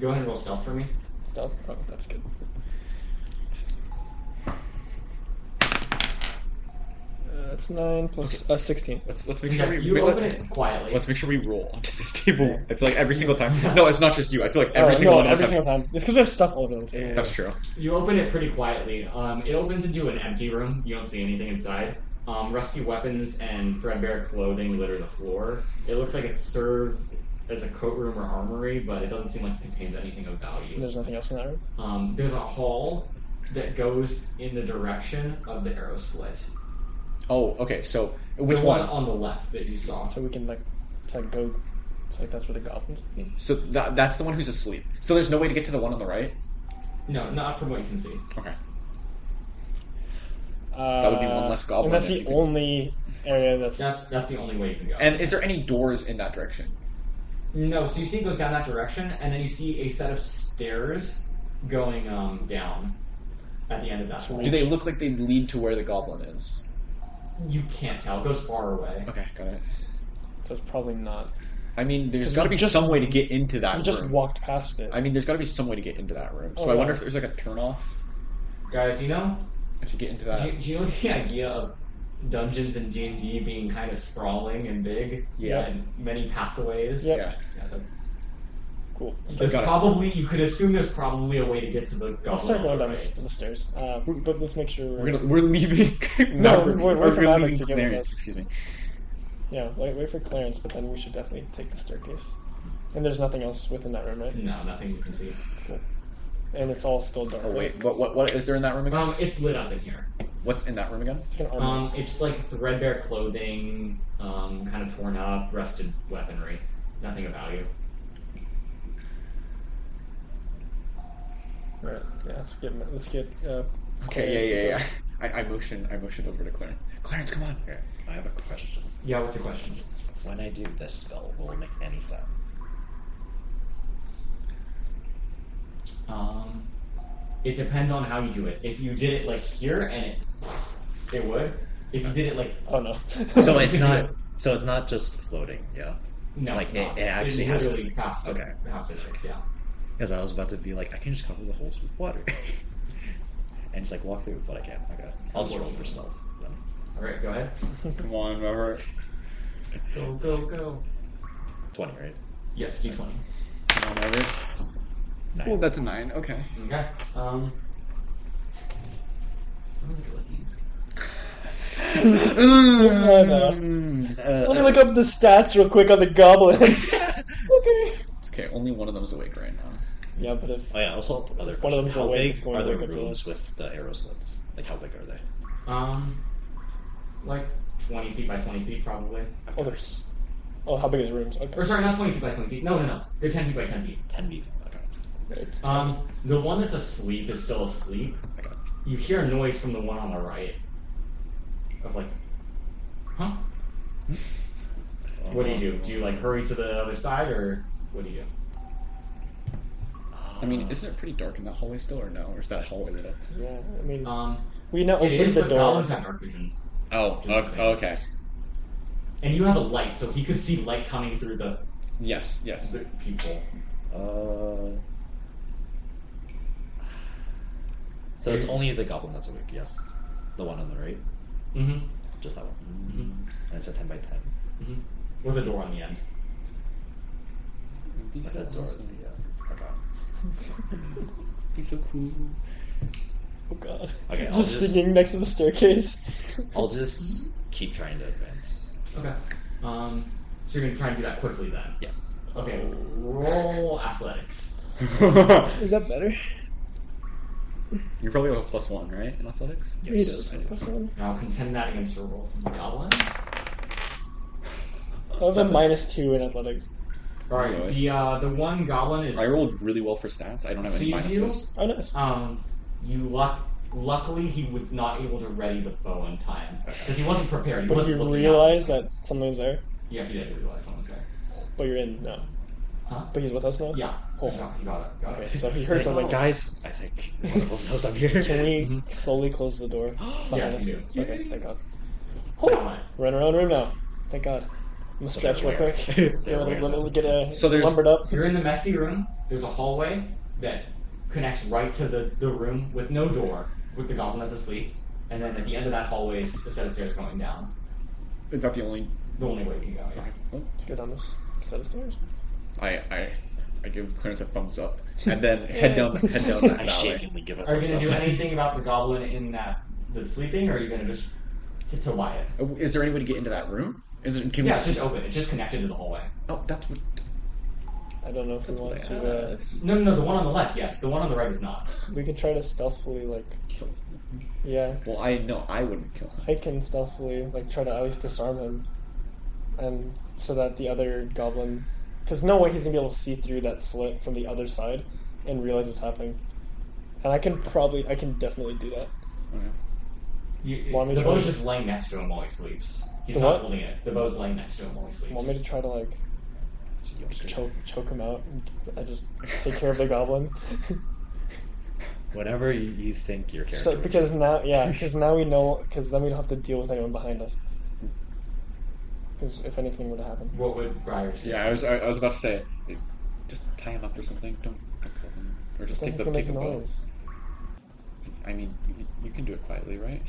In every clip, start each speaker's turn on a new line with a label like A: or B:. A: Go ahead and roll stealth for me.
B: Stealth. Oh, that's good. Uh, That's nine plus uh, sixteen.
C: Let's let's make
A: Okay,
C: sure we
A: you
C: we-
A: open it quietly.
C: Let's make sure we roll onto the table. I feel like every single time. No, it's not just you. I feel like every
B: Oh,
C: single
B: no,
C: one of us
B: every
C: have-
B: single time. It's because we have stuff all over the table.
C: That's true.
A: You open it pretty quietly. Um, it opens into an empty room. You don't see anything inside. Um, rusty weapons and threadbare clothing litter the floor. It looks like it's served as a coat room or armory, but it doesn't seem like it contains anything of value.
B: And there's nothing else in that room.
A: Um, there's a hall that goes in the direction of the arrow slit.
C: Oh, okay. So which
A: the
C: one?
A: on the left that you saw?
B: So we can like, it's like go. It's like that's where the goblins. would be.
C: So that, that's the one who's asleep. So there's no way to get to the one on the right.
A: No, not from what you can see.
C: Okay.
B: Uh,
C: would be one less
B: And
C: goblin
B: that's
C: if
B: the
C: you could-
B: only area that's.
A: That's that's the only way you can go.
C: And is there any doors in that direction?
A: No, so you see it goes down that direction, and then you see a set of stairs going um, down at the end of that hall.
C: Do they look like they lead to where the goblin is?
A: You can't tell. It goes far away.
C: Okay, got it.
B: So it's probably not.
C: I mean, there's
B: 'Cause
C: got to
B: we
C: be
B: just-
C: some way to get into that
B: We
C: room.
B: just walked past it.
C: I mean, there's got to be some way to get into that room. So
B: Oh,
C: I
B: yeah.
C: wonder if there's like a turnoff
A: Guys, you know,
C: to get into
A: do,
C: that.
A: you- do you know the idea of dungeons and D and D being kind of sprawling and big?
C: Yeah.
A: And many pathways.
B: Yep.
C: Yeah.
A: Yeah, that's,
B: cool. Let's
A: there's
C: got it.
A: probably you could assume there's probably a way to get to the goblin.
B: let's start going down the,
A: right?
B: the stairs. Uh, but let's make sure
C: We're gonna we're leaving.
B: No,
C: Maverick-
B: we're- we're
C: or
B: for Maverick to get with
C: Clarence,
B: us.
C: Excuse me.
B: Yeah, wait, wait for clearance, but then we should definitely take the staircase. And there's nothing else within that room, right?
A: No, nothing you can see.
B: Cool. And it's all still dark.
C: Oh
B: right?
C: wait, what what what is there in that room again?
A: Um, it's lit up in here.
C: What's in that room again?
B: It's like an armor.
A: Um, it's like threadbare clothing, um, kind of torn up, rusted weaponry. Nothing of value.
B: right. Yeah, let's get let's get. Uh, clearance
C: Okay, yeah, yeah,
B: with
C: yeah. I, I motion I motion over to Clarence. Clarence, come on.
D: I have a question.
A: Yeah, what's your question?
D: When I do this spell, will it make any sound?
A: Um, it depends on how you do it. If you did it like here and it, it would. If you did it like
B: that. Oh no.
D: So it's not. So it's not just floating. Yeah.
A: no,
D: Like,
A: it's
D: it-
A: not.
D: it actually has
A: literally
D: physics.
A: has to
D: Okay.
A: have physics. Yeah.
D: Because I was about to be like, I can just cover the holes with water, and just like walk through, but I can't. Okay. I'll just roll for stealth. Then.
A: All right, go ahead.
C: Come on, Robert.
A: Go go go.
D: Twenty, right?
A: Yes, D twenty.
C: Come on, Robert.
D: Nine.
C: Well, that's a nine. Okay.
A: Okay. Um. I'm gonna go with these.
B: Let me look up the stats real quick on the goblins. okay.
C: It's okay. Only one of them is awake right now.
B: Yeah, but if
D: Oh yeah. Also,
B: One
D: other
B: of
D: question.
B: them's
D: How
B: awake, it's
D: big
B: going to
D: are the
B: wake up the
D: rooms with the arrow slits? Like, how big are they?
A: Um, like twenty feet by twenty feet probably.
B: oh, there's. Oh, how big are the rooms?
A: Or
B: Okay.
A: sorry, not twenty feet by twenty feet. No, no, no. They're ten feet by ten feet.
D: Ten feet. Okay.
B: It's-
A: Um, the one that's asleep is still asleep.
D: Okay.
A: You hear a noise from the one on the right. Of like, huh? What do you do? Do you like hurry to the other side, or what do you do?
C: I mean, isn't it pretty dark in that hallway still, or no? Or is that hallway lit up?
B: Yeah, I mean,
A: Um,
B: we now
A: it
B: opened
A: is,
B: the
A: but
B: door.
A: goblins have dark vision,
C: Oh,
A: Just
C: okay.
A: saying.
C: okay.
A: and you have a light, so he could see light coming through the,
C: Yes, yes.
A: the people.
D: Uh. So it's only the goblin that's awake, yes. The one on the right,
A: Mm-hmm.
D: just that one.
B: Mm-hmm.
D: And it's a 10 by 10.
A: hmm With a door on the end.
C: Be
D: Like that door. Yeah. Okay.
C: Be so cool.
B: Oh god.
D: Okay, I'll
B: just
D: just-
B: singing next to the staircase.
D: I'll just keep trying to advance.
A: Okay. Um, so you're gonna try and do that quickly then.
D: Yes.
A: Okay. Roll athletics.
B: Is that better?
C: You probably have a plus one, right, in athletics?
B: He does. That's fine.
A: Now contend that against your roll from the goblin.
B: That was a minus two in athletics.
A: All right. The uh, the one goblin is
C: I rolled really well for stats. I don't have any
A: sees you.
C: minuses.
B: Oh, nice.
A: Um, you luck. Luckily, he was not able to ready the bow in time because he wasn't prepared. He
B: But
A: wasn't
B: you
A: looking
B: realize
A: out.
B: that someone's there,
A: Yeah, he did realize someone's there.
B: but you're in now.
A: Huh?
B: But he's with us now?
A: Yeah.
B: Oh.
A: You got, you got it. Got
B: Okay,
A: it.
B: so he heard something.
D: guys, I think one of them knows I'm here.
B: Can we
C: Mm-hmm.
B: slowly close the door? behind
A: Yes,
B: us?
A: you do.
B: Okay, thank god.
A: Goblin.
B: Run around the room now. Thank god. I'm gonna stretch real
D: They're
B: quick. Get a
D: weird. They're
B: little,
D: weird.
B: get a
C: So there's-
B: lumbered up.
A: You're in the messy room. There's a hallway that connects right to the, the room with no door, with the goblin that's asleep. And then at the end of that hallway is a set of stairs going down.
C: Is that the only?
A: The only way you can go. Yeah.
B: Let's go down this set of stairs.
C: I I I give Clarence a thumbs up, and then head down head down that
D: I
C: alley.
D: shakingly give a
A: Are you
D: thumbs
A: gonna
D: up.
A: do anything about the goblin in that the sleeping, or are you gonna just tiptoe by it?
C: Uh, Is there any way to get into that room? Is it? Can
A: Yeah,
C: we?
A: it's
C: see-
A: just open. It's just connected to the hallway.
C: Oh, that's what.
B: I don't know if we want
C: That's
B: to.
C: what I
B: Uh,
C: asked.
A: No, no, no. The one on the left, yes. The one on the right is not.
B: we could try to stealthily, like, yeah,
C: Well, I know I wouldn't kill him.
B: I can stealthily, like, try to at least disarm him, and so that the other goblin, because no way he's gonna be able to see through that slit from the other side and realize what's happening. And I can probably, I can definitely do that.
C: Okay.
A: You,
B: Want me
A: the
B: to-
A: bow's just laying next to him while he sleeps. He's
B: The
A: not
B: what?
A: holding it. The bow's laying next to him while he sleeps.
B: Want me to try to like
D: You'll just
B: choke choke him out? And I just take care of the goblin.
D: Whatever you, you think your character.
B: so
D: would
B: because
D: do.
B: now, yeah, because now we know, because then we don't have to deal with anyone behind us.
C: Hmm.
B: Because if anything were to happen,
A: What would Briar say?
C: Yeah, I was I, I was about to say, just tie him up or something. Don't, don't kill him, or just
B: then
C: take
B: he's
C: the
B: gonna
C: take
B: make
C: the bow.
B: noise.
C: I mean, you can, you can do it quietly, right?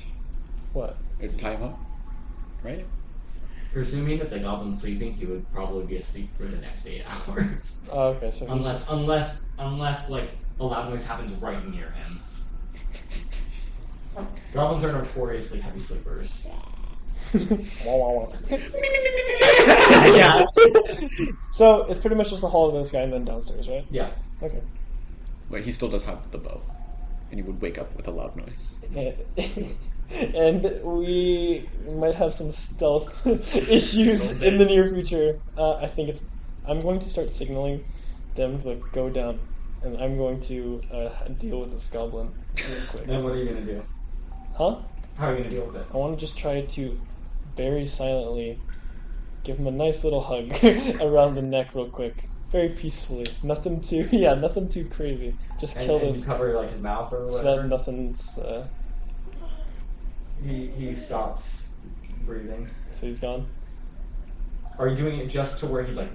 B: What?
C: Or tie him up, right?
A: Presuming that the goblin's sleeping, he would probably be asleep for the next eight hours.
B: Oh, okay, so he's
A: unless,
B: just,
A: unless, unless, like a loud noise happens right near him. Goblins are notoriously heavy sleepers.
B: Wah, wah, wah.
D: yeah.
B: so it's pretty much just the hall of this guy and then downstairs, right?
A: Yeah.
B: Okay.
C: But he still does have the bow, and he would wake up with a loud noise.
B: And- And we might have some stealth issues in the near future. Uh, I think it's. I'm going to start signaling them to like go down, and I'm going to uh, deal with this goblin real quick.
A: Then what are you gonna do?
B: Huh?
A: How are you gonna deal with it?
B: I want to just try to very silently give him a nice little hug around the neck, real quick, very peacefully. Nothing too, yeah, nothing too crazy. Just
A: And,
B: kill
A: and you
B: this
A: cover like his mouth or
B: so that
A: whatever.
B: nothing's. Uh,
A: he he stops breathing.
B: so he's gone.
A: Are you doing it just to where he's like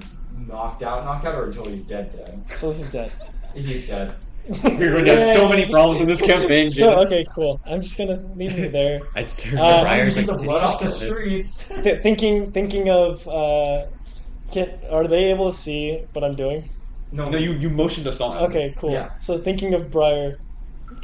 A: knocked out, knocked out, or until he's dead, dead?
B: So he's dead.
A: He's dead.
C: We're going to have so many problems in this campaign.
B: So
C: Jaden.
B: okay, cool. I'm just gonna leave you there,
D: I just heard
B: Uh,
D: Briar's
A: Get the
D: like, "Did he
A: blood
D: just
A: off the
D: kill it?"
A: streets.
B: Th- thinking thinking of uh, can, are they able to see what I'm doing?
C: No, you you motioned us on.
B: Okay, cool.
A: Yeah.
B: So thinking of Briar,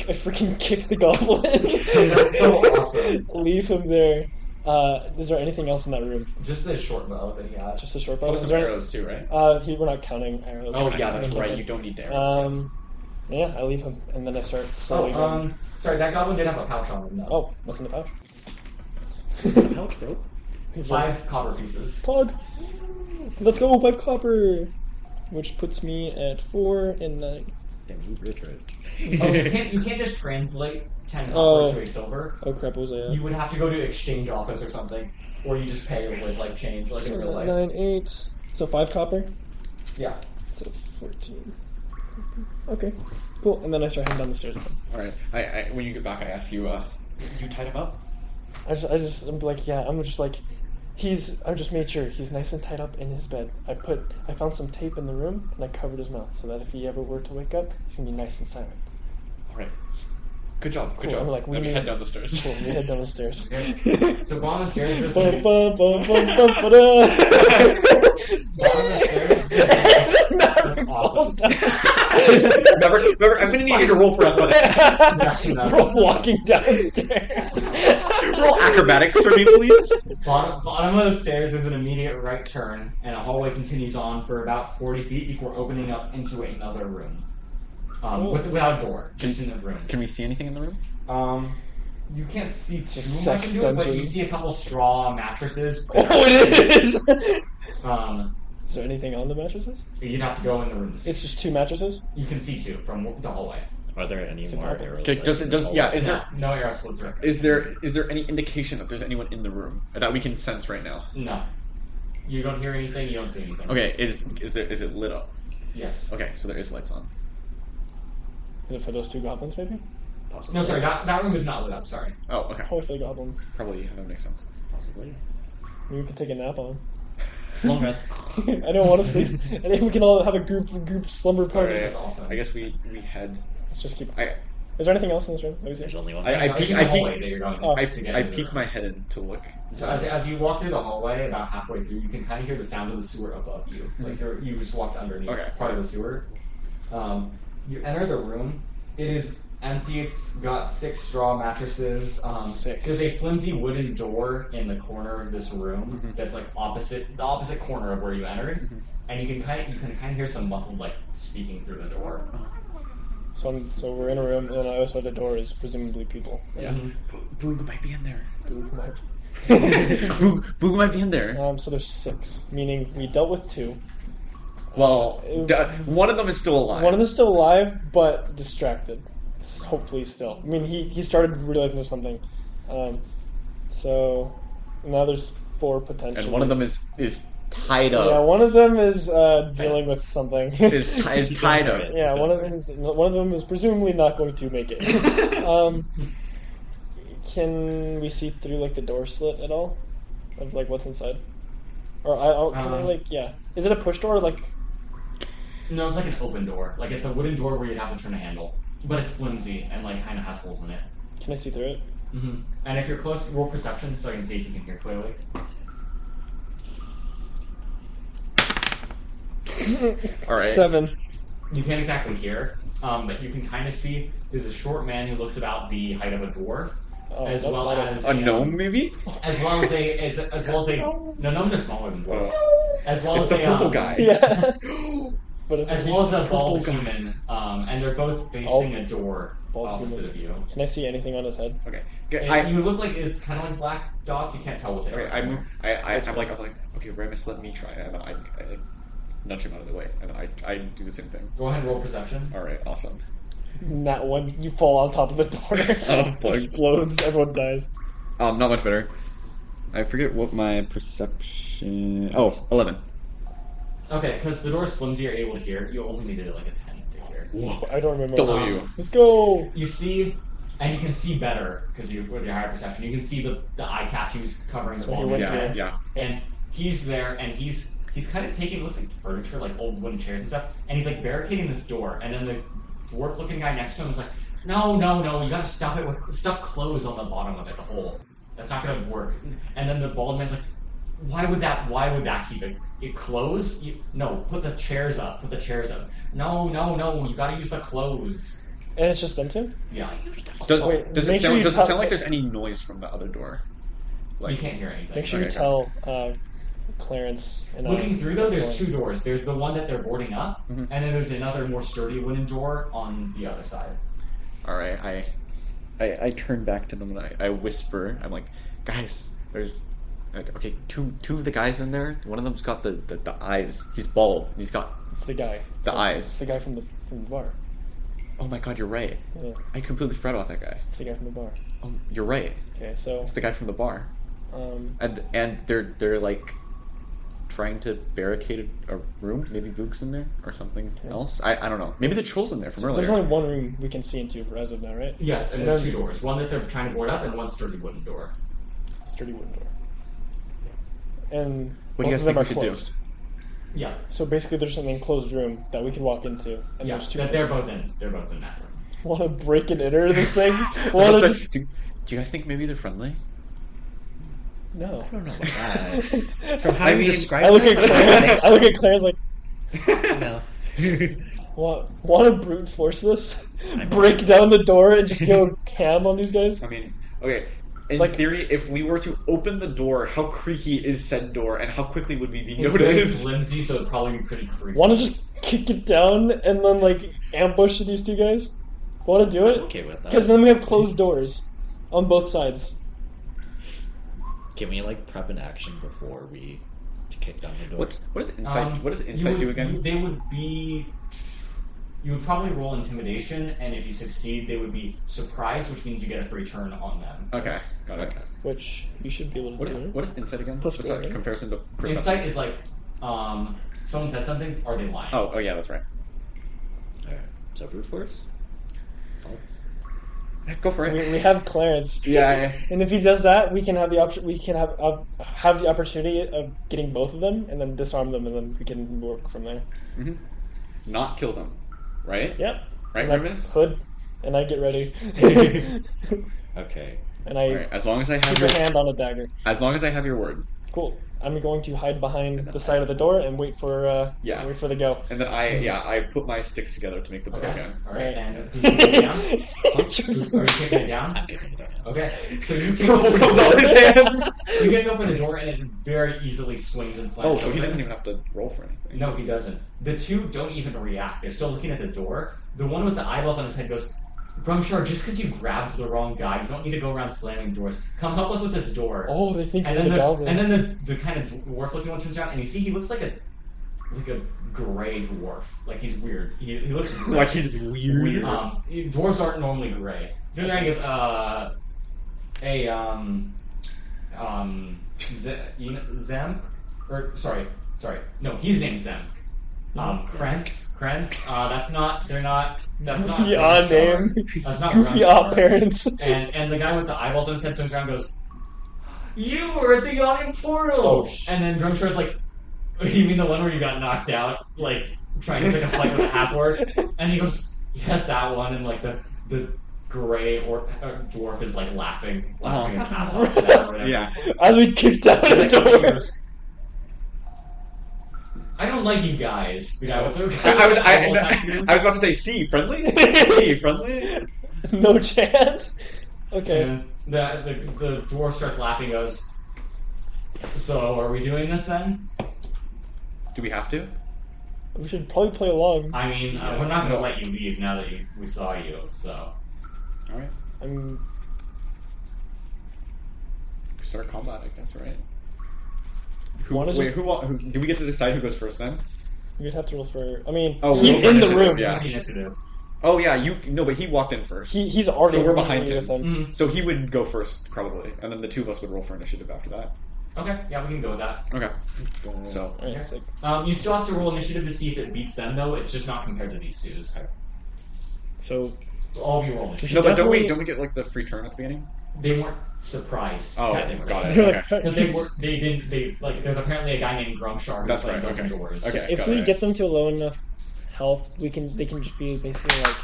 B: I freaking kick the goblin.
A: That's so awesome.
B: Leave him there. Uh, is there anything else in that room?
A: Just the short bow that he had.
B: Just a short
C: Oh,
B: bow. Is
C: some
B: there any-
C: arrows too, right?
B: Uh, he, we're not counting arrows.
C: Oh yeah,
B: I
C: that's
B: don't
C: right.
B: think-
C: You don't need the arrows.
B: Um, yeah, I leave him, and then I start
A: Oh,
B: slowly. going-
A: um, sorry, that goblin did have a pouch on him though.
B: oh, what's in the pouch?
D: Ouch, bro.
A: Five copper pieces.
B: Plug. Let's go, five copper. Which puts me at four and nine.
D: Damn, you rich, rich.
A: Oh, you can't you can't just translate ten copper
B: Oh.
A: to a silver.
B: Oh crap, what was I at?
A: You would have to go to exchange office or something, or you just pay with like change, like
B: I
A: in
B: was
A: real
B: at
A: life.
B: nine, eight. So five copper.
A: Yeah.
B: So fourteen. Okay, cool. And then I start heading down the stairs. again.
C: All right. I, I when you get back, I ask you. Uh, you tied him up.
B: I just, I just, I'm like, yeah, I'm just like, he's. I just made sure he's nice and tied up in his bed. I put, I found some tape in the room and I covered his mouth so that if he ever were to wake up, he's gonna be nice and silent.
C: All right. Good job. Good
B: Cool,
C: job.
B: I'm like, we
C: Let me
B: need-
C: head down the stairs.
B: Cool. We head down the stairs.
A: Okay. So go on the stairs. There's
B: Bum,
A: like,
B: bum, bum, bum, bum, ba-da. Never falls down.
C: remember, remember, I'm gonna need you to roll for athletics.
B: We're walking downstairs.
C: roll acrobatics for me, please.
A: bottom, bottom of the stairs is an immediate right turn, and a hallway continues on for about forty feet before opening up into another room, um,
B: Ooh.
A: with, without a door, just in the room.
C: Can we see anything in the room?
A: Um, you can't see too
B: Just
A: much
B: sex
A: into it, but
B: dungeon.
A: you see a couple straw mattresses.
B: Oh, it is. Is
A: Um,
B: there anything on the mattresses?
A: you'd have to go in the room. To see.
B: It's just two mattresses.
A: You can see two from the hallway.
D: Are there any
B: a
D: more
B: problem.
D: arrows?
C: Okay,
D: like,
C: does it-
D: in
C: does-
D: this
C: yeah,
D: hallway?
C: is-
A: no,
C: there-
A: no arrow slits or
C: Is there is there any indication that there's anyone in the room that we can sense right now?
A: no. You don't hear anything. You don't see anything.
C: Okay, is is there is it lit up?
A: Yes.
C: Okay, so there is lights on.
B: Is it for those two goblins, maybe?
D: Possibly.
A: No, sorry. That, that room is not lit up. Sorry.
C: Oh, okay.
B: Probably for the goblins.
C: Probably that makes sense.
D: Possibly.
B: Maybe we could take a nap on.
D: Long rest.
B: I don't want to sleep. I think we can all have a group group slumber party.
C: Alright,
A: That's awesome.
C: I guess we we had.
B: Let's just keep.
C: I
B: Is there anything else in this room? Let me see.
D: There's only one.
C: I- I-
A: It's
C: peek-
A: just a
C: peek-
A: hallway that you're going
B: Oh.
C: I,
A: to get
C: I
A: into the
C: peeked
A: room.
C: my head in to look.
A: So as, as you walk through the hallway, about halfway through, you can kind of hear the sound of the sewer above you. Like you're, you just walked underneath
C: Mm-hmm. Okay.
A: part of the sewer. Um, you enter the room. It is empty. It's got six straw mattresses. Um,
B: Six.
A: There's a flimsy wooden door in the corner of this room
C: Mm-hmm.
A: that's like opposite the opposite corner of where you entered, and you can kind of you can kind of hear some muffled like speaking through the door.
B: So, I'm, so we're in a room, and I also the door is presumably people.
C: Yeah.
A: Mm-hmm.
C: Boog might be in there.
B: um,
C: Boog, Boog might be in there.
B: so there's six, meaning we dealt with two.
C: Well,
B: it-
C: duh, one of them is still alive.
B: One of them's still alive, but distracted. S- Hopefully, still. I mean, he, he started realizing there's something. Um, so now there's four potential.
C: and one of them is is tied
B: Yeah,
C: up.
B: one of them is uh, dealing with something.
C: Is ti- is tied up.
B: yeah, one of them is, one of them is presumably not going to make it. um, can we see through like the door slit at all of like what's inside? Or I I'll, can I
A: Um,
B: like yeah? Is it a push door? Like
A: No, it's like an open door. Like it's a wooden door where you have to turn a handle, but it's flimsy and like kind of has holes in it.
B: can I see through it?
A: hmm And if you're close, roll perception so I can see if you can hear clearly.
C: All right.
B: Seven.
A: You can't exactly hear, um, but you can kind of see there's a short man who looks about the height of a dwarf,
B: Oh,
A: as
B: nope,
A: well
B: I don't-
A: as um,
C: A gnome, maybe?
A: as well as a as, as well as a no gnomes are smaller than dwarves. As well
C: It's
A: as a
C: the
A: um,
C: purple guy.
B: Yeah. but if
A: As
B: he's
A: well as a
B: purple
A: bald
B: guy-
A: human, um, and they're both facing
B: Bald-
A: a door
B: bald
A: opposite
B: human.
A: of you.
B: Can I see anything on his head?
C: Okay. Okay,
A: And
C: I,
A: you look like it's kind of like black dots. You can't tell what they
C: okay,
A: are.
C: I'm, I, I, I'm like, I'm like, okay, Remus, let me try. And I, I, I nudge him out of the way, and I, I do the same thing.
A: Go ahead and roll perception.
C: All right, awesome.
B: That one, you fall on top of the door,
C: Oh, fuck.
B: explodes, everyone dies.
C: Um, not much better. I forget what my perception. Oh, 11.
A: Okay, because the door's flimsy, you're able to hear. You only needed like a ten to hear.
C: Whoa.
B: I don't remember.
C: W.
B: Let's go.
A: You see, and you can see better because you with your higher perception. You can see the, the eye tattoos covering the
B: So he
A: wall,
B: went
C: Yeah, yeah.
A: and he's there, and he's he's kind of taking looks like furniture, like old wooden chairs and stuff, and he's like barricading this door, and then the dwarf-looking guy next to him is like, "No, no, no! You gotta stop it with stuff clothes on the bottom of it, the hole. That's not gonna work." And then the bald man's like, "Why would that? Why would that keep it?" It clothes? You, no, put the chairs up. Put the chairs up. No, no, no! You gotta use the clothes.
B: And it's just them two.
A: Yeah,
C: Does,
B: Wait,
C: does
B: make
C: it
B: sure
C: sound,
B: you
C: does it
B: tell-
C: sound like there's any noise from the other door?
A: you
C: Like,
A: can't hear anything.
B: Make sure you
C: Okay.
B: tell uh, Clarence and I
A: Looking through though,
B: what's
A: there's
B: going-
A: two doors. There's the one that they're boarding up,
C: Mhm.
A: and then there's another more sturdy wooden door on the other side.
C: all right, I, I, I turn back to them and I, I whisper. I'm like, guys, there's, like, okay, two, two of the guys in there. One of them's got the, the, the eyes. He's bald and he's got
B: It's the guy.
C: the
B: It's
C: eyes.
B: the guy from the from the bar.
C: Oh my god, you're right.
B: Yeah,
C: I completely forgot about that guy.
B: it's the guy from the bar.
C: Oh, you're right.
B: Okay, so
C: It's the guy from the bar.
B: um,
C: And and they're they're like trying to barricade a room. Maybe Boog's in there or something else. I, I don't know. Maybe the troll's in there from earlier.
B: there's only one room we can see into as of now, right?
A: Yes, and
B: And
A: there's
B: then-
A: two doors. One that they're trying to board up, and one sturdy wooden door.
B: Sturdy wooden door. And both
C: what do you guys
B: of them
C: think we
B: are
C: should
B: closed.
C: do?
A: Yeah,
B: So basically, there's an enclosed room that we could walk into, and
A: yeah.
B: there's two.
A: that they're both in. They're both in that room.
B: Want to break and enter this thing? Want
C: Also,
B: to just
C: do, do you guys think maybe they're friendly?
B: no?
D: I don't know about that.
B: I
D: From how you
C: mean,
D: describe
B: look at
D: it,
B: Clarence. I look at Clarence like
D: no.
B: want want to brute force this,
D: I'm-
B: break down the door, and just go ham on these guys.
C: I mean, okay. In
B: Like-
C: theory, if we were to open the door, how creaky is said door, and how quickly would we be
A: It's very
C: noticed?
A: flimsy, so it'd probably be pretty creepy.
B: Want to just kick it down and then like ambush these two guys? Want to do it?
D: Okay with that.
B: Because then we have closed doors on both sides.
D: Can we like prep an action before we kick down the door?
C: What's what is insight?
A: Um,
C: what does
A: you
C: insight
A: would-
C: do again?
A: you- they would be. You would probably roll intimidation, and if you succeed, they would be surprised, which means you get a free turn on them.
C: okay, got it.
D: Okay.
B: Which you should be able to
C: What is
B: do.
C: what is insight again?
B: Plus
C: What's
B: four,
C: that
B: right?
C: comparison to perception?
A: Insight is like, um, someone says something, are they lying?
C: Oh, oh yeah, that's right.
D: Alright. So brute force? Fault?
C: Go for it.
B: We, we have Clarence,
C: Yeah.
B: and if he does that, we can have the option. We can have uh, have the opportunity of getting both of them, and then disarm them, and then we can work from there.
C: hmm Not kill them, right?
B: Yep.
C: Right,
B: And I
C: Remus?
B: Hood, and I get ready,
D: Okay.
B: and I
C: All right. As long as I have
B: keep a
C: your,
B: hand on a dagger.
C: as long as I have your word,
B: Cool. I'm going to hide behind
C: And
B: the
C: then-
B: side of the door and wait for uh,
C: Yeah.
B: wait for the go.
C: and then
B: Mm-hmm.
C: I yeah I put my sticks together to make the bow
A: Okay.
C: again.
A: All right. And who's taking it down? Who's- Are you taking it
B: Punch.
A: down?
D: Give me that.
A: Okay. So you
C: Purple comes out of his
A: can
C: hand.
A: you can open the door and it very easily swings and slides.
C: Oh, so he
A: open.
C: doesn't even have to roll for anything.
A: No, he doesn't. The two don't even react. They're still looking at the door. The one with the eyeballs on his head goes, Grumshar, just because you grabbed the wrong guy, you don't need to go around slamming doors. Come help us with this door.
B: Oh, they think
A: and
B: we're
A: then
B: the
A: the,
B: Dalvin.
A: and then the, the kind of dwarf looking one turns around, and you see he looks like a like a gray dwarf. Like he's weird. He, he looks
C: Like he's weird.
A: Um, dwarves aren't normally gray. The other guy goes, uh, a um, um, Z- you know, Zemp, or sorry, sorry, no, he's named Zemp. Um,
B: Mm-hmm.
A: Krentz, Krentz. Uh, that's not. They're not. That's
B: Goofy
A: not.
B: odd
A: Grumshar.
B: name.
A: That's not
B: Goofy
A: Grumshar.
B: odd parents.
A: And and the guy with the eyeballs on his head turns around and goes, "You were at the yawning portal."
B: Oh, sh-
A: and then Grumshar's like, "You mean the one where you got knocked out, like trying to pick a fight with a half-orc?" And he goes, "Yes, that one." And like the the gray or uh, dwarf is like laughing, laughing his
C: Oh.
A: ass off. to that or whatever.
C: Yeah.
B: As we kicked out
A: And
B: the
A: then Grumshar
B: door.
A: goes, I don't like you guys. The guy with the
C: I, I was I,
A: the whole time she goes,
C: I was about to say C friendly. C friendly.
B: No chance. Okay.
A: And the, the, the dwarf starts laughing and goes, So, are we doing this then?
C: Do we have to?
B: We should probably play along.
A: I mean, uh, we're not going to let you leave now that you, we saw you, so.
C: All right.
B: I'm
C: Start combat, I guess. Right. Who,
B: Wanna
C: wait,
B: just-
C: who, wa- who? Do we get to decide who goes first then?
B: You'd have to roll for. I mean,
C: Oh,
B: he's
C: roll for
B: in the
C: initiative,
B: room.
C: yeah.
A: Initiative.
C: Oh yeah, you. No, but he walked in first.
B: He, he's already
C: So we're
B: in the
C: behind
B: room
C: him.
B: with him.
A: Mhm.
C: So he would go first, probably, and then the two of us would roll for initiative after that.
A: Okay, yeah, we can go with that.
C: Okay. So
B: Alright, it's like-
A: Um, you still have to roll initiative to see if it beats them, though. It's just not compared to these twos.
B: so
A: All of you roll initiative.
C: no, but don't
B: definitely-
C: we don't we get like the free turn at the beginning?
A: They weren't surprised.
C: Oh,
A: technically.
C: got it.
B: they're like,
C: Okay.
A: Because they were, they didn't, they, like, there's apparently a guy named Grumshar who
C: That's
A: slams
C: right,
A: open
C: okay.
A: doors.
C: Okay.
B: if
C: got
B: we
C: it.
B: get them to low enough health, we can they can just be basically like.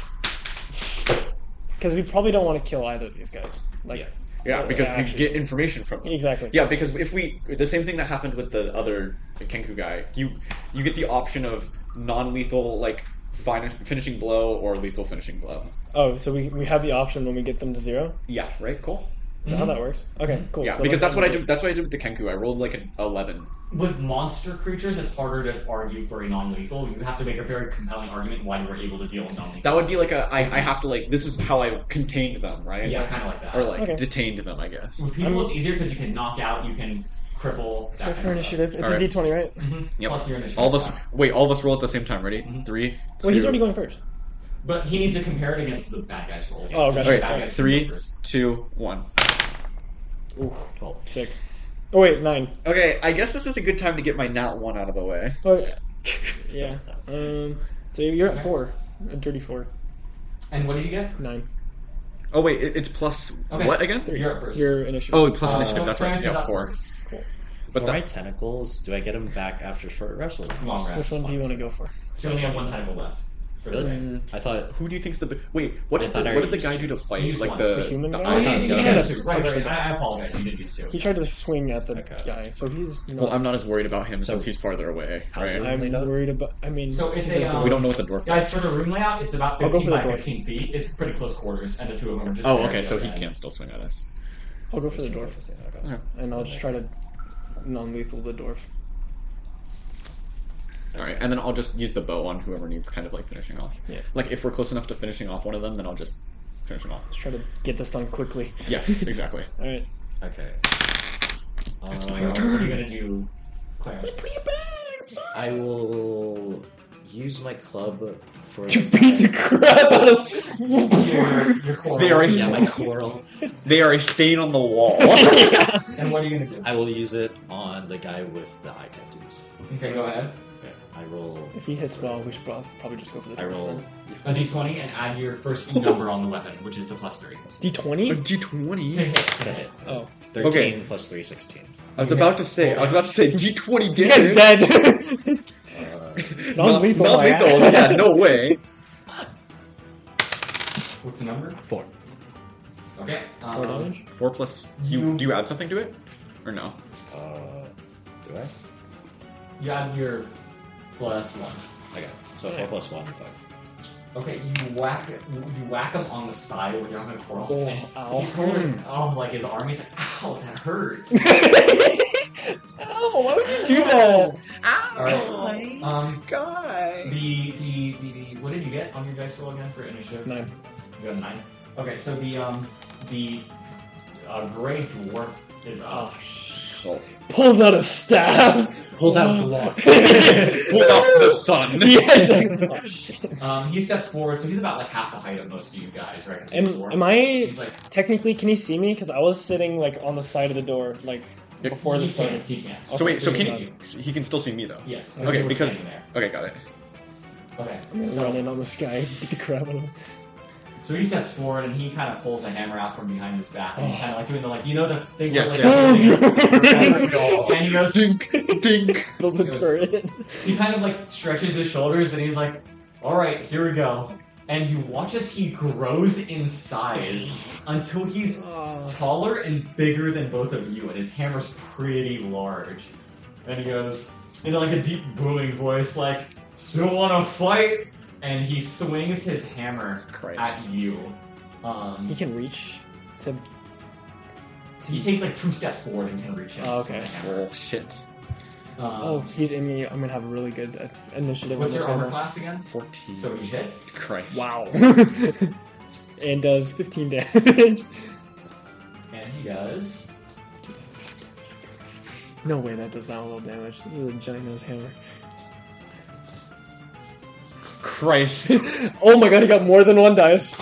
B: Because we probably don't want to kill either of these guys. Like,
D: Yeah.
C: Yeah,
B: Uh,
C: because we
B: actually-
C: get information from them.
B: Exactly.
C: Yeah, because if we the same thing that happened with the other Kenku guy, you you get the option of non-lethal like fin- finishing blow or lethal finishing blow.
B: Oh, so we, we have the option when we get them to zero.
C: Yeah. Right. Cool.
B: Is that how that works? Okay, cool.
C: Mm-hmm. Yeah,
B: So
C: because
B: let's-
C: that's what I did. That's what I did with the Kenku. I rolled like an eleven.
A: with monster creatures, it's harder to argue for a non-lethal. You have to make a very compelling argument why you were able to deal with non-lethal.
C: That would be like a I, I have to like this is how I contained them, right?
A: yeah, kind of like that.
C: Or like
B: Okay.
C: detained them, I guess.
A: with people, it's easier because you can knock out, you can cripple. That
B: Sorry
A: kind
B: for
A: of
B: initiative. It's a
C: Alright.
B: D twenty, right?
A: Stuff. Mhm.
C: Yep.
A: Plus your initiative.
C: All of us.
A: stat.
C: Wait, all of us roll at the same time. Ready?
A: Mm-hmm.
C: Three.
B: Well, he's
C: two-
B: already going first.
A: But he needs to compare it against the bad guys roll.
B: Oh,
A: Just
B: okay.
A: the
C: All
A: bad
C: right.
A: guys
C: Three,
A: roll first.
C: two, one.
B: Ooh,
D: Twelve.
B: six. Oh wait, nine.
C: Okay, I guess this is a good time to get my nat one out of the way.
B: Oh yeah. yeah. Um. So you're at four. A dirty four.
A: And what did you get?
B: Nine.
C: Oh wait, it, it's plus
A: Okay.
C: what again?
A: Three. You're up first.
B: Your initiative.
C: Oh, plus
A: Uh,
C: initiative. That's right.
A: Francis
C: Yeah,
A: up
C: four.
A: first.
B: cool.
C: But
D: For
C: the-
D: my tentacles, do I get them back after short rest? Or
A: Long rest.
B: Which one do you want to go for?
A: So you only have one tentacle left. For the day.
C: Mm,
D: I thought
C: Who do you think's the bi- wait? What
D: I
C: did the,
D: thought I
C: what did the
D: used
C: guy
D: two.
C: do to fight?
A: I used
C: like
A: one.
C: the
B: The human guy?
A: Oh,
C: eye
A: you,
C: contact?
A: you
B: yeah.
A: can
B: Yeah.
A: assume. Right, right. I, I apologize. You did use two.
B: He tried to swing at the
D: Okay.
B: guy, so he's. Not,
C: Well, I'm not as worried about him
D: So-
C: since he's farther away.
D: How's
C: Right?
D: it-
B: I'm worried about. I mean,
A: So it's
B: he's
A: a,
B: at the-
A: um,
C: We don't know what the dwarf.
A: Guys, for the room layout, it's about
B: I'll go
A: 15
B: for the
A: by
B: door.
A: 15 feet. It's pretty close quarters, and the two of them are just.
C: Oh,
A: staring
C: okay.
A: at
C: So
A: the
C: he
A: other
C: can
A: end.
C: still swing at us.
B: I'll go for the dwarf,
D: Okay.
B: and I'll just try to non-lethal the dwarf.
C: All right, and then I'll just use the bow on whoever needs kind of like finishing off.
B: Yeah.
C: Like if we're close enough to finishing off one of them, then I'll just finish them off.
B: Let's try to get this done quickly.
C: Yes, exactly.
B: All right.
D: Okay.
A: So What are
D: Um,
A: you gonna do, Clarence?
D: I will use my club for
B: crap out of.
A: Your, your coral.
C: They are-
D: yeah my coral.
C: They are a stain on the wall.
A: And what are you gonna do?
D: I will use it on the guy with the eye tattoos.
A: Okay, go ahead.
D: I roll.
B: If he hits well, we should prob- probably just go for the dwarf.
D: I roll.
B: then.
A: a d20 and add your first number on the weapon, which is the plus three.
B: D
C: A
B: twenty.
C: D
A: To
C: twenty.
A: hit, to hit.
B: Oh,
D: 13
C: Okay.
D: plus 3, 16.
C: I was about to say. I was about to say D twenty.
B: this guy's dead.
D: Uh,
B: Non-lethal,
C: Not
B: my ass.
C: lethal. Yeah. No way.
A: What's the number?
D: 4.
A: Okay.
B: Four
A: Um,
B: damage.
C: Four plus. You
A: You-
C: do you add something to it, or no?
D: Uh, do I?
A: you add your plus one.
D: Okay, so 4 plus 1, 5.
A: Okay, you whack you whack him on the side where you're not gonna twirl.
B: Oh,
A: And
B: ow.
A: He's holding
C: Hmm.
A: oh like his arm, he's like, ow, that hurts.
B: Ow! Why would you do that?
A: Alright. Um the,
C: Guy.
A: the the the what did you get on your dice roll again for initiative?
B: Nine.
A: You got a nine. Okay, so the um the uh, gray dwarf is up.
C: Oh.
B: Pulls out a staff.
D: Pulls out a Glock.
C: Pulls out the sun.
B: yes. Oh shit.
A: Um, he steps forward, so he's about like half the height of most of you guys, right? 'Cause he's a
B: Am,
A: dwarf.
B: am I
A: He's like
B: technically? Can he see me? Because I was sitting like on the side of the door, like
C: Yeah,
B: before
A: he
B: this started.
A: can't, he can't.
C: So wait. So
B: Okay,
C: he he can still see me though.
A: Yes.
C: Okay,
A: we're
C: because-
A: standing there.
C: Okay, got it.
A: Okay. So,
B: Running on this guy, beat the crap out of him.
A: so he steps forward and he kind of pulls a hammer out from behind his back and he's
B: Oh.
A: kind of like doing the like you know the thing
C: Yes,
A: where, like,
C: yes.
A: and he goes
C: Dink, dink.
B: Builds a
A: It was-
B: turret.
A: he kind of like stretches his shoulders and he's like, all right, here we go. And you watch as he grows in size until he's taller and bigger than both of you, and his hammer's pretty large. And he goes in like a deep booming voice, like, "Still want to fight?" And he swings his hammer
C: Christ.
A: at you. Um,
B: He can reach to.
A: he takes like two steps forward and can reach him.
B: Oh, okay.
A: with the hammer.
C: Oh shit.
A: Um,
C: Uh,
B: Oh, he's in me. I'm gonna have a really good uh, initiative.
A: what's
B: on this
A: your armor
B: hammer.
A: class again?
C: Fourteen.
A: So he hits.
C: Christ.
B: Wow. and does 15 damage.
A: And he does.
B: No way that does not little damage. This is a giant ass hammer.
C: Christ.
B: oh my god, he got more than one dice.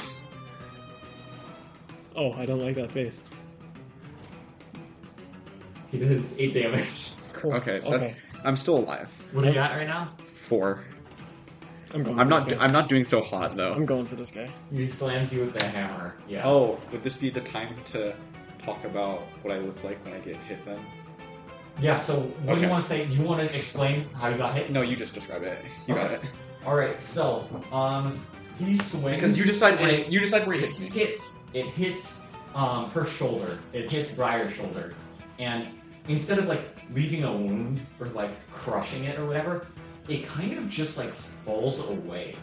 B: Oh, I don't like that face.
A: He does eight damage.
B: Cool.
C: Okay, that-
B: Okay.
C: I'm still alive.
A: What are you at right now?
C: Four.
B: I'm going.
C: I'm
B: for
C: not.
B: This guy.
C: I'm not doing so hot
B: I'm
C: though.
B: going for this guy.
A: He slams you with the hammer. Yeah.
C: Oh, would this be the time to talk about what I look like when I get hit? Then.
A: Yeah. So what do
C: Okay.
A: you want to say? Do you want to explain how you got hit?
C: No, you just describe it. You got it.
A: All right. So um, he swings
C: Because you decide when
A: and
C: it, you decide where it
A: it
C: hits me.
A: hits. It hits um, her shoulder. It hits Briar's shoulder, and instead of like leaving a wound or like crushing it or whatever, it kind of just like falls away.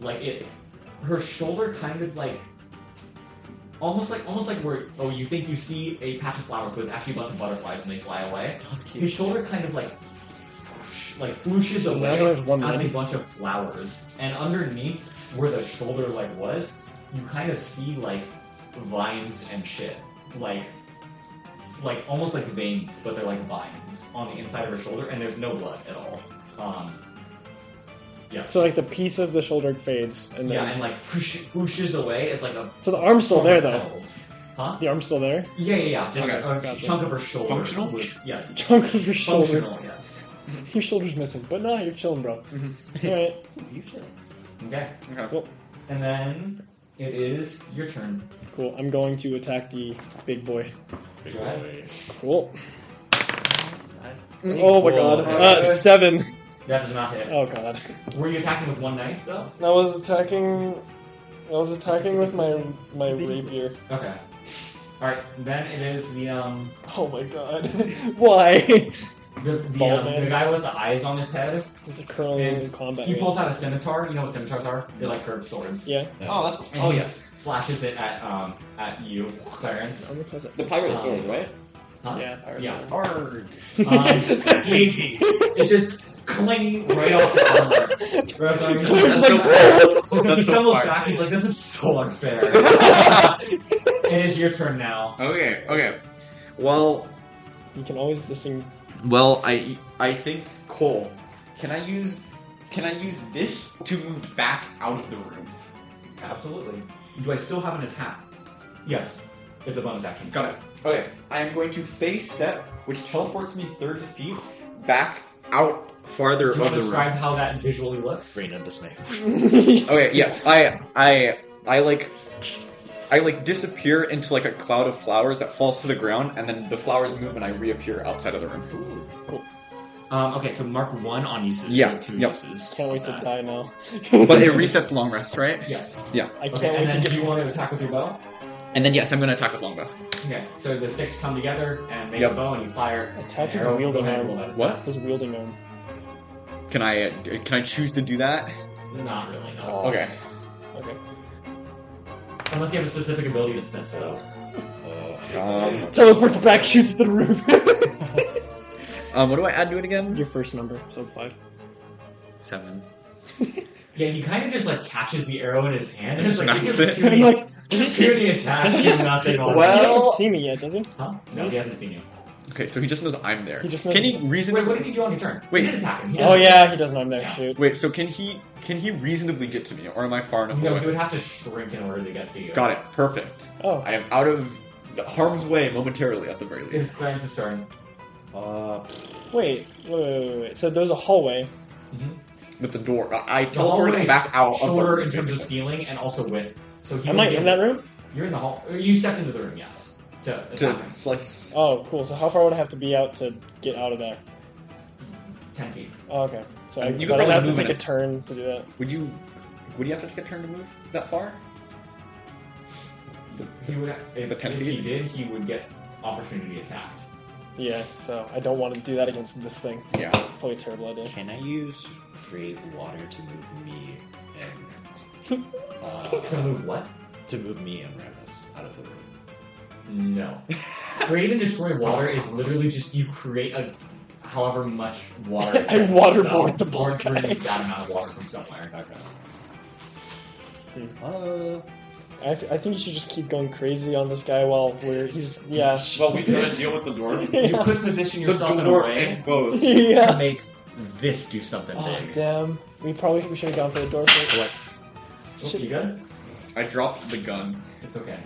A: Like it, her shoulder kind of like. Almost like, almost like where oh you think you see a patch of flowers, but it's actually a bunch of butterflies and they fly away. His shoulder kind of like, whoosh, like whooshes
B: So now
A: away
B: he has one
A: as a
B: leg.
A: bunch of flowers, and underneath where the shoulder like was, you kind of see like vines and shit, like, like almost like veins, but they're like vines on the inside of her shoulder, and there's no blood at all. Um, yeah,
B: So like the piece of the shoulder fades, and then
A: yeah, and like whoosh, whooshes away as like a
B: so the arm's still there though.
A: petals. Huh?
B: The arm's still there.
A: Yeah, yeah, yeah. Just
C: Okay,
A: a
B: gotcha.
A: chunk of her shoulder.
C: Functional?
A: Was, yes.
B: Chunk of your shoulder.
A: Functional, yes.
B: Your shoulder's missing, but nah, you're chilling, bro.
C: Mhm.
A: Mm-hmm.
B: All right.
D: You feel
A: Okay.
C: Okay.
B: Cool.
A: And then it is your turn.
B: Cool. I'm going to attack the big boy.
D: Big
A: Go ahead.
D: boy.
B: Cool. Oh my god.
D: boy.
B: Uh, seven.
A: That does not hit.
B: Oh god.
A: Were you attacking with one knife though?
B: I was attacking. I was attacking with my my rapier.
A: Okay. All right. Then it is the um
B: Oh my god. Why?
A: the the,
B: Bald
A: um,
B: man.
A: the guy with the eyes on his head.
B: It's a curling Oh, combat.
A: He
B: man.
A: pulls out a scimitar. You know what scimitars are? They're like curved swords.
B: Yeah.
A: Oh, that's. And
C: Oh,
A: he Slashes it at um at you, Clarence.
B: I'm close up.
C: pirate
A: sword,
C: right?
A: Huh?
B: Yeah. pirate
A: Yeah.
B: sword.
D: Arg.
A: Um, he- it just cling right off the armor. Right off the armor. He's like, he
B: Clarence is like,
C: That's so
A: stumbles
C: far.
A: back. He's like, "This is so unfair." it is your turn now.
C: Okay. Okay. Well,
B: You can always this thing.
C: well, I I think Cole. Can I use Can I use this to move back out of the room?
A: Absolutely.
C: Do I still have an attack?
A: Yes. It's a bonus action.
C: Got it. Okay, I am going to face step, which teleports me 30 feet back out farther
A: Do you want
C: of
A: to
C: the
A: describe
C: room.
A: how that visually looks?
D: Rain and dismay.
C: Okay, yes, I, I, I like, I like disappear into like a cloud of flowers that falls to the ground, and then the flowers move, and I reappear outside of the room.
A: Um, okay, so mark one on uses.
C: Yeah,
A: so two
C: yep.
A: uses.
B: Can't wait to
A: on that.
B: die now.
C: But it resets long rest, right?
A: Yes.
C: Yeah.
B: I can't
A: Okay, and
B: wait
A: then
B: to
A: do
B: get
A: you want to attack with your bow?
C: And then yes, I'm gonna attack with longbow.
A: Okay, so the sticks come together and make
C: Yep.
A: a bow and you fire.
B: Attack
A: an
B: his
A: arrow.
B: wielding
A: Go ahead,
B: arm.
A: roll that
C: What?
B: his wielding arm.
C: Can I, uh, d- can I choose to do that?
A: attack. Not really, no.
C: Okay.
B: Okay.
A: Unless you have a specific ability that says so.
D: Uh,
C: Um,
B: Teleports back, shoots the roof.
C: um, what do I add to it again?
B: Your first number, so five.
C: Seven.
A: Yeah, he kind of just like catches the arrow in his hand and it's like, you just
C: Snaps it.
A: hear
B: I'm
A: the-
B: like,
A: you just hear the attack
B: does
A: and
B: he-
A: nothing on
C: Well-
B: he doesn't see me yet, does he?
A: Huh? No, he hasn't seen you.
C: Okay, so he just knows I'm there.
B: He just knows-
C: can he reason?
A: Wait, what did he do on your turn?
C: Wait.
A: He did attack him. He
B: Oh
A: doesn't-
B: yeah, he doesn't. I'm there.
A: Yeah.
B: Shoot.
C: Wait, so can he can he reasonably get to me, or am I far enough
A: No,
C: away?
A: he would have to shrink in order to get to you.
C: Got it. Perfect.
B: Oh,
C: I am out of harm's way momentarily, at the very least.
A: It's Glance's turn.
D: Uh,
B: wait, wait, wait, wait, wait. So there's a hallway.
C: With the door, I I
A: Mm-hmm. The hallway
C: teleported
A: is
C: back out of the
A: shorter
C: room,
A: in terms of
C: basically.
A: ceiling and also width. So he
B: Am
A: would
B: I
A: be
B: in
A: able-
B: that room?
A: You're in the hall. or You stepped into the room, yes. To attack
C: to
A: him.
C: slice.
B: Oh, cool. So how far would I have to be out to get out of there?
A: Ten feet.
B: Oh, okay. So I,
C: Um, you could
B: but I'd
C: probably
B: have to
C: move
B: take
C: in
B: a
C: it.
B: turn to do that.
C: Would you? Would you have to take a turn to move that far?
A: He would. If,
C: The ten
A: if
C: feet?
A: he did, he would get opportunity attack.
B: Yeah. So I don't want to do that against this thing.
C: Yeah.
B: It's probably a terrible idea.
D: can I use create water to move me and
A: To
D: uh,
A: move what?
D: to move me and Rammus out of the room?
A: No. create and destroy water is literally just you create a however much water. it
B: I
A: takes.
B: waterboard the
A: Or
B: ball guy.
A: remove that amount of water from somewhere.
D: Okay. Uh,
B: I, have to- I think you should just keep going crazy on this guy while we're he's yeah.
C: Well, we try to deal with the door.
A: You could position yourself in
C: the
A: a
C: door
A: way
C: goes.
A: to
B: yeah.
A: make this do something
B: Oh
A: big.
B: damn. We probably we should have gone for the door first.
A: Oh, you good?
C: I dropped the gun.
A: It's okay.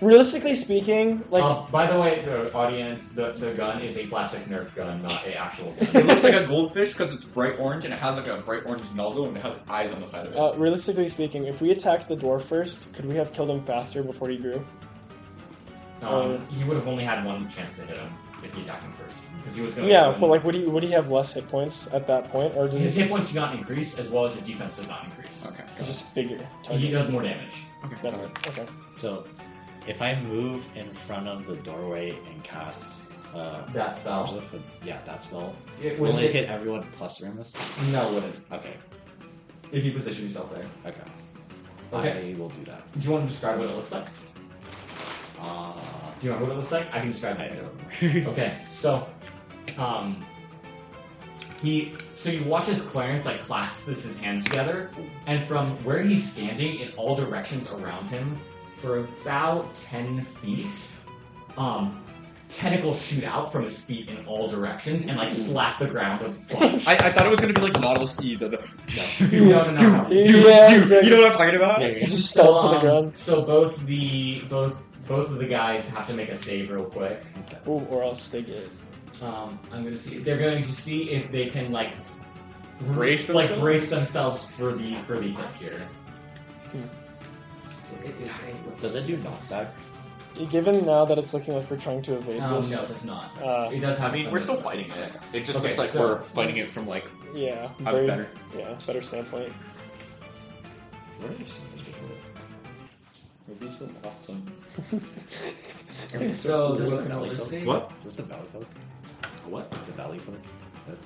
B: Realistically speaking, like
A: Uh, by the way, the audience, the, the gun is a plastic Nerf gun, not a actual
C: It
A: gun.
C: looks like a goldfish because it's bright orange and it has like a bright orange nozzle and it has eyes on the side of it.
B: Uh, realistically speaking, if we attacked the dwarf first, could we have killed him faster before he grew?
A: um, he would have only had one chance to hit him if he attacked him first, because he was going.
B: Yeah, but like, would he would he have less hit points at that point, or does
A: his
B: he
A: hit points do not increase, as well as his defense does not increase.
C: okay.
B: he's just bigger?
A: He
B: target?
A: does more damage.
B: That's it. Okay.
D: so if I move in front of the doorway and cast uh,
A: That
D: Powers
A: spell.
D: of Hood- yeah, that spell
A: It
D: will
A: would
D: it hit everyone plus Rammus?
A: No, it wouldn't.
D: Okay,
A: If you position yourself there.
D: okay,
A: Okay.
D: I will do that.
A: Do you want to describe what it looks like?
D: Uh,
A: Do you remember what it looks like? I can describe
D: I
A: it.
D: don't
A: Okay, so, um, he, so you watch as Clarence like clasps his hands together, and from where he's standing in all directions around him, for about ten feet, um, tentacles shoot out from his feet in all directions and like slap the ground a bunch.
C: I, I thought it was gonna be like Nautilus E. The, the...
A: no, no, no. no.
C: Dude,
B: Yeah,
C: dude,
B: exactly.
C: you know what I'm talking about?
D: Yeah.
B: He just
A: So,
B: stomps on the
A: um,
B: ground,
A: so both the both both of the guys have to make a save real quick.
B: Ooh, or else they get.
A: Um, I'm gonna see. They're going to see if they can like
C: Brace
A: like
C: themselves?
A: brace themselves for the for the hit here.
B: Hmm.
A: So it is a- what's
D: Does it do knockback?
B: Given now that it's looking like we're trying to evade
A: Um,
B: this,
A: no, it does not.
B: uh,
A: It does have.
C: I mean, we're still fighting it. It just
A: Okay,
C: looks like
A: so-
C: we're fighting it from like
B: yeah,
C: I'm
B: very,
C: better.
B: yeah, better standpoint.
D: Where have you seen this before?
C: Maybe so awesome.
A: Okay, so
D: This is
A: we're
D: the Valley
A: gonna
D: Folk.
A: see.
C: What?
D: Is this the Valley Folk?
C: What?
D: The Valley Folk? That-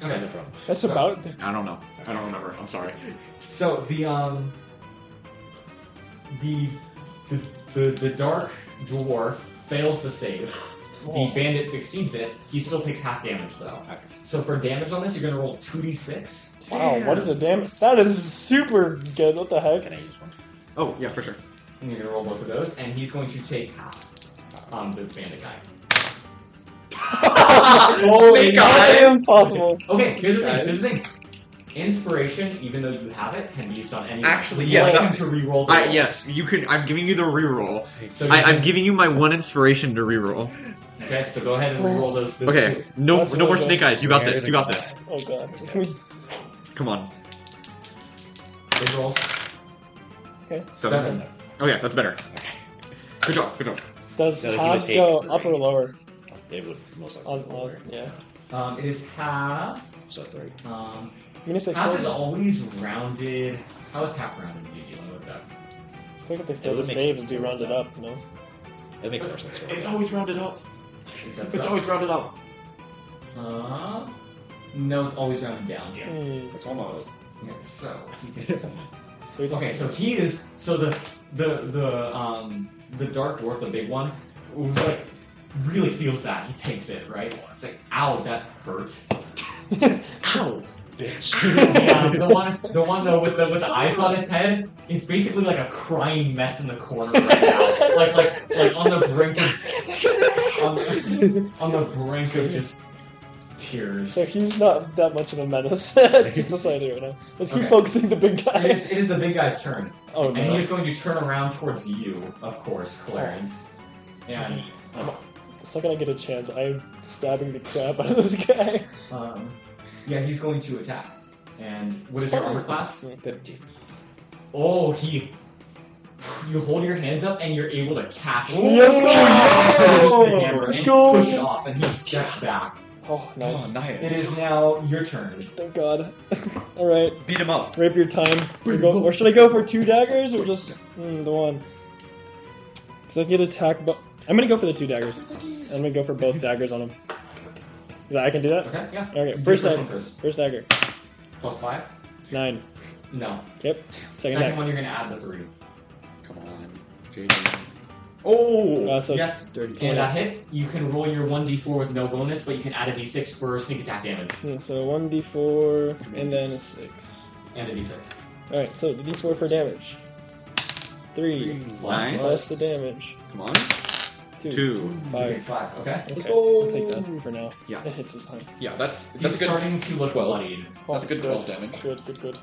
D: Where's
A: Okay.
D: it from?
B: That's
A: So-
B: about. The,
C: I don't know. I don't remember. I'm sorry.
A: So the um the the the, the dark dwarf fails the save. The
B: Oh.
A: bandit succeeds it. He still takes half damage though.
D: Okay.
A: So for damage on this, you're gonna roll two d six.
B: wow, what is the damn? That is super good. What the heck?
D: Can I use one?
C: Oh yeah, for sure.
A: And you're gonna roll both of those, and he's going to take half. Um, the bandit guy.
B: Holy
C: Snake
B: God,
C: eyes!
B: impossible.
A: Okay, here's the
C: Guys.
A: thing. Here's the thing. Inspiration, even though you have it, can be used on any.
C: Actually,
A: you
C: yes,
A: can
C: that-
A: to reroll. the
C: I,
A: roll.
C: yes, you can. I'm giving you the reroll.
A: So you
C: I,
A: can-
C: I'm giving you my one inspiration to reroll.
A: Okay, so go ahead and reroll those. those
C: Okay,
A: two.
C: no,
B: That's
C: no more
B: really
C: snake
B: good.
C: eyes. You got
D: Rare
C: this.
D: to
C: You got
D: come
C: this.
B: Oh god. It's gonna be-
C: Come on.
A: Big rolls.
B: Okay.
C: Seven.
A: Seven.
C: Oh yeah, that's better. Good job. Good job.
B: Does
D: So he would
B: halves
D: take
B: go
D: three.
B: up or lower?
D: It would most likely
B: On
D: be
B: lower,
D: lower.
B: yeah.
A: Um, it is half.
D: So three.
A: Um,
B: I'm gonna say
A: half
B: close.
A: is always rounded. How is half rounded? Do you dealing with that?
B: I think if they
D: It
B: fail
D: would
B: to
D: make
B: save, it'd
D: sense
B: be
D: to round
B: rounded
D: up.
B: up, you know?
D: That'd make more sense. for it.
C: always rounded up.
A: Is that so?
C: rounded up.
A: Uh, no, it's always rounded down. Yeah.
B: Hmm.
D: It's almost.
A: so he takes
B: So we just-
A: Okay, so he is so the the the um the dark dwarf, the big one, was like really feels that. He takes it, right? It's like, ow, that hurt.
D: Ow, bitch.
A: And the one the one though with the with the eyes on his head is basically like a crying mess in the corner right now. like like like on the brink of on, the- on the brink of just tears.
B: So he's not that much of a menace to society right now. Let's keep
A: Okay.
B: focusing the big
A: It is,
B: guy.
A: it is the big guy's turn.
B: Oh
A: And he
B: no.
A: is going to turn around towards you, of course, Clarence.
B: Oh.
A: And
B: The second I get a chance, I'm stabbing the crap out of this guy.
A: um, yeah, he's going to attack. And what is your armor class?
D: Fifty.
A: Oh, he. You hold your hands up and you're able to catch
B: Oh,
A: the hammer
B: Let's
A: and
B: go!
A: push it off, and he steps back.
B: Oh, nice.
D: Oh, nice.
A: It is now your turn.
B: Thank god. Alright,
D: Beat him up.
B: rapier time. We go- or should I go for two daggers or just mm, the one? Because I get attack, but I'm gonna go for the two daggers. I'm gonna go for both daggers on him. Is that I can do that?
A: Okay, yeah.
B: Okay,
A: You do
B: first
A: the
B: dagger.
A: one first.
B: First dagger.
A: Plus five?
B: Nine.
A: No.
B: Yep. Second,
A: Second
B: dagger.
A: one, you're going to add the three.
C: Come on, JD. Oh.
B: Uh, so
A: yes.
B: dirty
A: And
B: 20.
A: that hits. You can roll your 1d4 with no bonus, but you can add a d6 for sneak attack damage
B: Yeah, hmm, so one d4 and then a six.
A: and a d6.
B: Alright, so the d4 for damage. Three.
A: Nice.
B: Plus the damage.
C: Come on.
B: Two.
C: Two.
A: You
B: Five.
A: take five, okay?
B: Okay,
C: go.
B: I'll take that for now.
C: Yeah.
B: It hits this time.
C: Yeah, that's
A: He's
C: that's a good.
A: starting to look
C: 12.
A: bloodied.
C: That's a good twelve damage.
B: Good, good, good.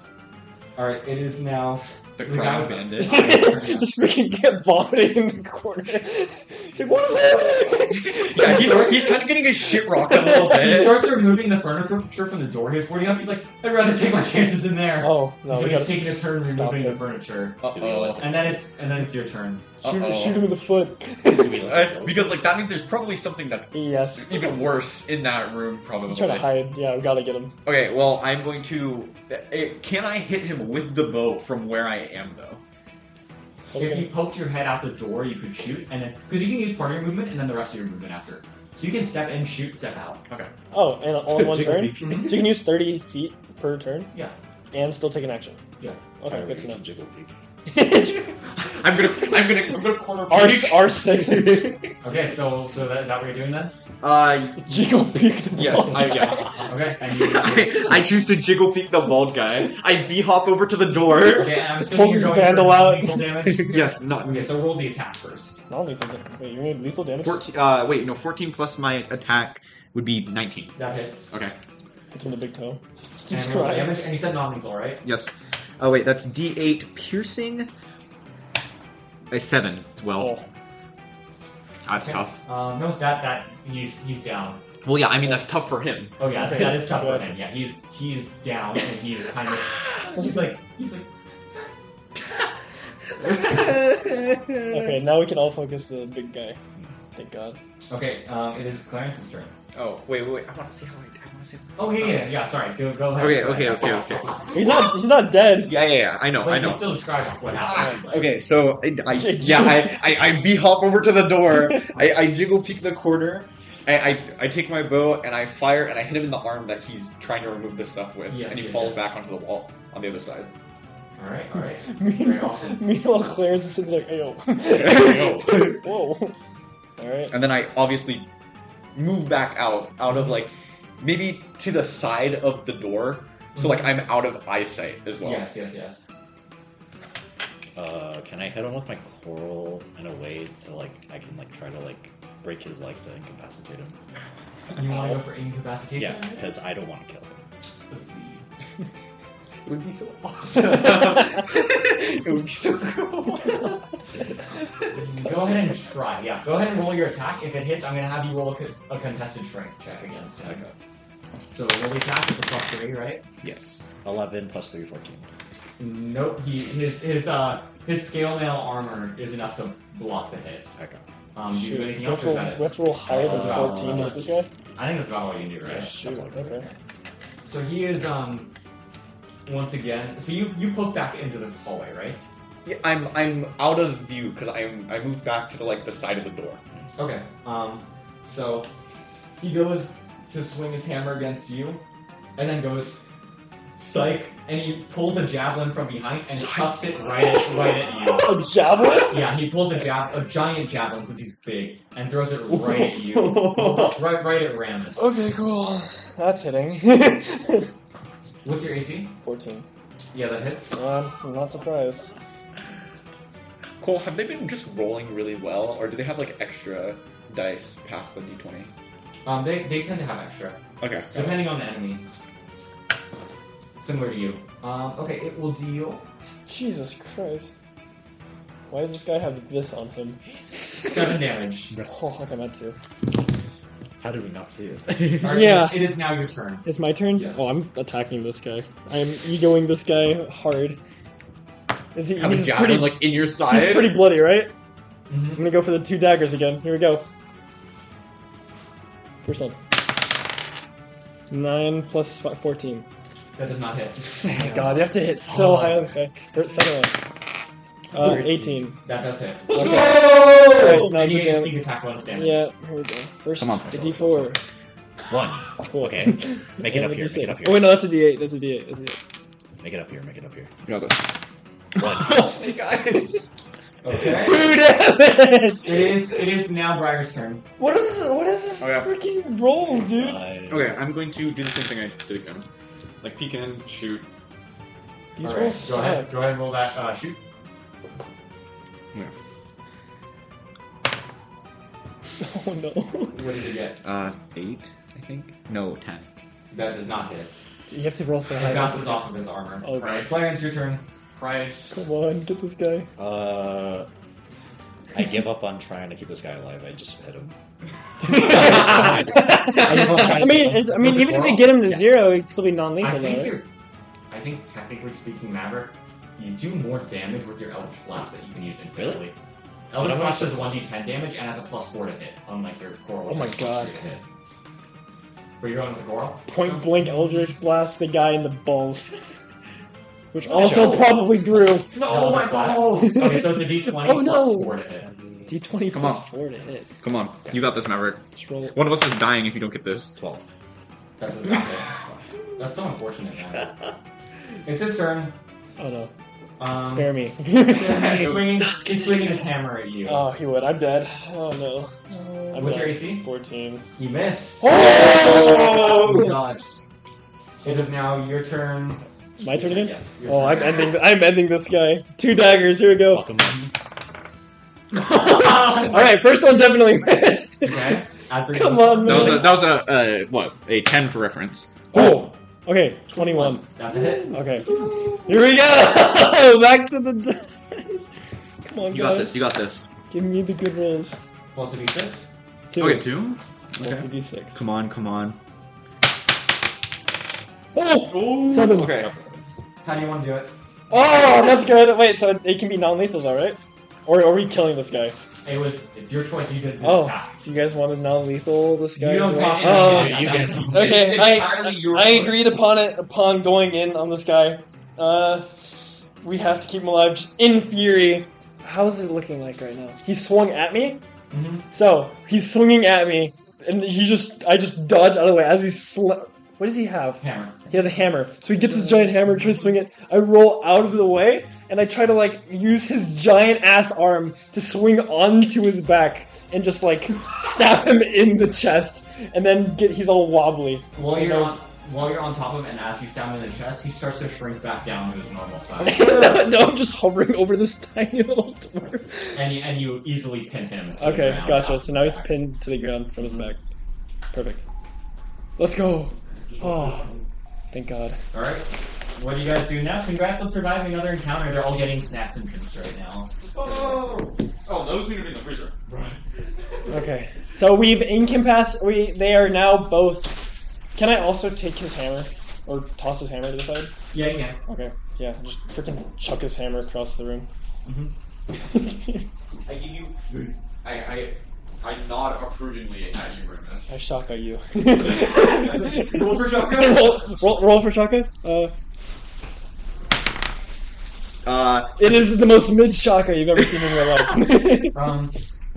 A: Alright, it is now.
C: The
A: We got
C: crime
A: it.
C: bandit.
B: Just freaking get vomiting in the corner. It's like, what is happening?
C: yeah, he's, he's kind of getting his shit rocked a little
A: He
C: bit.
A: starts removing the furniture from the door he's boarding up. He's like, I'd rather take my chances in there.
B: Oh, no.
A: so
B: we
A: he's
B: gotta
A: taking a turn
B: stop
A: removing
B: him.
A: the furniture.
C: Uh-oh.
A: And then it's and then it's your turn.
B: Shoot,
C: Uh-oh.
B: shoot him in the foot.
D: Do we let him
C: Uh,
D: go?
C: because like that means there's probably something that's
B: yes.
C: even worse in that room. Probably.
B: He's trying to hide. Yeah, we gotta get him.
C: Okay, well I'm going to. eh, Can I hit him with the bow from where I am though?
A: If
B: Okay.
A: you poked your head out the door, you could shoot, and then because you can use part of your movement and then the rest of your movement after. So you can step in, shoot, step out.
C: Okay.
B: Oh, and all in one
D: Jiggle
B: turn?
D: peek.
B: So you can use 30 feet per turn
A: Yeah.
B: and still take an action.
A: Yeah.
B: Okay,
D: Tyler,
B: good
D: you
B: to
D: can jiggle peek.
B: know.
C: I'm gonna. I'm gonna. I'm gonna corner.
B: R
C: peek.
B: R six
A: Okay, so so that, is that what you're doing then?
C: Uh.
B: jiggle peek. The
C: Yes.
B: ball.
C: I yes.
A: Okay. And you,
C: Oh, I, I choose to jiggle peek the bald guy. I b hop over to the door.
A: okay, and I'm
B: Pulls
A: assuming
B: his
A: you're going
B: vandal
A: for
B: out.
A: lethal damage.
C: yes. Not
A: Okay, so roll the attack first.
B: Not lethal. damage. Wait, you're gonna lethal damage.
C: 14, uh, wait, no, 14 plus my attack would be 19.
A: That hits.
C: Okay.
B: Hits him in the big toe. Just keeps
A: And roll the
B: crying.
A: damage, and you said non-lethal, right?
C: Yes. Oh, wait, that's d8 piercing. A 7. Well,
B: Oh,
C: that's
A: Okay.
C: tough.
A: Um, no, that that he's he's down.
C: Well, yeah, I mean, that's tough for him.
A: Oh yeah,
B: Okay.
A: that is tough for him. Yeah, he's he is down, and he's kind of he's like he's like
B: okay, now we can all focus the big guy. Thank God.
A: okay. Um, it is Clarence's turn.
C: oh, wait, wait, wait. I want to see how I, I want to see.
A: Oh yeah, yeah, yeah. Sorry, go go ahead.
C: Okay,
A: go
C: okay,
A: ahead.
C: okay, okay.
B: He's not. He's not dead.
C: Yeah, yeah, yeah. I know,
A: But
C: I
A: you can
C: know. Ah,
A: still describe what happened. but-
C: Okay, so I, I yeah, I, I, I b hop over to the door. I, I jiggle peek the corner. I, I, I take my bow and I fire and I hit him in the arm that he's trying to remove this stuff with,
A: Yes,
C: and he
A: yes,
C: falls
A: yes.
C: back onto the wall on the other side.
A: All right, all right. Very
B: meanwhile,
A: awesome.
B: meanwhile, Clarence is sitting there like, "Ayo."
C: and
B: Whoa. All right.
C: then I obviously move back out, out of like maybe to the side of the door, so like I'm out of eyesight as well.
A: Mm-hmm. Yes, yes, yes.
D: Uh, can I head on with my coral in a way to like I can like try to like break his legs to incapacitate him?
A: You want to go for incapacitation?
D: Yeah, because I don't want to kill him.
A: Let's see.
C: It would be so awesome. it would be so cool.
A: Go ahead and try. Yeah, go ahead and roll your attack. If it hits, I'm gonna have you roll a, co- a contested strength check against him.
D: Okay.
A: So roll the attack. It's a plus three, right?
D: Yes. 11 plus 3, 14.
A: Nope. He his his uh his scale mail armor is enough to block the hit.
D: Okay.
A: Um, do you do
B: Shoot, we
A: anything
B: have
A: else?
B: to
A: Or
B: roll,
A: is that
B: we
A: it?
B: have to roll higher than
A: Uh,
B: 14 with this guy?
A: I think that's about all you can do, right?
D: Yeah.
B: Shoot,
D: all.
B: okay.
A: So he is um once again. So you you poke back into the hallway, right?
C: Yeah, I'm I'm out of view because I'm I moved back to the, like the side of the door.
A: Okay. Um, so he goes to swing his hammer against you, and then goes psych, and he pulls a javelin from behind and chucks it right at right at you.
B: A javelin?
A: Yeah, he pulls a jab a giant javelin since he's big and throws it right at you, right right at Ramus.
B: Okay, cool. That's hitting.
A: What's your AC?
B: 14.
A: Yeah, that hits.
B: Um, I'm not surprised.
C: Cole, have they been just rolling really well, or do they have like extra dice past the d20?
A: Um, they they tend to have extra.
C: Okay.
A: Depending on the enemy. Similar to you. Um, okay, it will deal
B: Jesus Christ. Why does this guy have this on him?
A: seven damage.
B: Oh, okay, that too.
D: How did we not see it?
A: Alright, it
B: Yeah.
A: is- It is now your turn.
B: It's my turn?
A: Yes.
B: Oh, I'm attacking this guy. I'm egoing this guy hard. Is he
C: Have a
B: he's
C: javelin
B: pretty,
C: like in your side.
B: he's pretty bloody, right?
A: Mhm.
B: I'm gonna go for the two daggers again. Here we go. First one. Nine plus fi- 14.
A: That does not hit.
B: Oh my god, you have to hit so high on this guy. Thir- Second one. Uh, 18.
A: That does hit.
B: Alright, now
A: And
B: do
A: you get a
B: damage.
A: sneak attack bonus damage.
B: Yeah, here we go. First,
D: Come on,
B: the
D: Priscilla,
B: D4.
D: One.
B: Cool.
D: Okay. Make it
B: And
D: up
B: the
D: here. Make
B: D6.
D: it up
B: Oh,
D: here.
B: wait, no, that's a D8. That's a D8. That's a D8.
D: Make it up here. Make it up here.
C: No, go.
D: One.
C: Oh my guys.
A: Okay.
B: Two damage!
A: It is, it is now Briar's turn.
B: What is what is this
D: Oh,
C: Okay.
B: freaking rolls, dude?
D: Five.
C: Okay, I'm going to do the same thing I did again. Like peek in, shoot.
B: These
A: Alright,
B: rolls
A: go
B: suck.
A: ahead. Go ahead and roll that uh, shoot.
B: Oh no.
A: What did you get?
C: Uh, eight, I think. No, ten.
A: That does not hit.
B: Dude, you have to roll so
A: It
B: high.
A: bounces off of his armor.
B: Oh,
A: Right.
B: nice.
A: Clarence, your turn. Price.
B: Come on, get this guy.
D: Uh, I give up on trying to keep this guy alive. I just hit him.
B: I mean, it's- I mean,
A: With the
B: even if you
A: coral?
B: get him to zero, he'd still be
A: I
B: non-lethal, though.
A: think
B: right?
A: you're. I think technically speaking, Maverick, you do more damage with your Eldritch Blast that you can use infinitely.
D: But
A: Eldritch
D: I'm
A: Blast does
D: also-
A: 1d10 damage and has a plus 4 to hit, unlike your Coral.
B: Oh my god.
A: But you're going with the Coral?
B: Point blank, Eldritch blast the guy in the balls, which also
D: Sure.
B: probably grew.
A: No, my God! Okay, so it's a d20
B: Oh,
A: plus
B: no.
A: 4 to hit.
B: D20
C: Come
B: plus
C: on.
B: four to hit.
C: Come on, you got this, Maverick.
B: Just roll it.
C: One of us is dying if you don't get this.
D: Twelve.
A: That does not hit. That's so unfortunate, man. It's his turn.
B: Oh no,
A: Um,
B: spare me.
A: He's swinging, he's swinging his hammer at you.
B: oh, he would. I'm dead. Oh no. I'm
A: What's your
B: dead.
A: AC?
B: 14.
A: He missed.
B: Oh!
A: He dodged. It is now your turn.
B: My turn again.
A: Yes. your
B: Oh, I'm
A: turn.
B: ending. I'm ending this guy. Two daggers. Here we go.
D: Welcome.
B: All right, first one definitely missed.
A: Okay. Add three
B: Come
A: plus-
B: on,
C: That was a,
B: man.
C: that was a uh, what a ten for reference.
B: Oh, okay, twenty-one.
A: That's a hit.
B: Okay, here we go. Back to the. dice. Come on,
C: You got
B: guys.
C: this. You got this.
B: Give me the good rolls.
A: Plus a d6.
B: Two.
C: Okay, two.
B: Plus the d6.
C: Come on, come on.
B: Oh,
C: Ooh,
B: Seven.
C: Okay.
A: How do you want to do it?
B: oh, that's good. Wait, so it, it can be non-lethal though, right? Or are we killing this guy?
A: It was. It's your choice. You did the
B: Oh,
A: attack.
B: do you guys want to non-lethal this guy?
A: You don't
B: as
A: talk.
B: well?
A: to
B: Oh,
A: him.
D: you
A: That's-
D: can-
B: Okay,
C: It's
B: I,
C: entirely your
B: I
C: choice.
B: agreed upon it upon going in on this guy. Uh, we have to keep him alive just in fury. How is it looking like right now? He swung at me,
A: Mhm.
B: so he's swinging at me, and he just I just dodge out of the way as he sl- What does he have?
A: Hammer.
B: He has a hammer, so he gets his giant hammer, tries to swing it. I roll out of the way, and I try to like use his giant ass arm to swing onto his back and just like stab him in the chest, and then get he's all wobbly.
A: While
B: So
A: you're
B: there's-
A: on, while you're on top of him, and as you stab him in the chest, he starts to shrink back down to his normal size,
B: no, I'm just hovering over this tiny little dwarf.
A: and you, and you easily pin him. to the
B: Okay,
A: ground.
B: gotcha. So now he's pinned to the ground from his back. Perfect. Let's go. Oh, thank God.
A: All right. what do you guys do now? Congrats on surviving another encounter. They're all getting snacks and drinks right now.
E: Oh! Oh, those need to be in the freezer. Right.
B: Okay. So we've incapac we they are now both Can I also take his hammer? Or toss his hammer to the side?
A: Yeah, yeah.
B: Okay. Yeah, just freaking chuck his hammer across the room.
A: Mhm.
E: I give you. I, I, I nod approvingly at you, Remus.
B: I shaka you.
E: Roll for shotgun.
B: roll, roll, roll for shaka. Uh,
C: Uh,
B: it is the most mid shaka you've ever seen in your life.
A: Um.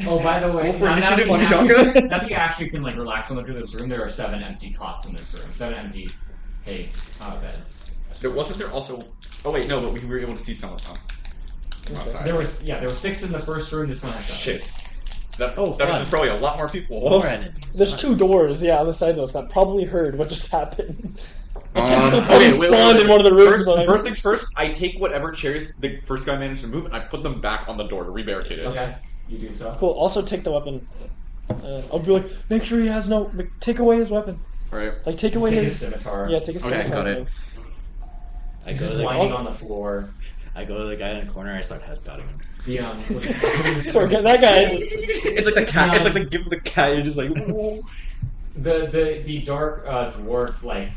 A: Oh, by the way,
C: Roll for
A: now, now, that
C: initiative
A: you
C: on
A: actually,
C: Shaka.
A: now that you actually can like relax and look through this room, there are seven empty cots in this room. Seven empty, hey, uh, beds.
E: There wasn't there also. Oh wait, no, but we were able to see some of them. from outside.
A: There was yeah, there were six in the first room. This one has seven.
E: shit. That,
D: Oh,
E: that
D: God.
E: was probably a lot more people.
D: More enemies.
B: There's two doors, yeah, on the sides of us that probably heard what just happened. A
C: Um,
B: tentacle
C: okay,
B: probably
E: wait, wait,
B: spawned
E: wait,
B: in one of the rooms.
E: First,
B: like-
E: first things first, I take whatever chairs the first guy managed to move, and I put them back on the door to rebarricade it.
A: Okay, you do so.
B: Cool. Also, take the weapon. Uh, I'll be like, make sure he has no. Like, take away his weapon.
E: Right.
B: Like, take away
A: Take his
B: his.
A: scimitar.
B: Yeah, take his
C: Okay,
B: scimitar.
C: got it.
D: I go, to
A: Just
D: the,
B: oh.
A: lying on the floor.
D: I go to the guy in the corner. I start headbutting him.
A: The um.
B: Sorry, that guy.
C: it's like the cat. It's like the give the cat. You're just like. "Whoa."
A: The the the dark uh, dwarf like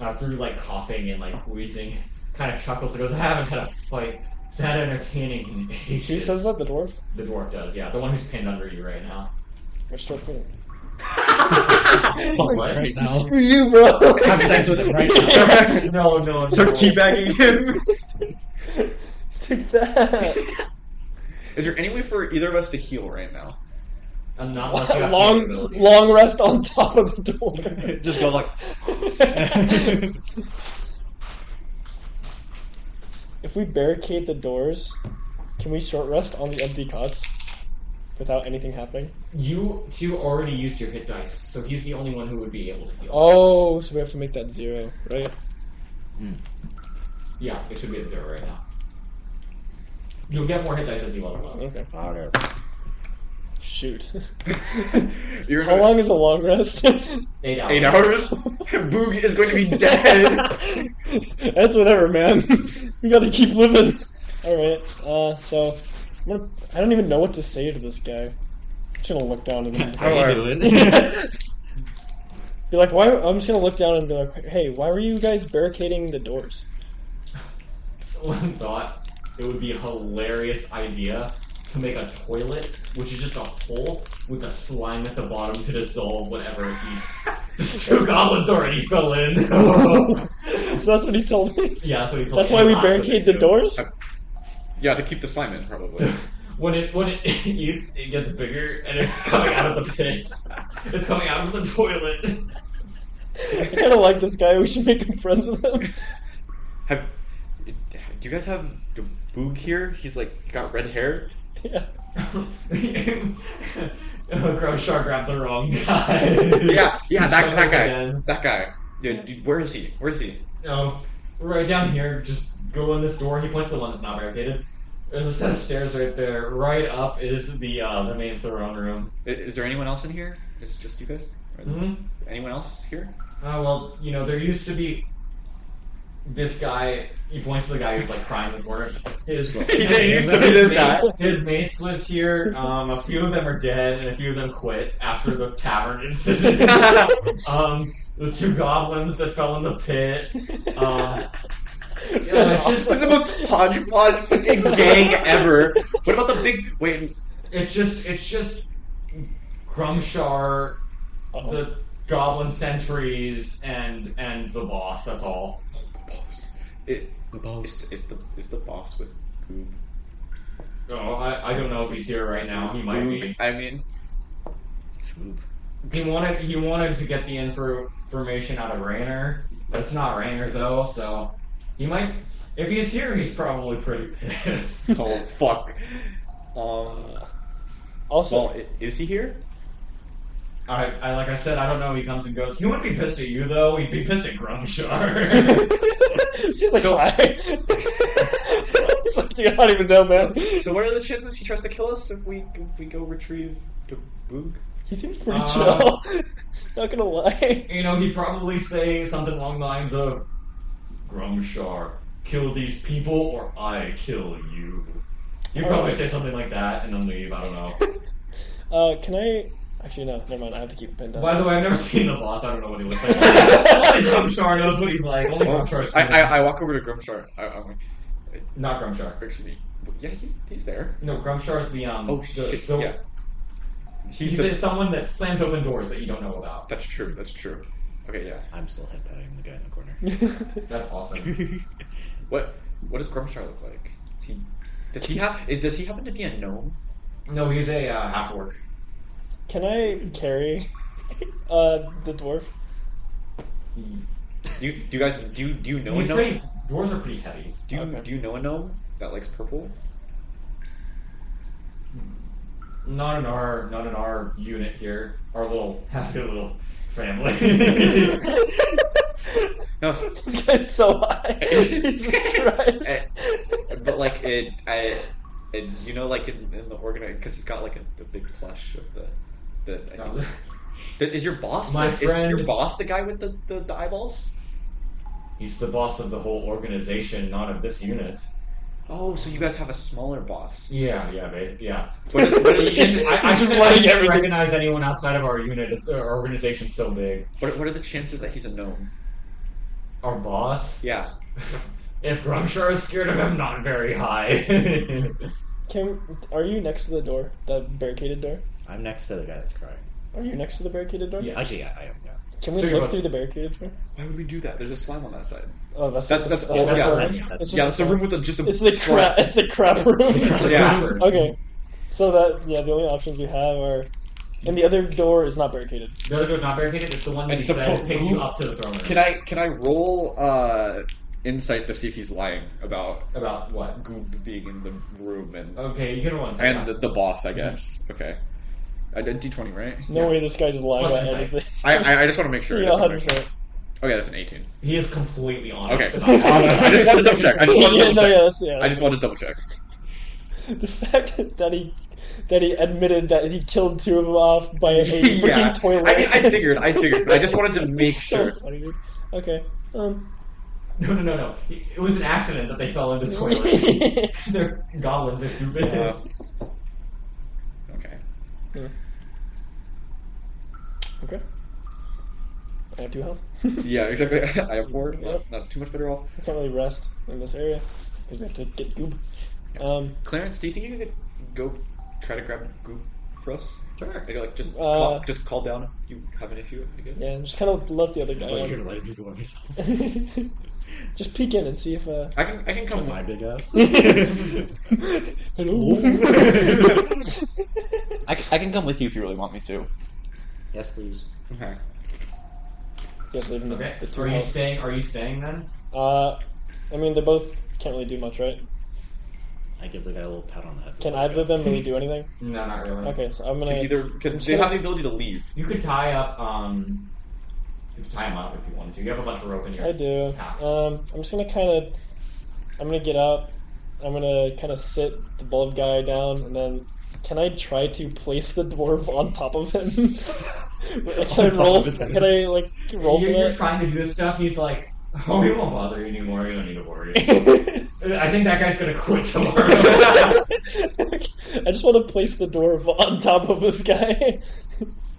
A: uh, through like coughing and like wheezing, kind of chuckles and goes, "I haven't had a fight that entertaining in ages."
B: He says that the dwarf.
A: The dwarf does, yeah, the one who's pinned under you right now.
B: Which dwarf? Wait.
C: Oh,
D: Fuck
A: what?
D: right now.
B: Screw you, bro.
D: Have sex with him right now.
A: no, no, no.
C: Start teabagging him.
B: take that.
C: Is there any way for either of us to heal right now?
A: I'm not unless you have
B: long,
A: capability.
B: long rest on top of the door.
D: Just go like.
B: if we barricade the doors, can we short rest on the empty cots without anything happening?
A: You two already used your hit dice, so he's the only one who would be able to heal.
B: Oh, so we have to make that zero, right?
D: "Hmm,
A: Yeah, it should be at zero right now. You'll get more hit dice as you level up.
B: Okay. Shoot.
C: You're
B: How long is a long rest?
A: Eight hours.
C: Eight hours. Boog is going to be dead.
B: That's whatever, man. we gotta keep living. Alright, uh, so. I'm gonna, I don't even know what to say to this guy. I'm just gonna look down at him.
D: How you
C: Alright.
D: doing?
B: Be like, why? I'm just gonna look down and be like, hey, why were you guys barricading the doors?
A: Someone thought it would be a hilarious idea to make a toilet, which is just a hole with a slime at the bottom to dissolve whatever it eats. The two goblins already fell in.
B: So that's what he told me.
A: yeah, so he told
B: That's
A: me
B: why we
A: last of
B: barricade
A: it,
B: the
A: too.
B: doors?
C: yeah, to keep the slime in, probably.
A: When it when it eats, it gets bigger and it's coming out of the pit. It's coming out of the toilet.
B: I kinda like this guy. We should make him friends with him.
C: Have do you guys have Boog here? He's like got red hair.
B: Yeah.
A: Groshar Oh, grabbed the wrong guy.
C: Yeah, yeah, that, that guy,
A: Again.
C: that guy. Yeah, dude, where is he? Where is he?
A: No, right down here. Just go in this door. He points to the one that's not barricaded. There's a set of stairs right there. Right up is the uh, the main throne room.
C: I- Is there anyone else in here? Is it just you guys? Or
B: Mm-hmm.
A: hmm
C: Anyone else here?
A: Oh well, you know there used to be this guy. He points to the guy who's like crying in the corner. His
C: There used to
D: be this
A: mates-
C: guy.
A: His mates lived here. Um, a few of them are dead, and a few of them quit after the tavern incident. um, the two goblins that fell in the pit.
B: Um,
A: Uh,
B: Yeah, it's just-
C: It's the most hodgepodge fucking gang ever. What about the big? Wait,
A: It's just it's just Grumshar,
B: Uh-oh.
A: the goblin sentries, and and the boss. That's all.
C: boss. It,
D: the
C: it's,
D: boss.
C: it's the it's the boss with Boog.
A: Oh, I, I don't know if he's here right now. He might be.
C: Boog, I mean,
D: Shmoop.
A: He wanted he wanted to get the info- information out of Rainer. That's not Rainer though, so he might. If he's here, he's probably pretty pissed.
C: oh fuck. Um.
B: Also,
C: Well, i- is he here?
A: I, I like I said, I don't know. He comes and goes. He wouldn't be pissed at you though. He'd be pissed at Grumshar.
B: She's like, why? He's like, dude, I don't even know, man.
C: So what are the chances he tries to kill us if we if we go retrieve the boog?
B: He seems pretty
A: Uh,
B: chill. Not gonna lie.
A: you know, he'd probably say something along the lines of, Grumshar, kill these people or I kill you. You probably
B: Alright.
A: say something like that and then leave. I don't know.
B: Uh, can I? Actually, no. Never mind. I have to keep it pinned down.
A: By the way, I've never seen the boss. I don't know what he looks like. Only Grumshar knows what he's like. Only Grumshar.
C: Oh, I, I, I walk over to Grimshar. I, I'm like,
A: Not Grumshar.
C: actually, yeah, he's he's there.
A: No, Grumshar's the um.
C: Oh
A: the-
C: shit!
A: the-
C: yeah,
A: He's,
C: he's the,
A: someone that slams open doors that you don't know about.
C: that's true. That's true. Okay, yeah.
D: I'm still head patting the guy in the corner.
A: That's awesome.
C: What what does Grumshar look like? Is he does he have is, does he happen to be a gnome?
A: No, he's a uh, half orc.
B: can I carry uh, the dwarf?
C: Do you, do you guys do you, do you know
A: He's
C: a gnome?
A: pretty. Dwarves are pretty heavy.
C: Do you
B: Okay.
C: do you know a gnome that likes purple?
A: Not in our, not in our unit here. Our little happy little family.
C: No,
B: This guy's so high. Jesus Christ.
C: Eh, but like it, I, it, you know, like in, in the organized because he's got like a, a big plush of the, the. I
A: No.
C: think, Th- is your boss?
A: My
C: the,
A: friend-
C: is your boss the guy with the, the, the eyeballs?
A: He's the boss of the whole organization, not of this unit.
C: Oh, so you guys have a smaller boss.
A: Yeah, yeah, babe, yeah.
C: What are, what are the chances?
A: I, I
B: He's
A: just
B: just
A: want
B: letting
A: to
B: everything-
A: recognize anyone outside of our unit. It's- Our organization's so big.
C: What, are- what are the chances that he's a gnome?
A: Our boss.
C: Yeah.
A: If Grumshar is scared of him, not very high.
B: Can, are you next to the door? The barricaded door?
D: I'm next to the guy that's crying.
B: Are you next to the barricaded door?
A: Yeah.
D: Actually, yeah, I am. Yeah.
B: Can we
A: So you're
B: look
A: about-
B: through the barricaded door?
C: Why would we do that? There's a slime on that side.
B: Oh, that's
C: That's that's, all.
B: what
C: yeah,
B: it
C: that's,
B: is.
D: that's-
B: It's
C: yeah,
B: just
C: that's a
B: a-
C: room with a, just a.
B: It's the crap. It's the crap room.
C: Yeah.
B: okay, so that yeah, the only options we have are, and the other door is not barricaded.
A: The other door's not barricaded. It's the one that
C: And
A: you
C: so
A: said
C: pro-
A: takes
C: who-
A: you up to the throne room.
C: Can I can I roll uh, insight to see if he's lying about
A: About what?
C: Goob being in the room and
A: Okay, you can once.
C: and the, the boss, I guess. Okay, I did D twenty, right?
B: No
C: Yeah.
B: way, this guy just lied
A: Plus
B: about
A: insight.
B: everything.
C: I, I I just want to make sure. I
B: Yeah,
C: just wanna
B: hundred
C: make sure.
B: percent.
C: Okay, that's an eighteen.
A: he is completely honest.
C: Okay, awesome.
A: About it.
C: I just want to double check. I just want to
B: Yeah,
C: double
B: no,
C: check.
B: yeah, that's, yeah.
C: I just want to double check.
B: the fact that he that he admitted that he killed two of them off by a freaking
C: yeah,
B: toilet.
C: I mean, I figured, I figured, but I just wanted to make
B: It's so
C: sure.
B: funny, dude. Okay. Um.
A: No, no, no, no. He- It was an accident that they fell in the toilet.
B: yeah.
A: They're goblins. They're stupid.
C: Uh, okay.
B: Okay. I have two health.
C: Yeah, exactly. I have four. Not,
B: Yep.
C: not too much better off.
B: I can't really rest in this area because we have to get goob. Um,
C: Clarence, do you think you could go try to grab Goob for us? Sure. like just
B: Uh,
C: call, just call down. if You have an issue? I guess.
B: yeah, and just kind of let the other guy.
D: But you're
B: on.
D: gonna let me go by myself.
B: just peek in and see if. Uh...
C: I can I can come.
D: My big ass.
B: Hello.
C: I, c- I can come with you if you really want me to.
D: yes, please.
C: Okay.
B: Yes, leaving the,
A: Okay.
B: the two
A: Are you
B: health.
A: staying? Are you staying then?
B: Uh, I mean, they both can't really do much, right?
D: I give the guy a little pat on the head.
B: Can either of them really do anything?
A: No, not really.
B: Okay, so I'm
C: Can
B: gonna.
C: either can, they have the ability to leave.
A: You could tie up. Um, you could tie him up if you wanted to. You have a bunch of rope in your.
B: I do.
A: packs.
B: Um, I'm just gonna kind of. I'm gonna get up. I'm gonna kind of sit the bald guy down, and then can I try to place the dwarf on top of him? can I
D: top
B: roll?
D: of his head.
B: Can I like roll
A: you're, you're
B: for
A: trying to do this stuff. He's like, "Oh, we won't bother you anymore. You don't need to worry."
B: that?
A: I think that guy's gonna quit tomorrow.
B: I just want to place the dwarf on top of this guy.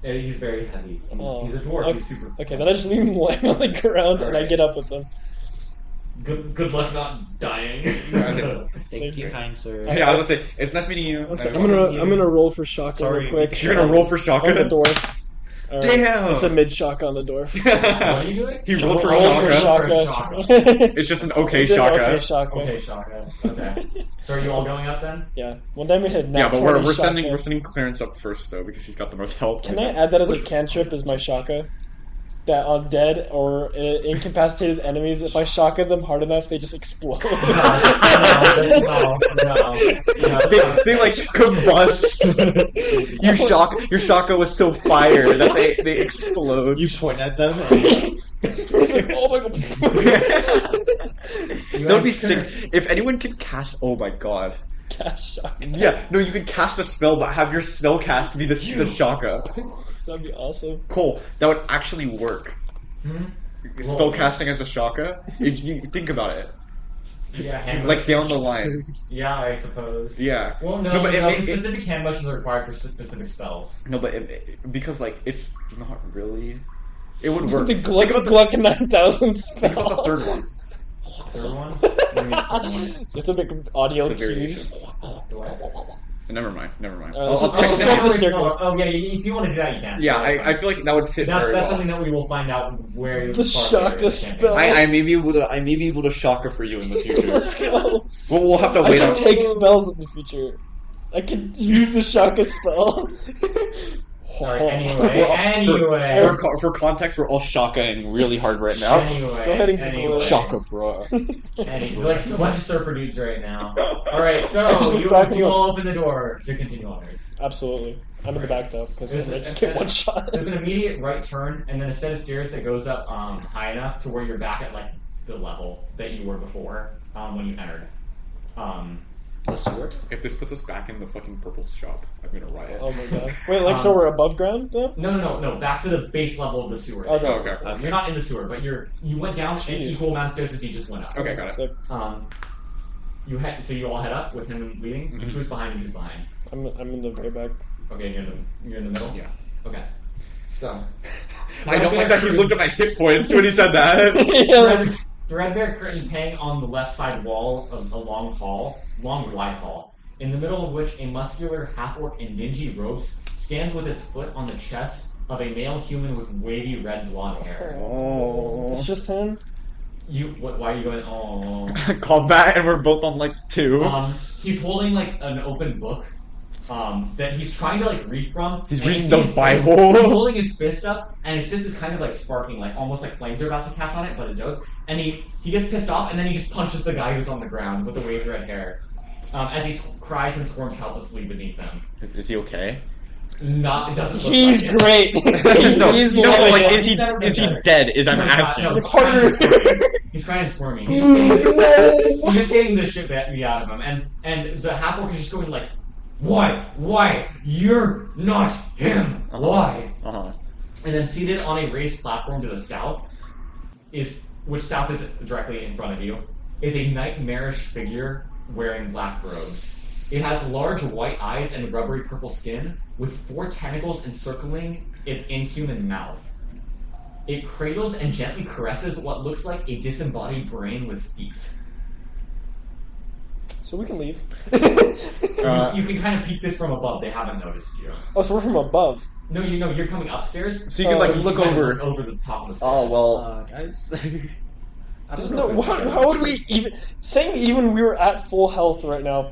A: And he's very heavy. He's,
B: Oh.
A: he's a dwarf.
B: Okay,
A: He's super.
B: okay, then I just leave him lying on the ground, and I
A: Alright.
B: get up with him.
A: Good, good luck not dying.
C: Yeah,
D: Thank you, kind sir.
C: Hey, I was gonna say it's nice meeting you.
B: I'm,
C: Nice
B: gonna
C: talking to
B: I'm gonna roll for shock
D: Sorry,
B: real quick.
C: you. You're gonna roll for shock.
B: on the dwarf. Alright,
C: Damn.
B: it's a mid shock on the dwarf.
A: what are you doing?
C: He rolled for
B: Roll for
C: Shaka.
A: Shaka.
B: Shaka.
C: It's just an okay
B: It's an
C: Shaka.
A: Okay,
B: Okay, Shaka.
A: Shaka. Okay. So are you all going up then?
B: Yeah. One time we had nat
C: Yeah, but we're,
B: 20
C: we're
B: Shaka.
C: sending we're sending Clarence up first though because he's got the most help.
B: Can I add that as a cantrip? Is my Shaka that on dead or uh, incapacitated enemies? If I Shaka them hard enough, they just explode.
A: No, no, no, no.
C: They, they like combust. you shock your Shaka was so fire that they, they explode.
D: You point at them. And...
B: oh my god!
C: that would be sick. If anyone could cast, oh my god.
B: Cast Shaka.
C: Yeah, no, you could cast a spell, but have your spell cast be the, the Shaka.
B: That'd be awesome.
C: Cool. That would actually work.
A: Hmm?
C: spell casting as a shaka. If you think about it,
A: Yeah, hand
C: like
A: motions.
C: down the line.
A: Yeah, I suppose.
C: Yeah.
A: Well, no,
C: No, but
A: no,
C: it
A: no,
C: ma- it-
A: specific hand motions are required for s- specific spells.
C: No, but it, it- because like it's not really. It would work.
B: the Gluck
C: Think about
B: Gluck nine thousand spell.
C: Think about the third one.
A: Third one? What do you mean third one?
B: you have to make audio
C: The
B: cues.
C: variation.
A: Do I-
C: Never mind. Never mind.
B: Alright,
C: I'll-
B: let's
C: I'll
B: just- let's
C: text
B: just
C: him.
B: go with- circles.
A: Oh, yeah, if you want to do that, you can.
C: Yeah,
A: That's
C: I, I
A: fine.
C: feel like that would fit
A: That,
C: very
A: that's
C: well.
A: something that we will find out where
B: The shock of spell.
C: I, I may be able to. I may be able to shocker for you in the future.
B: Let's go.
C: well, we'll have to
B: I
C: Oh, wait.
B: can
C: on
B: take spells in the future. I can use the Shaka spell.
A: Sorry,
B: Oh.
A: anyway,
C: Well, For, for,
A: anyway.
C: co- for context, we're all shakaing really hard right now.
A: Anyway,
B: Go ahead and
A: anyway.
B: Google it.
C: Shaka, bro.
A: Anyway, we're like a bunch of surfer dudes right now. Alright,
B: I just
A: so
B: looked
A: you,
B: back and
A: you
B: looked.
A: all open the door to continue onwards.
B: Absolutely. I'm in the back though because
A: There's a-
B: I get one shot.
A: There's an immediate right turn and then a set of stairs that goes up um, high enough to where you're back at like the level that you were before um, when you entered. Um,
C: If this puts us back in the fucking purple shop, I'm gonna riot.
B: Oh my god. Wait, like so
A: Um,
B: we're above ground now?
A: no, no, no, no. Back to the base level of the sewer.
B: Okay.
C: Oh, okay.
A: Um, You're not in the sewer, but you're you went down an
B: Jeez.
A: equal amount of stairs as you just went up.
C: Okay, got it.
B: So
A: Um, you head so you all head up with him leading.
C: Mhm.
A: Who's behind and who's behind?
B: I'm I'm in the very back.
A: Okay, you're in the you're in the middle.
C: Yeah.
A: Okay. So
C: I don't like that he looked at my hit points when he said that.
B: yeah, like,
A: Thread- threadbare curtains hang on the left side wall of a long hall, long wide hall, in the middle of which a muscular half-orc in dingy robes stands with his foot on the chest of a male human with wavy red blonde hair.
B: it's
C: Oh.
B: just him.
A: You, what, why are you going? Oh,
C: Combat, and we're both on like two.
A: um, he's holding like an open book. Um, that he's trying to like read from.
C: He's
A: and
C: reading
A: he
C: the
A: sees-
C: Bible.
A: He's holding his fist up, and his fist is kind of like sparking, like almost like flames are about to catch on it, but it don't. And he he gets pissed off, and then he just punches the guy who's on the ground with the wavy red hair, um, as he s- cries and squirms helplessly beneath him.
C: Is he okay?
A: Not, it doesn't. Look
B: He's
A: like it.
B: great. he's
C: no,
B: he's
C: no,
B: loving
C: like
B: it.
C: is he
A: Better than
C: is he
A: better.
C: dead? Is I'm
A: No, he's not.
C: asking.
A: No,
B: It's
A: he's crying and
B: harder.
A: squirming. He's crying and squirming. He's just getting- You're just getting the shit that beat out of him, and and the half orc is just going like, "Why? Why? You're not him. Why?"
C: Uh-huh.
A: And then seated on a raised platform to the south is, which south is directly in front of you, is a nightmarish figure wearing black robes. It has large white eyes and rubbery purple skin, with four tentacles encircling its inhuman mouth. It cradles and gently caresses what looks like a disembodied brain with feet.
B: So we can leave.
C: Uh,
A: you can kind of peek this from above. They haven't noticed you.
B: oh, so we're from above.
A: No, you know you're coming upstairs.
C: So you can
B: Uh,
C: like
B: you
C: look
A: kind of
C: over.
A: look over the top of the stairs.
C: Oh well.
D: Uh, guys. I
B: There's
D: don't
B: no.
D: know. if I-
B: What, how would we even saying even we were at full health right now?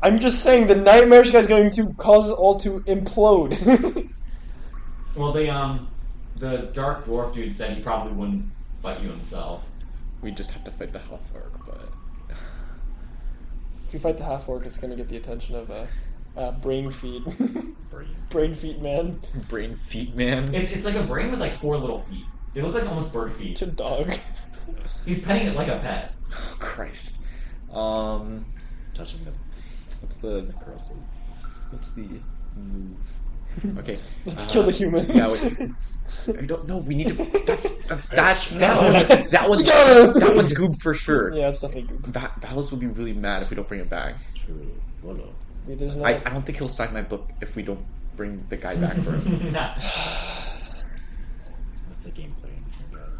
B: I'm just saying the nightmarish guy's going to cause us all to implode.
A: Well, the um, the dark dwarf dude said he probably wouldn't fight you himself.
C: We just have to fight the health orc, but
B: if you fight the half orc, it's going to get the attention of a uh, brain feed,
A: Brain.
B: brain feed man
C: brain feet man.
A: It's it's like a brain with like four little feet. They look like almost bird feet.
B: to dog.
A: He's petting it like a pet.
C: Oh, Christ. Um,
D: Touching them.
C: what's the what's the move? Okay,
B: Let's
C: uh,
B: kill the human.
C: Yeah, wait. I don't know. We need to. That's that's that's that
B: No.
C: one. That one's
B: No.
C: that one's good for sure.
B: yeah, it's definitely good.
C: Va- Valos will be really mad if we don't bring it back.
D: True. Lolo.
B: Wait, There's no.
C: I, I don't think he'll sign my book if we don't bring the guy back for him.
A: Nah.
D: What's the game plan here, guys?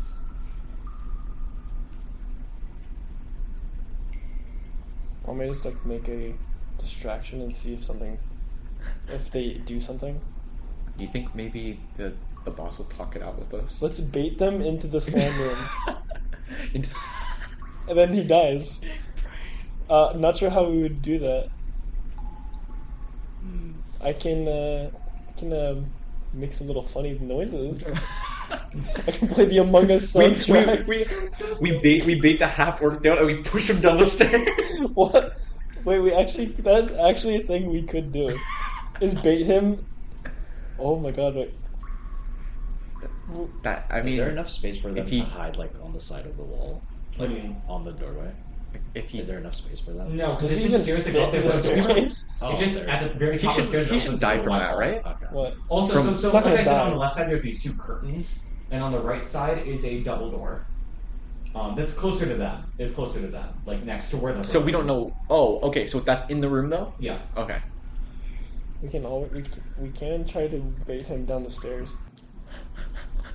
B: Want me to just like make a distraction and see if something, if they do something.
C: you think maybe the the boss will talk it out with us?
B: Let's bait them into the slam room.
C: Into-
B: And then he dies. Uh, not sure how we would do that. I can, uh, I can um make some little funny noises. I can play the Among Us
C: we, we,
B: soundtrack.
C: we, we bait we bait the half orc down and we push him down the stairs.
B: what? Wait, we actually that's actually a thing we could do. Is bait him? Oh my god! Wait.
C: That I
D: Is
C: mean,
D: there enough space for them
C: if he-
D: to hide, like, on the side of the wall?
A: What do you mean?
D: On the doorway?
C: if he
D: Is there enough space for them?
A: No, because
B: Does
A: it
B: he
A: just
B: even
A: scares the
B: fit
A: god. There's
B: in the
A: no door. It
B: staircase?
D: Oh,
A: just
D: there.
A: at the very
C: he
A: top of the
C: should
A: stairs. it
C: he should
A: opens
C: die
A: to a
C: from
A: wide
C: that,
A: hall.
C: right?
D: Okay.
B: What?
A: Also,
C: From-
A: so, so
B: It's not
A: like I
B: gonna
A: said,
B: die.
A: on the left side there's these two curtains. and on the right side is a double door. Um, that's closer to them. It's closer to them, like next to where the.
C: So we
A: room
C: don't
A: is.
C: know. Oh, okay. So that's in the room though.
A: Yeah.
C: Okay.
B: We can all we, c- we can try to bait him down the stairs.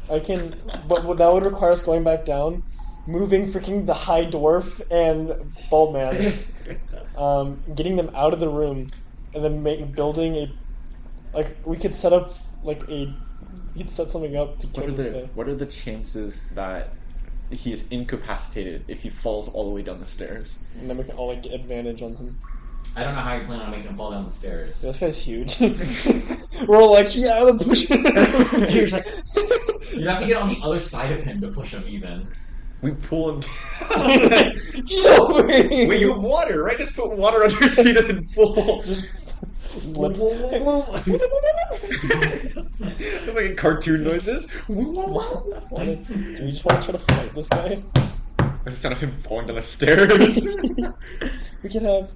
B: I can, but what- that would require us going back down, moving freaking the high dwarf and bald man, um, getting them out of the room, and then make, building a like we could set up like a we could set something up to
C: What
B: kill
C: are
B: this
C: the
B: guy.
C: What are the chances that he is incapacitated if he falls all the way down the stairs?
B: and then we can all like get advantage on him.
A: I don't know how you plan on making him fall down the stairs.
B: This guy's huge. We're all like, yeah, I'm gonna push.
C: Here's,
B: like,
A: You'd have to get on the other side of him to push him even.
C: We pull him. down.
B: no way.
C: Wait, you have water, right? Just put water under your seat and pull.
B: just flips.
C: Making cartoon noises.
B: Wanna- Do we just want to try to fight this guy?
C: I just sound him falling down the stairs.
B: we could have.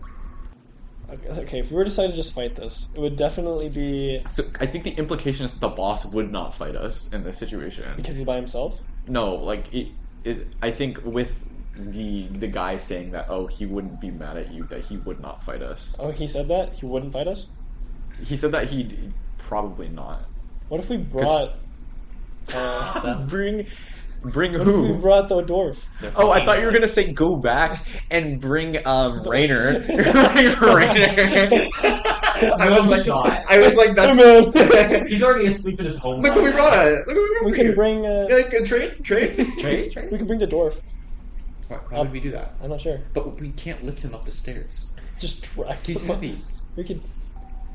B: Okay, okay, if we were to decide to just fight this, it would definitely be
C: so I think the implication is that the boss would not fight us in this situation.
B: because he's by himself.
C: No, like it, it. I think with the the guy saying that, oh, he wouldn't be mad at you, that he would not fight us.
B: Oh, he said that he wouldn't fight us.
C: He said that he'd probably not.
B: What if we brought?
C: bring, bring
B: What
C: who?
B: if we brought the dwarf?
C: Oh, I thought you were gonna say go back and bring um Rainer. Bring Rainer. I was like,
A: Shot.
C: I was like, that's.
B: Hey,
A: He's already asleep in his home.
C: Look what we brought. Look what we brought.
B: We
C: for
B: can
C: you.
B: bring. Uh,
C: Yeah, like a train, train,
D: Train?
B: we can bring the dwarf.
D: Why, why would we do that?
B: I'm not sure.
D: But we can't lift him up the stairs.
B: Just drag.
D: He's
B: him up.
D: heavy.
B: We could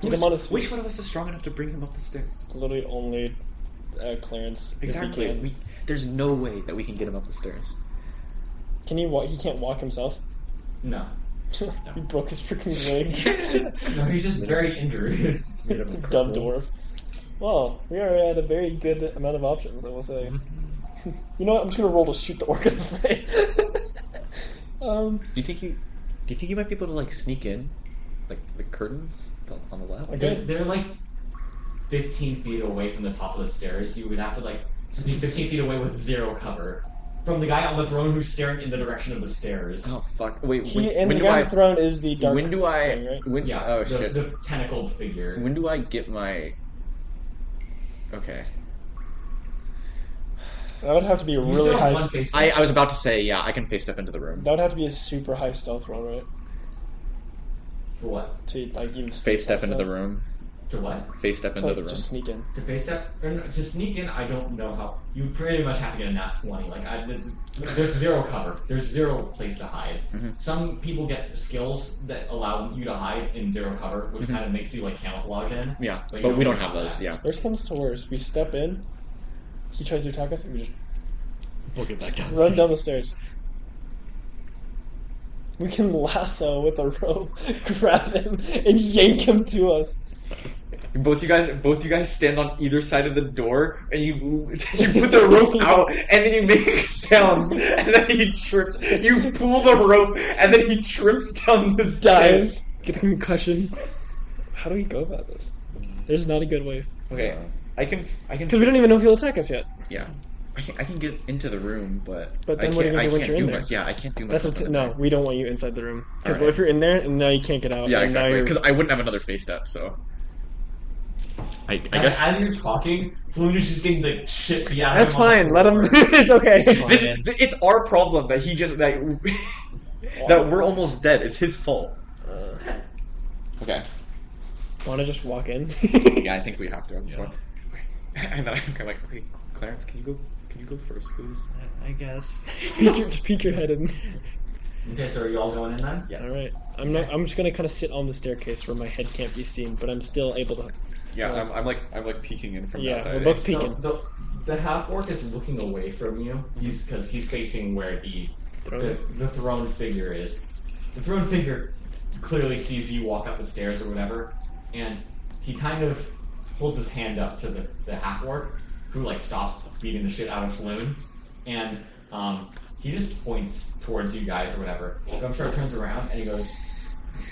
B: get
D: Who's-
B: him on his feet.
D: Which one of us is strong enough to bring him up the stairs?
B: Literally only uh, Clarence. if he
D: Exactly.
B: can.
D: We, there's no way that we can get him up the stairs.
B: Can he walk? He can't walk himself.
A: No.
B: he broke his freaking legs.
A: No, he's just very injured.
D: Made him a
B: Dumb
D: cripple.
B: dwarf. Well, we are at a very good amount of options, I will say. you know what? I'm just gonna roll to shoot the orc in the face. um,
C: Do you think you? Do you think you might be able to like sneak in, like the curtains on- on the left?
B: Okay.
A: they're, they're like 15 feet away from the top of the stairs. You would have to like sneak 15 feet away with zero cover from the guy on the throne who's staring in the direction of the stairs.
C: Oh fuck! Wait,
B: he
C: when,
B: and
C: when
B: the
C: do
B: guy
C: I?
B: on the throne is the dark.
C: when do I?
B: thing, right?
C: When?
A: Yeah.
C: oh
A: the,
C: shit!
A: The tentacled figure.
C: When do I get my? Okay.
B: That would have to be a
A: You
B: really
A: still have
B: high.
A: one
B: s-
A: face
C: I, I was about to say yeah. I can face step into the room.
B: That would have to be a super high stealth roll, right?
A: to what?
B: To like even sneak
C: Face step
B: past
C: into the
B: them.
C: room.
A: To what?
C: Face step
B: To,
C: into
B: like,
C: the room.
B: just sneak in.
A: To face step or no, to sneak in? I don't know how. You pretty much have to get a nat 20. Like I, there's, there's zero cover. There's zero place to hide.
C: Mm-hmm.
A: Some people get skills that allow you to hide in zero cover, which kind of makes you like camouflage in.
C: Mm-hmm. Yeah,
A: you
C: but, we don't have those.
A: that.
C: Yeah.
B: Worst comes to worst, we step in. He tries to attack us, and we just
D: We'll get back down. the
B: Run
D: stairs.
B: down the stairs. We can lasso with a rope, grab him, and yank him to us.
C: Both you guys, both you guys stand on either side of the door, and you you put the rope out, and then you make sounds, and then he trips. You pull the rope, and then he trips down the stairs.
B: Dies, gets a concussion. How do we go about this? There's not a good way.
C: Okay, I can, I
B: Because we
C: can,
B: don't even know if he'll attack us yet.
C: yeah, I can, I can get into the room, but
B: But
C: I
B: then what are you gonna
C: can't, I
B: do once
C: can't
B: you're in
C: do
B: there?
C: much. Yeah, I can't do much.
B: That's
C: with
B: what,
C: it.
B: no. We don't want you inside the room. Because
C: Alright.
B: if you're in there, and now you can't get out.
C: Yeah,
B: and now
C: exactly.
B: you're-
C: Because I wouldn't have another face step, so. I, I
A: As-
C: guess
A: as you're talking, Floon is just getting the shit beat out of
B: that's
A: him. on the
B: fine. Let him.
A: floor.
B: it's okay.
C: this, th- it's our problem that he just that that we're almost dead. It's his fault.
B: Uh.
C: Okay.
B: Want to just walk in?
C: Yeah, I think we have to. I'm just
D: Yeah.
C: like- And then I'm kind of like, okay, Clarence, can you go? Can you go first, please?
D: I guess.
B: peek your, just peek your head in.
A: Okay, so are you all going in then?
D: Yeah.
B: All right. I'm not. I'm just gonna kind of sit on the staircase where my head can't be seen, but I'm still able to.
C: Yeah,
B: Sure.
C: I'm, I'm like, I'm like peeking in from
B: Uh, Yeah,
C: that side.
B: we're
C: I
B: both
C: guess.
B: peeking.
A: So the, the half orc is looking away from you. He's because he's facing where the
B: Throne.
A: the, the throne figure is. The throne figure clearly sees you walk up the stairs or whatever, and he kind of holds his hand up to the, the half orc, who like stops beating the shit out of Saloon, and um, he just points towards you guys or whatever. Gumshoe turns around and he goes,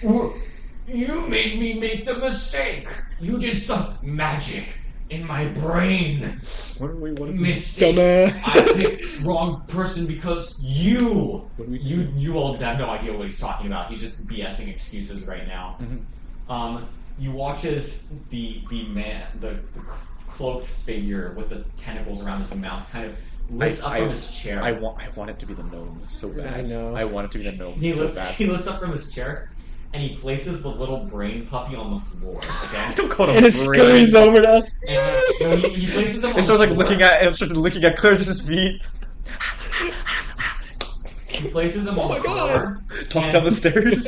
A: "You made me make the mistake. You did some magic. in my brain.
D: What are we? What are we?
A: Mistake.
B: Dumbass.
A: I picked wrong person because you.
D: What do we do?
A: You you all have no idea what he's talking about. He's just BSing excuses right now.
C: Mm-hmm.
A: Um, you watch as the the man the, the cloaked figure with the tentacles around his mouth kind of lifts up
C: I-
A: from his chair.
C: I want I want it to be the gnome so bad.
B: I know.
C: I want it to be the gnome
A: He
C: so
A: lifts,
C: bad.
A: he lifts up from his chair and he places the little brain puppy on the floor. Okay?
C: Don't call it a
B: And it
C: brain.
B: scurries over to us.
A: and no, he, he places him on
C: It starts
A: the
C: like
A: floor.
C: looking at it starts looking at Clarence's feet.
A: He places
C: Oh
A: him on
B: my
A: the
B: God.
A: floor.
C: Tossed
A: and
C: down the stairs.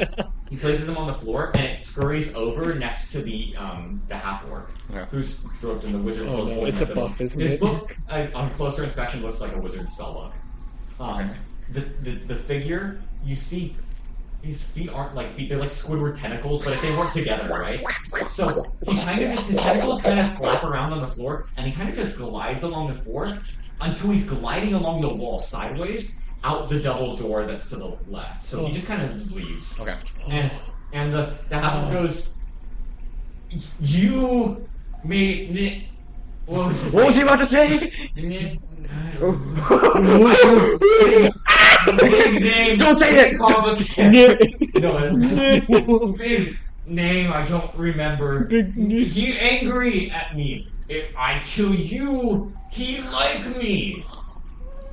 A: He places him on the floor and it scurries over next to the um the half orc
C: Yeah.
A: who's draped in the wizard.
B: Oh,
A: clothes
B: no,
A: holding
B: it's a
A: the-
B: buff, isn't
A: his
B: it?
A: book uh, on closer inspection looks like a wizard spell book. Um, the, the the figure you see. His feet aren't like feet; they're like Squidward tentacles, but if they work together, right? So he kind of just his tentacles kind of slap around on the floor, and he kind of just glides along the floor until he's gliding along the wall sideways out the double door that's to the left.
B: Oh.
A: So he just kind of leaves.
C: Okay.
A: And and the the half goes, you made ni- what was his
C: What was he
A: name?
C: about to say?
A: Ni- Big name.
C: Don't say it.
A: Complicated. No, it's big name. I don't remember.
B: Big name.
A: He angry at me. If I kill you, he like me.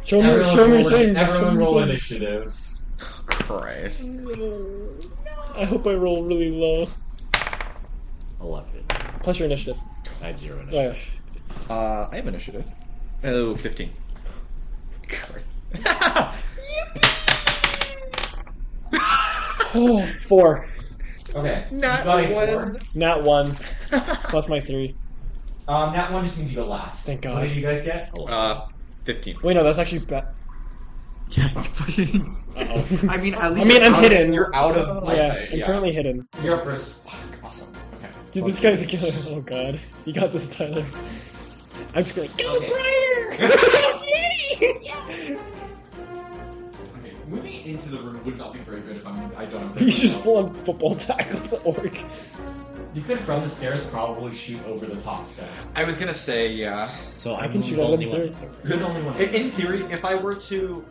B: Show me,
A: roll
B: show me
A: in-
B: thing.
A: everyone roll
B: it.
A: initiative.
C: Christ.
B: I hope I roll really low.
D: Eleven.
B: Plus your initiative. Oh,
D: I have zero initiative.
B: Yeah.
C: Uh, I have initiative. Oh, 15. Christ.
B: Oh, four.
A: Okay.
C: Not
A: Got a
C: one.
A: four.
B: Not one. Plus my three.
A: Um, that one just means you go last.
B: Thank
A: What
B: God. Oh,
A: did you guys get?
C: uh, 15.
B: Wait, no, that's actually bad.
D: I mean, at
B: I mean, I'm
C: out-
B: hidden.
C: You're out of.
E: I
B: yeah,
E: say,
B: I'm
E: yeah.
B: currently hidden.
A: You're up first.
E: Awesome. Okay.
B: Dude, this guy's a killer. Oh god. You got this, Tyler. I'm just like, go,
A: Okay.
B: Briar!
E: Okay. Moving into the room would not be very good if I'm. I don't. Have
B: You just full on football tackle the orc.
A: You could, from the stairs, probably shoot over the top step.
E: I was gonna say yeah.
D: So
B: I
D: I'm
B: can shoot
D: the
B: at
D: only
B: him
D: one.
A: You're the only one.
C: In- In theory, if I were to.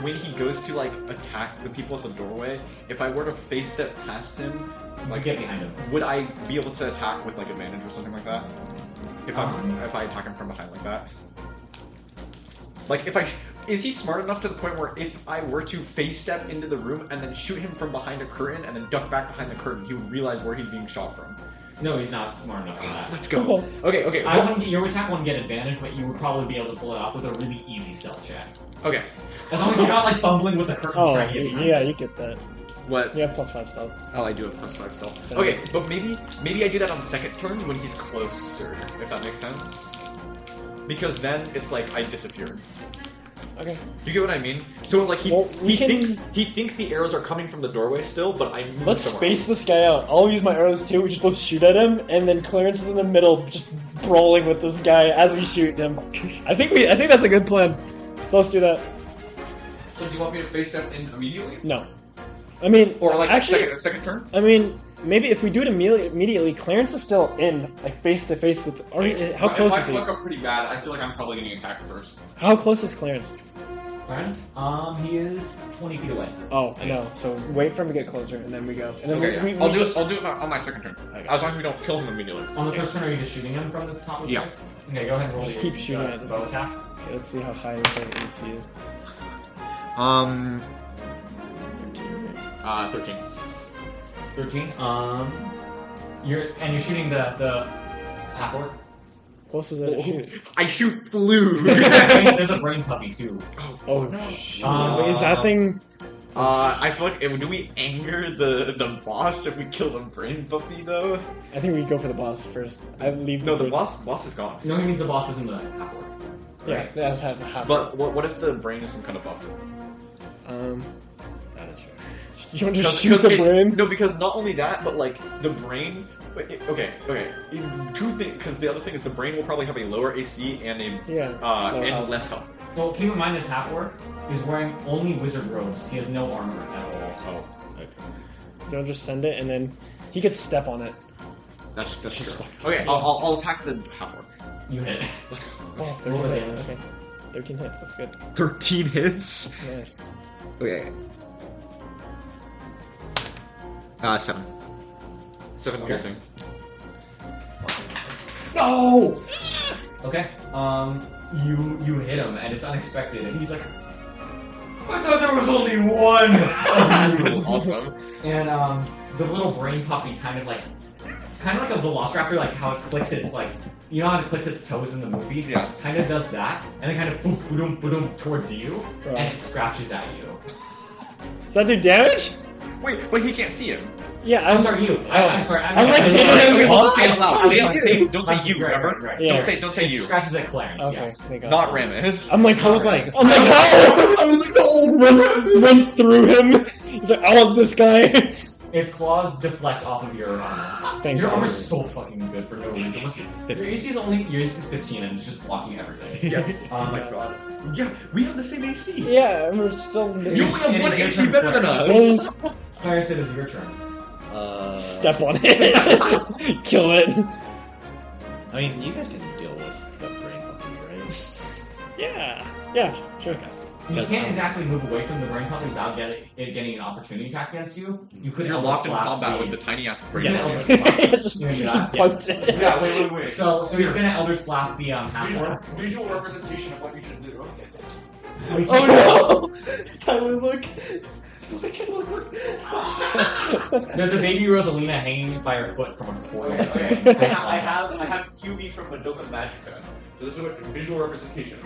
C: When he goes to, like, attack the people at the doorway, if I were to face step past him,
A: Like, get behind him.
C: would I be able to attack with, like, advantage or something like that? If I'm.
A: Um.
C: If I attack him from behind like that? Like, if I. Is he smart enough to the point where if I were to face step into the room and then shoot him from behind a curtain and then duck back behind the curtain, he would realize where he's being shot from?
A: No, he's not smart enough for that.
C: Let's go. Okay, okay.
A: I wouldn't get your attack wouldn't get advantage, but you would probably be able to pull it off with a really easy stealth check.
C: Okay.
A: As long as you're not like fumbling with the curtains
B: Oh,
A: trying to get behind.
B: yeah, you get that.
C: What?
B: You have plus five stealth.
C: Oh, I do have plus five stealth.
B: Seven.
C: Okay, but maybe maybe I do that on second turn when he's closer, if that makes sense. Because then it's like I disappear.
B: Okay.
C: You get what I mean? So like he
B: Well, we
C: he
B: can-
C: thinks he thinks the arrows are coming from the doorway still, but I move
B: Let's
C: somewhere
B: space this guy out. I'll use my arrows too. We just both shoot at him, and then Clarence is in the middle, just brawling with this guy as we shoot him. I think we. I think that's a good plan. So let's do that.
E: So do you want me to face step in immediately?
B: No, I mean,
C: Else. Or like
B: actually,
C: second second turn?
B: I mean, maybe if we do it immediately, immediately Clarence is still in, like face to face with. Are we, how
E: If
B: close
E: I
B: is he?
E: fuck up pretty bad, I feel like I'm probably getting attacked first.
B: How close is Clarence?
A: Clarence? Um, he is 20 feet away.
B: Oh no! So wait for him to get closer, and then we go. And then
C: Okay,
B: we, we,
C: yeah.
B: we
C: I'll do
B: just-
C: it. I'll do it on my second turn. As long as we don't kill him immediately.
A: On the first turn, are you just shooting him from the top of the
C: Yeah.
A: stairs? Okay, go ahead and roll
B: Just
A: your-
B: keep shooting
A: uh,
B: at this
A: bow
B: guy.
A: attack.
B: Okay, let's see how high his like, AC is.
C: Um. Uh, thirteen.
A: 13. Um, you're and you're shooting the the half orc.
B: Close is
C: Oh.
B: that to shoot?
C: I shoot flu. Oh,
A: There's a brain puppy too.
B: Oh, shit.
A: Uh,
B: Wait, is that thing?
C: Uh, I feel like do we anger the the boss if we kill the brain puppy though?
B: I think we go for the boss first. I leave.
C: No, the
B: brain-
C: boss boss is gone.
A: No, he means the boss isn't the half orc.
B: Yeah, that's half half.
C: But what, what if the brain is some kind of buff?
B: um,
D: That is fair.
B: you want to just shoot the
C: it-
B: brain?
C: No, because not only that, but like the brain. but it- okay, okay. In two things, because the other thing is the brain will probably have a lower AC and a
B: Yeah.
C: uh,
B: No,
C: and
B: I'll-
C: less health.
A: Well, keep in mind this half orc is wearing only wizard robes. He has no armor at all.
C: Oh,
D: Okay.
B: Don't just send it, and then he could step on it.
C: That's that's
D: That's
C: true.
D: what I
C: Okay,
D: said.
C: I'll, I'll, I'll attack the half orc.
A: You hit.
C: Let's go.
B: Oh,
C: Okay.
B: 13
A: Roll the
B: hits.
A: damage.
B: Okay. 13 hits. That's good.
F: Thirteen hits.
B: Yeah.
F: Okay.
C: Uh, seven. Seven piercing.
A: No. Okay. Um, you you hit him, and it's unexpected, and he's like, "I thought there was only one."
C: that's awesome.
A: And um, the little brain puppy kind of like, kind of like a velociraptor, like how it clicks its like, you know how it clicks its toes in the movie.
C: Yeah.
A: Kind of does that, and then kind of boom, boom, boom towards you,
B: Right.
A: and it scratches at you.
B: Does that do damage?
C: Wait, but he can't see him.
B: Yeah,
A: I'm
B: I'm
A: sorry, you. I, I'm sorry. I'm,
B: I'm like hitting
C: Okay,
B: him.
C: okay,
B: What?
C: don't say it aloud. Say-
B: Yeah.
C: say- Don't say
A: Right,
C: you,
A: right,
C: remember?
A: right, right.
B: Yeah.
C: Don't say don't say
A: It
C: you.
A: scratches at Clarence.
B: Okay,
A: Yes.
B: thank God.
C: Not Ramus.
B: I'm like, I was like, I'm like, no!
F: I was like, no.
B: runs, runs through him. He's like, I want this guy.
A: Its claws deflect off of your armor.
B: Thanks,
A: your armor's
B: Oliver.
A: so fucking good for no reason. What's your, your AC is only your AC is 15 and it's just blocking everything.
C: Yeah.
A: Oh my
C: god. Yeah, we have the same AC.
B: Yeah, we're still
C: You only have
A: It
C: one
A: is your
C: AC
A: turn,
C: better than
A: Clarence.
C: us.
A: Clarence, it is your turn.
D: Uh,
B: step on it, kill it.
D: I mean, you guys can deal with the brain puppy, right?
B: Yeah, yeah, sure.
D: Okay. um,
A: You
D: Yes,
A: can't
D: I'm-
A: exactly move away from the brain puppy without getting it getting an opportunity attack against you. You could
C: You're
A: almost
C: locked in
A: blast
C: combat
A: the-
C: with the tiny ass brain.
A: Yeah.
C: monster.
B: Just
A: You know that,
B: pumped it.
C: Yeah, wait, wait, wait.
A: So, so he's gonna Eldritch Blast the um, half
C: Visual,
A: orc.
C: visual representation of what you should do.
B: Oh no!
D: Tyler, look! Look, look, look!
A: There's a baby Rosalina hanging by her foot from a coil.
C: Okay, okay. I, ha- I have I have QB from Madoka Magica. So this is what visual representation.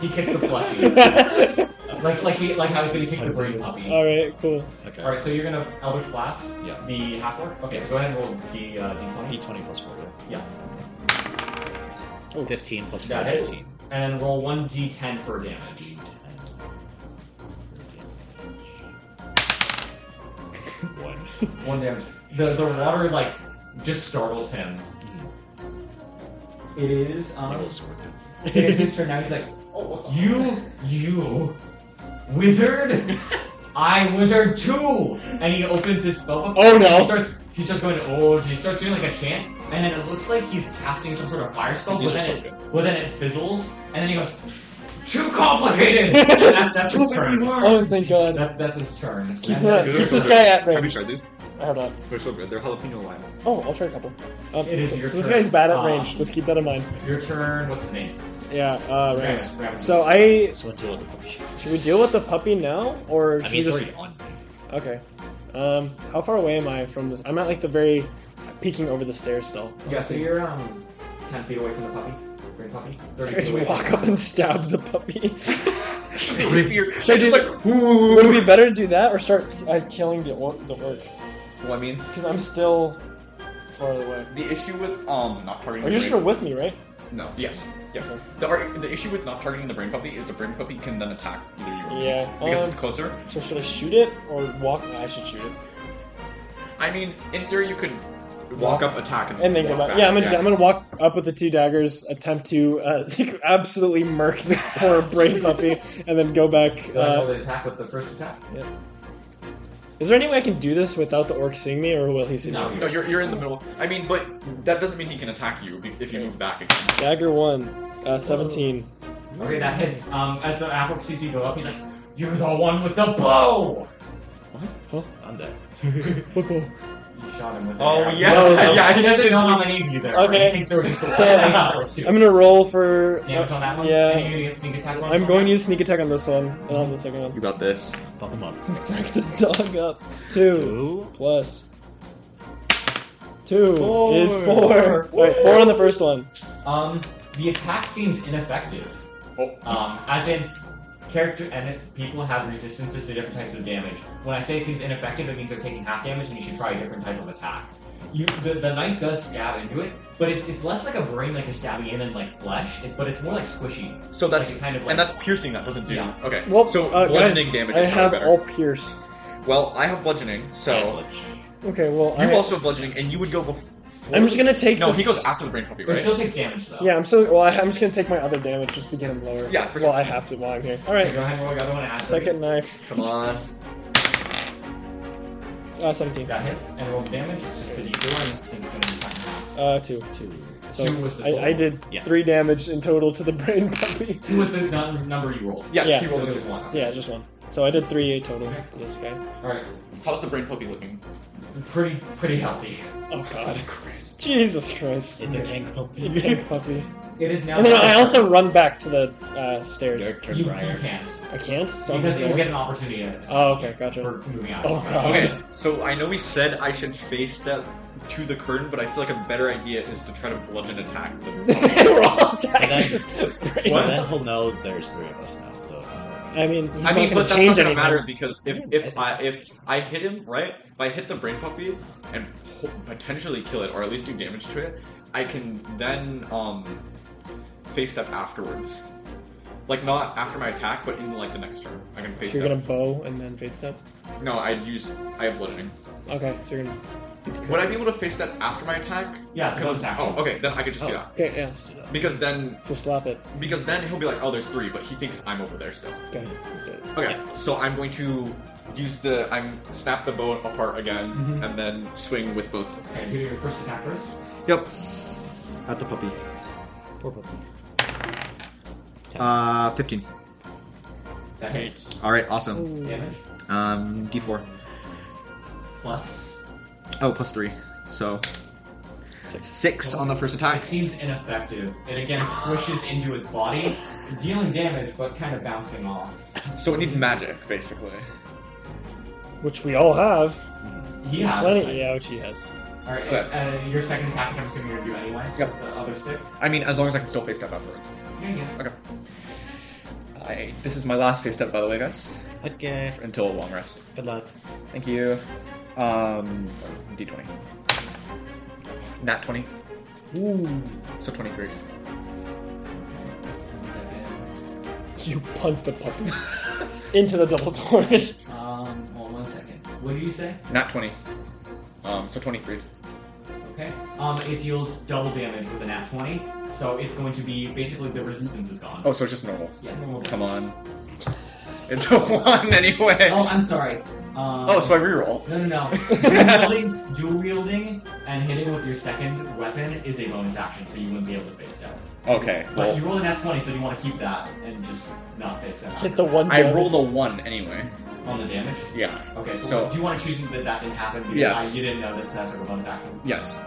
A: He kicked the plushie.
B: All
A: like like he like how he's gonna kick the brain puppy.
B: right, cool.
D: Okay.
A: Alright, so you're gonna Eldritch Blast
D: Yeah.
A: the half orc? Okay, so go ahead and roll D, uh, D20.
D: D20 plus 4,
A: Yeah.
D: yeah. 15 plus 4,
A: That hits.
D: 18.
A: And then roll 1D10 for damage.
D: One.
A: One damage. The, the water, like, just startles him. It is,
D: I
A: um,
D: will sword him.
A: it is his turn now. He's like,
C: Oh,
A: You, you, wizard? I wizard too! And he opens his spell book.
B: Oh, no.
A: He starts, he's just going, oh, he starts doing like a chant, and then it looks like he's casting some sort of fire spell,
D: These
A: but
D: are
A: then,
D: so
A: it, but then it fizzles, and then he goes, too complicated! And that, that's his turn.
B: Oh, thank God.
A: That's, that's his turn.
B: Keep,
A: And
B: uh,
A: then-
B: keep this guy at
C: Have you
B: range.
C: tried these?
B: Hold on.
C: They're so good. They're jalapeno lime.
B: Oh, I'll try a couple. Um,
A: It is
B: so,
A: your
B: so this
A: turn.
B: guy's bad at
A: Ah.
B: range. Let's keep that in mind.
A: Your turn. What's his name?
B: Yeah. Uh,
A: Ramus,
B: right.
A: Ramus.
B: So I
D: So I'll deal with the puppy.
B: should we deal with the puppy now, or
D: I
B: should
D: mean,
B: we
D: it's
B: just
D: already on me.
B: okay? Um, how far away am I from this? I'm at like the very peeking over the stairs still.
A: Yeah, so you're um ten feet away from the puppy. Green puppy. Thirty
B: Should I
A: feet away.
B: just walk up and stab the puppy?
C: if you're
B: Should I do-
C: just like,
B: Would it
C: ooh.
B: be better to do that or start uh, killing the or- the orc?
C: Well, I mean,
B: Because I'm still far away.
C: the issue with um not targeting.
B: Oh, you're
C: the
B: still
C: brain-
B: with me, right?
C: No. Yes. Yes. The ar- the issue with not targeting the brain puppy is the brain puppy can then attack either you or me
B: Yeah,
C: because
B: um,
C: it's closer.
B: So should I shoot it or walk? I should shoot it
C: I mean, in theory, you could walk up, attack, and,
B: and then go
C: walk
B: back.
C: back.
B: Yeah, I'm gonna I'm gonna walk up with the two daggers, attempt to uh, absolutely murk this poor brain puppy, and then go back.
A: Go ahead and roll
B: Uh,
A: the attack with the first attack.
B: is there any way I can do this without the orc seeing me, or will he see
A: No,
B: me?
C: No, you're, you're in the middle. I mean, but that doesn't mean he can attack you be- if you move back again.
B: Dagger one, uh, seventeen.
A: Okay, that hits. Um, as the Afrox sees you go up, he's like, "You're the one with the bow."
D: I'm dead.
A: You shot him with. an
C: Oh,
A: arrow.
C: yeah.
B: No, no.
C: Yeah,
A: He doesn't
C: he doesn't
A: know how many of you there. are.
B: Okay.
A: He thinks there were just
B: So,
A: one Afrox too.
B: I'm gonna roll for.
A: Damage on that one.
B: Yeah.
A: And you're gonna get sneak attack. on
B: I'm
A: this
B: going
A: one?
B: to use sneak attack on this one and on the second one.
C: You got this.
D: Bump him up.
B: Back the dog up. Two
D: Two.
B: plus two
D: Four.
B: is four. Wait, four on the first one.
A: Um, the attack seems ineffective.
C: Oh.
A: Um, as in, character and it- people have resistances to different types of damage. When I say it seems ineffective, it means they're taking half damage, and you should try a different type of attack. You, the, the knife does stab into it, but it, it's less like a brain, like a stabbing in than like flesh. It's, but it's more like squishy.
C: So that's
A: Like a kind of like-
C: and that's piercing. That doesn't do.
A: Yeah.
C: Okay.
B: Well,
C: so
B: uh,
C: bludgeoning
B: guys,
C: damage
B: I
C: is probably
B: have
C: better.
B: all pierce.
C: Well, I have bludgeoning, so
D: Damage.
B: Okay, well, I,
C: you also have bludgeoning, and you would go before.
B: I'm just gonna take.
C: No,
B: this-
C: he goes after the brain puppy,
A: But it
C: right?
A: still takes damage though.
B: Yeah, I'm still. Well, I, I'm just gonna take my other damage just to get him lower.
C: Yeah, for
B: well,
C: sure.
B: I have to while I'm here. All
A: Okay,
B: right.
A: go ahead and roll the other one. and add three.
B: Second knife.
C: Come on.
B: Uh, 17.
A: That hits and rolls damage. It's just the d4 and it's going to be cut in half.
B: Uh, 2. So
A: Two was the total.
B: I, I did
D: Yeah.
B: 3 damage in total to the brain puppy.
A: Two was the num- number you rolled.
C: Yes,
B: Yeah.
C: he
A: So
C: rolled
A: it
C: a
A: was
C: two.
A: one.
B: Yeah, just one. So I did 3 total
A: Okay.
B: to this guy.
A: Alright.
C: How's the brain puppy looking?
A: Pretty, pretty healthy.
D: Oh god, Christ!
B: Jesus Christ.
D: It's a tank puppy.
B: Tank puppy.
A: It is now.
B: And then I also run back to the uh, stairs.
D: Your turn,
A: You, you
D: Briar.
A: can't.
B: I can't, so I'm
A: Because
B: just
A: you'll
B: gonna...
A: get an opportunity at- uh,
B: Oh, okay, gotcha.
A: for moving out.
B: Oh, God.
C: Okay, so I know we said I should face step to the curtain, but I feel like a better idea is to try to bludgeon attack the puppy.
B: We're all
D: And
B: attacking. Brain-
D: Well, then he'll know there's three of us now, though.
B: I mean, he's
C: I
B: not
C: mean,
B: gonna
C: but that's
B: change
C: not gonna
B: anything.
C: matter because if if I if I hit him right, if I hit the brain puppy and po- potentially kill it or at least do damage to it, I can then um face step afterwards. Like not after my attack, but in like the next turn, I can face
B: So you're gonna
C: step.
B: bow and then fade step?
C: No, I'd use I have bludgeoning.
B: Okay, so you're gonna.
C: Would I be able to face step after my attack?
A: Yeah, it's a bonus action.
C: Oh, okay, then I could just do that
B: Okay, yeah.
C: because then
B: So slap it.
C: Because then he'll be like, oh, there's three, but he thinks I'm over there still.
B: Okay, let's do it.
C: Okay, so I'm going to use the I'm snap the bow apart again, and then swing with both.
A: Okay, do your first attack first.
C: Yep.
D: At the puppy. Poor puppy.
C: Uh, 15.
A: That hits.
C: All right, awesome.
A: Damage.
C: Um, D4.
A: Plus.
C: Oh, plus three. So
B: Six.
C: on the first
A: It
C: attack.
A: seems ineffective. It again swishes into its body, dealing damage but kind of bouncing off.
C: So it needs magic, basically.
B: Which we all have.
A: He has.
B: Plenty. Yeah, which he has.
A: Alright,
C: Okay.
A: uh, your second attack, I'm assuming you're gonna do anyway.
C: Yep.
A: The other stick.
C: I mean, as long as I can still face step afterwards.
A: Yeah, yeah.
C: Okay. I, this is my last face step, by the way, guys,
D: Okay.
C: until a long rest.
D: Good luck.
C: Thank you. Um, D20. Nat 20.
B: Ooh.
C: So 23.
A: That's one second.
B: You punt the puppy into the double doors.
A: Um, hold on one second. What do you say?
C: Nat 20. Um, so 23.
A: Okay. Um, it deals double damage with an nat 20, so it's going to be basically the resistance is gone.
C: Oh, so it's just normal.
A: Yeah, normal
C: Come
A: damage.
C: on. It's a 1 anyway.
A: Oh, I'm sorry. Um,
C: Oh, so I reroll.
A: No, no, no. dual, wielding, dual wielding and hitting with your second weapon is a bonus action, so you wouldn't be able to face down.
C: Okay.
A: But
C: Well,
A: you rolled an at 20, so you want to keep that and just not face down.
B: Hit the one.
C: I
B: down.
C: rolled a 1 anyway.
A: on the damage.
C: Yeah.
A: Okay, so,
C: So-
A: do you want to choose that that didn't happen? Because
C: Yes.
A: I- you didn't know that that's a bonus action.
C: Yes.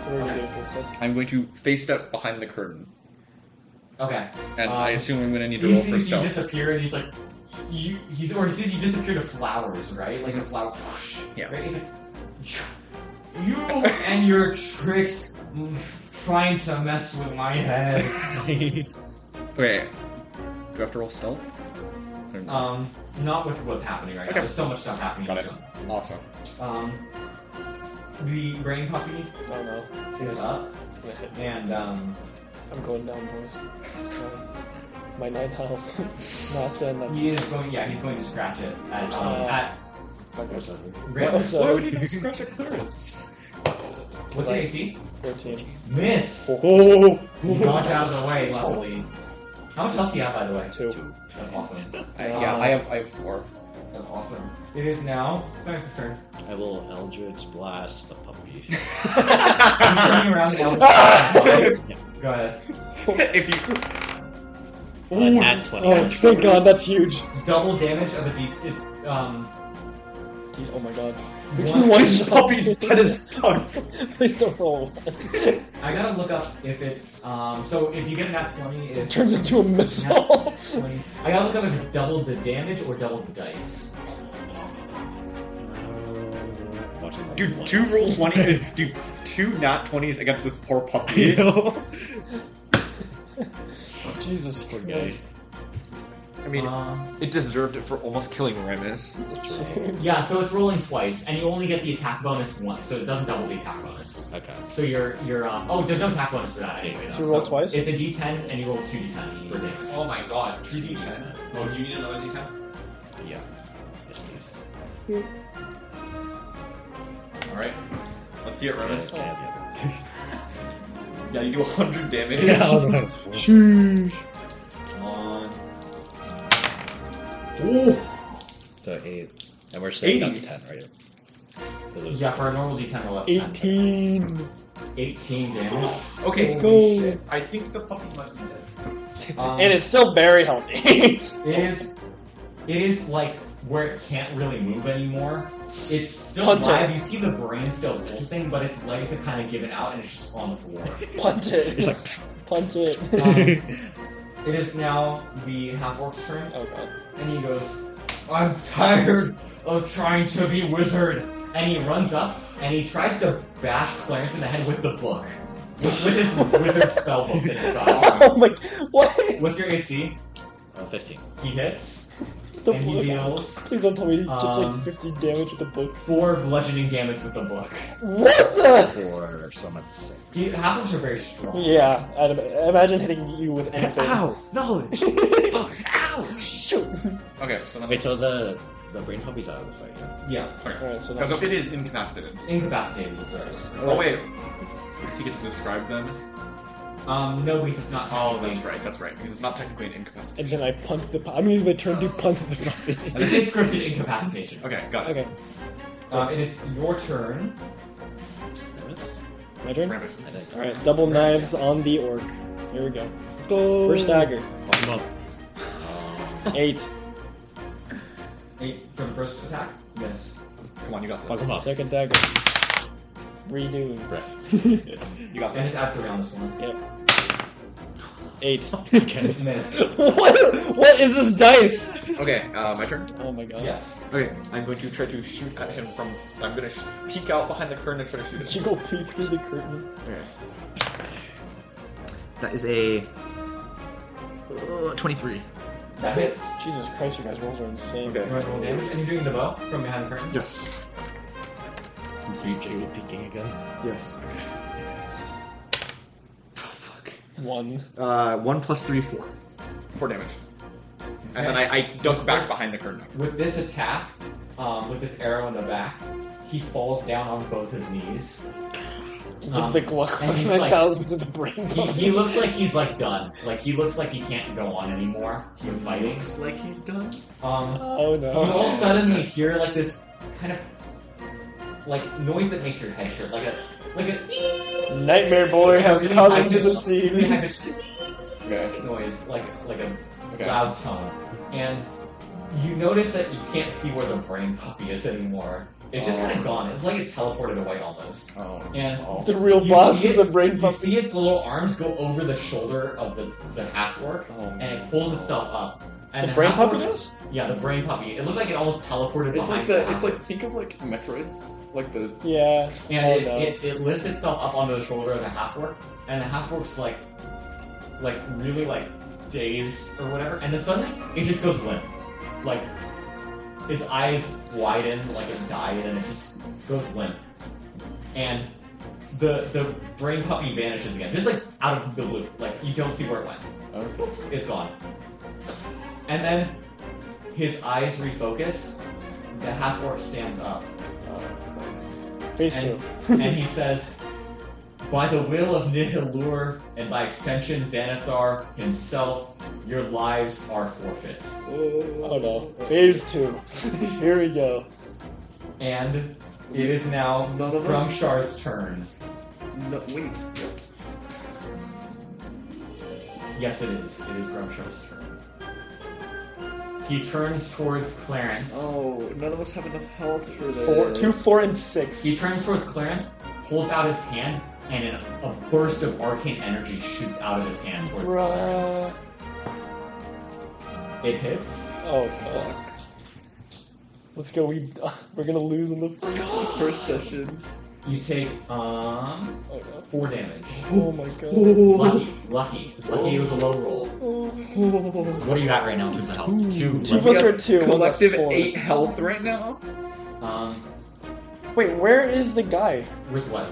B: So we're gonna do it instead.
C: I'm going to face step behind the curtain.
A: Okay.
C: And
A: Um,
C: I assume I'm going to need to
A: He
C: roll for
A: sees you
C: stealth.
A: disappear, and he's like, you. He's or he sees you disappear to flowers, right? Like a flower. whoosh,
C: Yeah.
A: Right? He's like, you and your tricks, mm, trying to mess with my head.
C: Okay. Do I have to roll stealth? Or no?
A: Um, not with what's happening right
C: Okay.
A: now. There's so much stuff happening.
C: Got it. Awesome.
A: Um, the brain puppy
B: Oh no. It's
A: is
B: gonna,
A: up,
B: it's gonna hit me.
A: and um,
B: I'm going down, boys. So, my nine health. not saying that.
A: he is going. Yeah, he's going to scratch it at um,
B: Uh,
A: at
B: Why
A: Random.
B: So-
C: would you scratch a clearance?
A: What's the AC?
B: 14.
A: Miss!
C: Oh!
A: You dodge out of the way, luckily. How much health do you have, by the way?
B: 2.
A: That's awesome.
C: I, yeah, I have I have four.
A: That's awesome. It is now Clarence's turn.
D: I will Eldritch Blast the puppy.
A: He's running around the elephant. Go ahead.
C: if you
D: Uh, nat 20.
B: Oh, thank god, that's huge.
A: Double damage of a deep. It's, um.
B: Dude, oh my god.
A: One,
C: this puppy's dead as fuck.
B: Please don't roll. it
A: I gotta look up if it's, um. So if you get an at 20, it.
B: turns into a missile.
A: I gotta look up if it's double the damage or double the dice.
D: Watch him
C: Dude,
D: once.
C: two roll 20. Dude, two nat 20s against this poor puppy.
B: Jesus
D: Poor guy.
B: Christ.
C: I mean,
A: Um,
C: Uh, it deserved it for almost killing Remus.
B: Dude.
A: yeah, so it's rolling twice, and you only get the attack bonus once, so it doesn't double the attack bonus.
D: Okay.
A: So you're you're um, oh there's no attack bonus for that anyway. Though.
B: Should we roll
A: So
B: twice?
A: It's a d10 and you roll two d10 for damage.
E: Oh my god, 2d10. Oh, do you need another d10?
D: Yeah. Yes, please.
C: Alright. Let's see it,
D: Yes,
C: Remus.
D: can I have
C: Yeah, you do 100 damage.
D: the other? Yeah.
E: Come on.
D: So eight. And we're saying that's ten, right? 'Cause it's-
A: Yeah, for a normal D10 roll, that's 10.
B: 18.
A: 18 damage.
C: Okay,
B: Let's go.
C: I think the puppy might be dead.
A: Um,
B: And it's still very healthy.
A: It is. It is like where it can't really move anymore. It's still
B: Hunter.
A: alive. You see the brain still pulsing, but its legs have kind of given out and it's just on the floor. Um,
B: Punt it.
D: It's like
B: Punt it.
A: It is now the half orc's turn,
B: oh god.
A: and he goes, "I'm tired of trying to be wizard." And he runs up and he tries to bash Clarence in the head with the book, with, with his wizard spell book that he's got.
B: Oh my. What?
A: What's your AC?
D: uh, fifteen.
A: He hits
B: The
A: and he uh,
B: book.
A: deals
B: Please don't tell me he just
A: Um,
B: like 50 damage with the book.
A: four bludgeoning damage with the book.
B: What the?
D: Four summons.
A: The halflings are very strong.
B: Yeah, Adam, imagine hitting you with anything.
D: No!
B: Shoot!
C: Okay, so then
D: Wait, so the the brain puppy's out of the fight. Huh?
A: Yeah.
B: Alright, so
C: Because
B: that's.
C: if it is incapacitated.
A: Incapacitated deserves.
C: Oh wait, does he get to describe them?
A: Um, no, because it's not
C: Oh,
A: technically.
C: that's right, that's right. Because it's not technically an
B: And
C: incapacitation.
B: then I punt the. pu- I'm using my turn to punt the puppy.
A: It is scripted incapacitation.
C: Okay, got it.
B: okay,
A: Um, it is your turn.
B: my turn?
C: Krampus.
D: I think.
B: Alright, double knives on the orc. Here we go. First dagger.
D: Fuck him up. Um,
B: Eight.
A: Eight eh, for the first attack. Yes.
C: Come on, you got
D: fuck
C: this.
D: him up.
B: Second dagger. Redo.
D: Right.
C: You got
A: And
C: this.
A: it's after round this one.
B: Yep. Eight.
D: Okay.
A: Miss.
B: what? What is this dice?
C: Okay, uh, my turn.
B: Oh my god.
A: Yes.
C: Okay, I'm going to try to shoot at him from. I'm going to sh- peek out behind the curtain and try to shoot at
B: Did you
C: him.
B: go peek through the curtain?
C: Okay.
D: That is a
C: Uh, 23.
A: That hits.
B: Jesus Christ, you guys rolls are insane.
C: Okay.
A: You want to roll damage? And you're doing the bow from behind the curtain?
C: Yes.
D: DJ peeking again.
C: Yes. Okay. Oh, fuck.
B: One.
C: Uh, 1 plus 3, 4. 4 damage. And then I, I duck back behind the curtain.
A: With this attack, um, with this arrow in the back, he falls down on both his knees.
B: Give
A: Um,
B: the Glock
A: and he's like-
B: 1,000 to the brain.
A: He, he looks like he's like done. Like he looks like he can't go on anymore. He fighting.
C: like he's done.
A: Um,
B: Oh no.
A: You all suddenly hear like this kind of like noise that makes your head hurt, like a like a
B: Nightmare Boy has
A: really
B: come
A: high
B: into the
A: pitched- really high
B: scene.
A: pitched
C: Okay.
A: noise, like like a
C: Okay.
A: loud tone, and you notice that you can't see where the brain puppy is anymore. It's just kind
C: Oh.
A: of gone. It's like it teleported away almost.
C: Oh.
A: And
C: Oh.
B: The real
A: you
B: boss
A: see
B: is
A: it-
B: the brain
A: you
B: puppy.
A: see its little arms go over the shoulder of the the half orc,
C: Oh.
A: and it pulls itself up. And
B: The brain
A: half-orc-
B: puppy does?
A: Yeah, the brain puppy. It looked like it almost teleported
C: It's like
A: behind
C: the. It's
A: half-orc.
C: like think of like Metroid, like the.
B: Yeah.
A: And
B: Oh,
A: it,
B: no.
A: it, it lifts itself up onto the shoulder of the half orc, and the half orc's like, like really like dazed or whatever, and then suddenly it just goes limp, like its eyes widen, like it died, and it just goes limp, and the the brain puppy vanishes again, just like out of the blue, like you don't see where it went,
C: Okay.
A: it's gone, and then his eyes refocus, the half orc stands up.
B: Phase two.
A: And, and he says, By the will of Nihilur and by extension Xanathar himself, your lives are forfeit.
B: Oh no. Phase two. Here we go.
A: And it is now
C: None of us-
A: Grumshar's turn.
C: No, wait.
A: Yes, it is. It is Grumshar's turn. He turns towards Clarence.
C: Oh, none of us have enough health for this.
B: Four, two, four, and six.
A: He turns towards Clarence, holds out his hand, and an, a burst of arcane energy shoots out of his hand towards
B: Bruh.
A: Clarence. It hits.
B: Oh fuck. Let's go. We we're gonna lose in the first.
C: First session.
A: You take um
B: Oh, no.
A: four damage.
B: oh my god.
A: Lucky, lucky. Lucky it was a low roll.
C: Oh.
A: What do you at right now in terms of health? Two.
B: Two
A: Let's
B: plus or two. one's a
C: Collective
B: four.
C: eight health right now.
A: go. Um,
B: Wait, where is the guy?
A: where's what?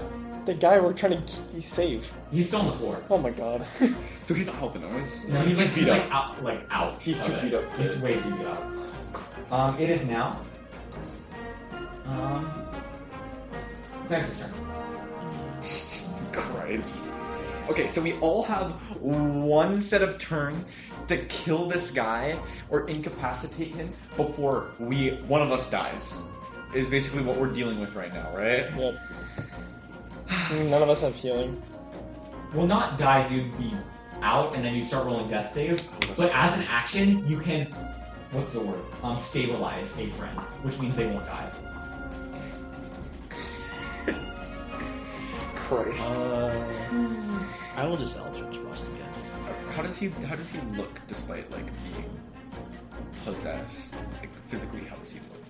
B: The guy we're trying to k- save.
A: He's still on the floor.
B: Oh my god.
C: So he's not helping us.
A: No, he's like,
C: beat
A: he's like
C: up.
A: out, like out.
C: He's
A: of
C: too
A: it.
C: beat up.
A: He's way too beat up. Um, it is now. Um, Clarence's turn.
C: Christ. Okay, so we all have one set of turn to kill this guy or incapacitate him before we one of us dies. is basically what we're dealing with right now, right?
B: Yep. Mm, None of us have healing.
A: Well, not dies, you'd be out, and then you start rolling death saves. But as an action, you can, what's the word? Um, stabilize a friend, which means they won't die.
C: Christ.
D: Uh, I will just Eldritch Blast again.
C: Uh, How does he? How does he look despite like being possessed? Like physically, how does he look?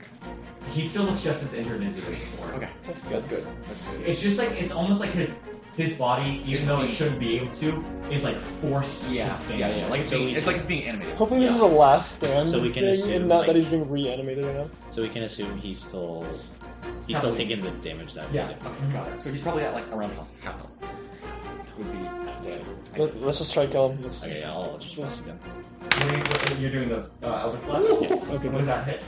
A: He still looks just as injured as he did before.
C: Okay,
B: That's good.
C: that's good. That's good.
A: It's just like it's almost like his his body, even
C: It's
A: though it
C: being-
A: shouldn't be able to, is like forced
C: Yeah,
A: to stand.
C: yeah, yeah. Like it's
D: So
C: being,
D: we-
C: it's like it's being animated.
B: Hopefully this is a last stand
D: So we can
B: thing,
D: assume,
B: and not that
D: like-
B: he's being reanimated right now.
D: So we can assume he's still he's still
A: Probably.
D: taking the damage that we
A: Yeah.
D: did.
C: Okay, got it. So he's probably at like around half, half health. Would be. I
B: Let,
C: think.
B: us just try kill him. Let's-
D: Okay, yeah, I'll Eldritch Blast again.
A: Wait, what- You're doing the uh, Elder Blast?
D: Yes.
A: Okay, what does that hit?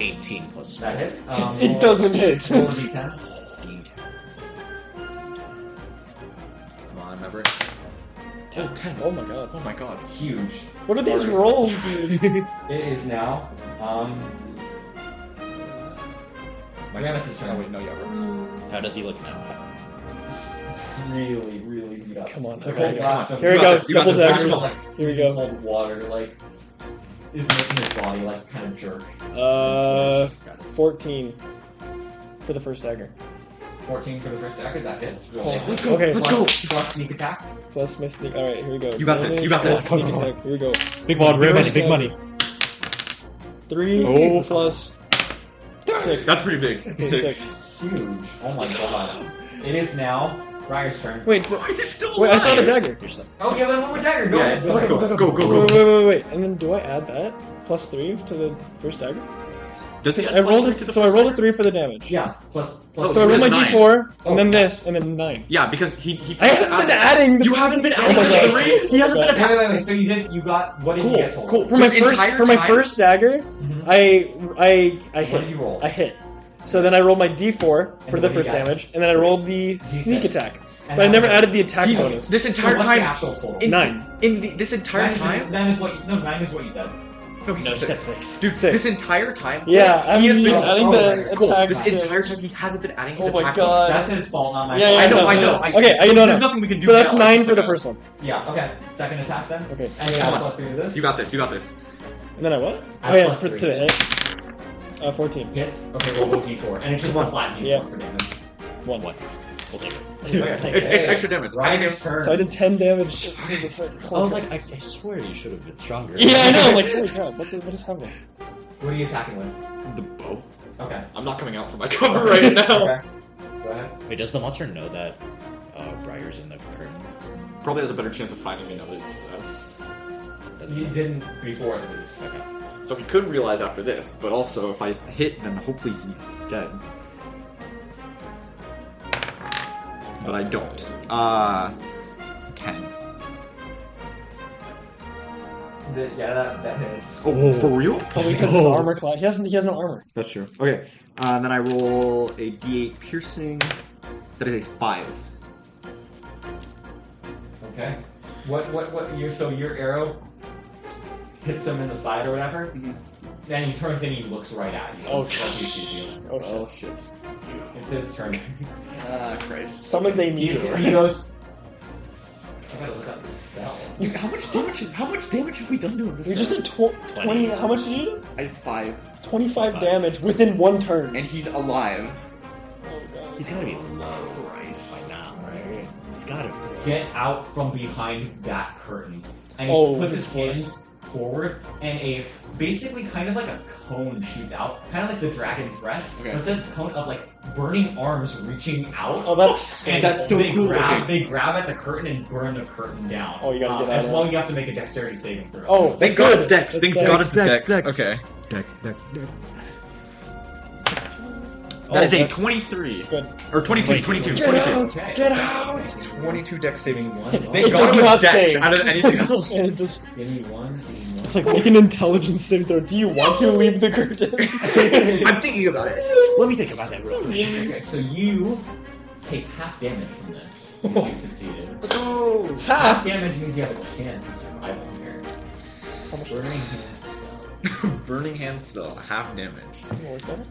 D: 18 plus
A: That hits. Um,
B: It
A: roll-
B: doesn't hit.
A: roll a d10.
D: 15.
C: Come
B: Oh,
C: on, remember?
B: Oh my god.
C: Oh my god.
A: Huge.
B: What are these rolls, dude?
A: It is now. Um,
C: My
A: Ramesses' turn.
C: Oh, wait, no, yeah, Remus.
D: How does he look now?
A: really, really beat up.
B: Come on,
A: The
B: okay.
A: red blast of-
B: Here we
C: You
B: go.
C: got this, you got
B: Double
C: this,
B: daggers.
C: Maxwell.
B: Here we
A: using
B: go.
A: Cold water, like, is making his body like kind of jerk.
B: Uh, 14 for the first dagger.
A: 14 for the first dagger. That hits. Roll.
B: Oh, okay,
A: Plus- Plus sneak attack.
B: plus my sneak. All right, here we go.
C: You got this, you got
B: Plus
C: this.
B: Sneak attack. Here we go.
D: Big mod,
B: big money, big money. Three
C: Oh.
B: plus six.
C: That's pretty big.
B: Okay,
C: Six.
A: Huge. Oh my god. It is now Ryer's turn.
B: Wait, d-
C: Oh, He's still
B: wait, I saw the
C: alive.
B: dagger.
D: You're still.
A: Oh, you have one more dagger. Go
C: Yeah,
A: ahead.
C: go, go, go, go,
B: Wait,
C: go,
B: wait, wait, wait. And then do I add that plus three to the first dagger?
C: Does he add
B: I
C: plus
B: rolled
C: three
B: it.
C: to the
B: So I
C: first
B: rolled a
C: one?
B: three for the damage.
A: Yeah. Plus. plus
B: So
C: Oh,
B: I
C: so
B: rolled
C: it's
B: my
C: nine.
B: d4, and
A: Oh.
B: then this, and then nine.
C: Yeah, because he he.
B: I haven't been adding. The
C: You haven't been
B: Oh
C: adding
B: my
C: the
B: God.
C: three? He hasn't been
B: Sorry.
A: Wait, wait, wait. So you did. You got. What did you get
C: Cool,
A: total?
C: cool.
B: For my
C: This
B: first,
C: entire
B: for my
C: time? Mm-hmm.
B: first dagger,
A: Mhm.
B: I I I
A: What did
B: hit.
A: you roll?
B: I hit. So then I rolled my D4 for
A: And
B: the
A: what do you
B: first
A: got?
B: damage, and then I rolled the
A: D6.
B: sneak attack,
A: And
B: but I
A: how
B: never
A: much-
B: added the attack
C: He-
B: bonus.
C: This
A: So
C: entire
A: what's the
C: time.
A: actual total?
C: In,
B: Nine.
C: In the, this entire
A: Nine is-
C: time.
A: Nine is what. You, no, nine is what you said.
C: No, he
D: No,
C: said
D: set
C: six.
D: six.
C: Dude,
B: Six.
C: this entire time.
B: Yeah, I
C: he has
B: mean,
C: been
B: adding
A: oh,
B: the
A: right,
B: attack.
C: Cool. This
B: damage.
C: entire time, he hasn't been adding his
B: Oh my
C: attack
B: God.
C: bonus.
A: That's his fault, not my
B: Yeah,
A: fault.
B: yeah,
C: I know,
B: no,
C: I
B: no,
C: know.
B: no.
C: I-
B: Okay, I know
C: There's
B: now.
C: nothing we can do.
B: So that's
C: now.
B: nine
C: It's
B: for the
C: like a-
B: first one,
A: Yeah. Okay. Second attack then.
B: Okay.
A: And you got
C: Come on.
A: plus three to this.
C: You got
B: Oh
C: this. You got this.
B: and then I what?
A: I
B: Oh yeah,
A: plus
B: for
A: three.
B: today. Uh, fourteen.
A: hits. Okay, roll a d4, and it's just a flat d4
B: Yeah.
A: for damage.
B: One.
D: One. We'll take
A: Okay.
D: it.
C: It's, it's extra damage.
A: Ryder's turn.
B: So I did ten damage. to this, like,
D: I was like, I, I swear you should have been stronger.
B: yeah, I know. I'm Like, holy crap, what, the- what is happening?
A: What are you attacking with?
C: The bow.
A: Okay.
C: I'm not coming out from my cover right now.
A: Okay. Go ahead.
D: Wait, does the monster know that uh, Briar's in the curtain?
C: Probably has a better chance of finding me now that he's possessed.
D: Doesn't
A: You
D: it?
A: didn't before at least.
D: Okay.
C: So he could realize after this, but also if I hit, then hopefully he's dead. But I don't. Uh, ten.
A: The- yeah, that, that hits.
C: Oh, for real?
B: Probably because his armor class. He hasn't. He has no armor.
C: That's true. Okay, uh, then I roll a d8 piercing. That is a five.
A: Okay. What what what? You so your arrow hits him in the side or whatever.
C: Mhm.
A: Then he turns and he looks right at you.
B: Oh,
A: That's what he sees you.
B: Oh shit!
C: shit.
A: It's his turn.
C: Ah, Christ.
B: Someone's a
A: He's,
B: meteor.
A: he goes. I gotta look up the spell.
C: How much damage? How much damage have we done to him? This
B: We just
C: round?
B: did tw- 20.
D: 20.
B: How much did you do?
C: I had five,
B: 25
D: Five.
B: damage within one turn.
C: and he's alive.
B: oh, God.
D: He's gotta be low by
C: Christ.
D: now, right? He's gotta be.
A: Get out from behind that curtain, and he
B: Oh,
A: puts
B: of
A: his
B: course.
A: hands forward, and a basically kind of like a cone shoots out, kind of like the dragon's breath.
C: Okay.
A: But instead, it's a cone of like burning arms reaching out.
B: Oh, that's sick.
A: And
C: That's so
A: they
C: cool
A: Grab,
C: looking.
A: they grab at the curtain and burn the curtain down.
B: Oh, you gotta
A: Um,
B: get out
A: As
B: of
A: well,
B: it.
A: you have to make a dexterity saving throw.
B: Oh,
C: Thank
B: that's
C: God
B: good.
C: it's Dex.
B: That's
C: Thank
B: good.
C: God it's Dex.
G: Dex, Dex.
C: Okay.
G: Deck, deck, deck.
C: that is a
B: that's
C: 23.
B: Good.
C: Or 22, 22, 22.
D: 22. Get
A: Okay.
D: Get out!
C: 22 deck saving one.
B: It
C: Thank
B: does
C: God it
B: not
C: was dex
B: save.
C: out of anything else.
B: And it just,
A: Give me one. Give me
B: it's like, make an intelligence save throw. Do you want to leave the curtain?
C: I'm thinking about it.
D: Let me think about that real quick.
A: one. Okay, so you take half damage from this because you succeeded.
C: Oh.
A: Half
B: Half.
A: damage means you have a chance of survival here.
B: How much
A: Burning hand spell.
C: Burning hand spell, half damage.
B: More damage?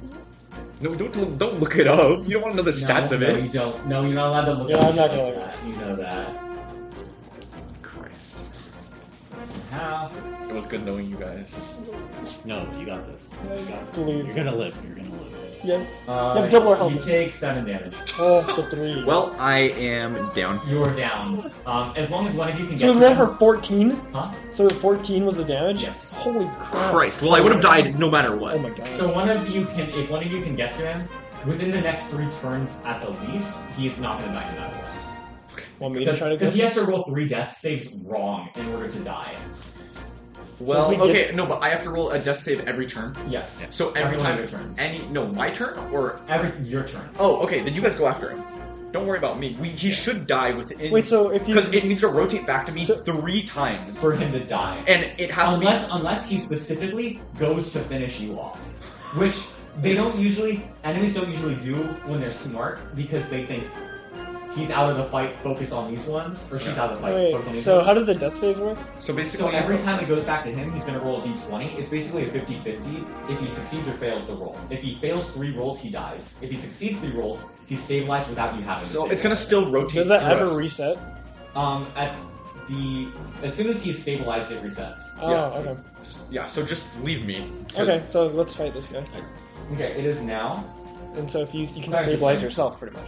C: No, don't look- don't look it up. You don't want to know the stats
A: no,
C: of
A: no,
C: it.
A: You don't. No, you're not allowed to look.
B: Yeah,
A: up
B: I'm not
A: shit
B: gonna
A: like
B: look.
A: that. You know that.
C: Christ,
A: How?
C: it was good knowing you guys.
D: No, you got this. You got this.
B: Believe.
D: You're gonna live. You're gonna live.
B: Yeah.
A: Uh,
B: You have double our health.
A: You take seven damage.
B: Oh, it's a three.
C: Well, I am down.
A: You're down. Um, as long as one of you can
B: so
A: get.
B: was
A: to
B: that
A: them-
B: for 14?
A: Huh?
B: So 14 was the damage?
A: Yes.
B: Holy crap.
C: Christ. Well, I would have died no matter what.
B: Oh my god.
A: So one of you can, if one of you can get to him within the next three turns at the least, he's not going to die in that way.
B: Want me to try to go?
A: Because he has to roll three death saves wrong in order to die.
C: Well,
B: So if we
C: okay,
B: get-
C: no, but I have to roll a death save every turn.
A: Yes.
C: So every
A: Everyone
C: time,
A: your turns.
C: any no, my turn or
A: Every your turn.
C: oh, okay, then you guys go after him. Don't worry about me. We, he should die within.
B: Wait, so if you.
C: because it needs to rotate back to me
B: So-
C: three times,
A: For him to die.
C: and it has
A: unless
C: to
A: unless he specifically goes to finish you off, which they don't usually enemies don't usually do when they're smart because they think he's out of the fight, focus on these ones, or she's out of the fight, focus on
B: Wait,
A: these
B: so
A: ones.
B: how did the death saves work?
C: be. So basically,
A: so every time it goes back to him, he's going to roll a d20. It's basically a 50-50. If he succeeds or fails the roll, if he fails three rolls, he dies. If he succeeds three rolls, he's stabilized without you having. to
C: so
A: stabilize
C: it's gonna
A: him.
C: still rotate.
B: Does that
C: through
B: ever
C: us.
B: reset?
A: Um, at the as soon as he's stabilized, it resets.
B: Oh,
C: Yeah.
B: okay.
C: Yeah. So just leave me. to-
B: Okay, so let's fight this guy.
A: Okay, it is now.
B: And so if you you can
A: That's
B: stabilize
A: fine.
B: yourself pretty much.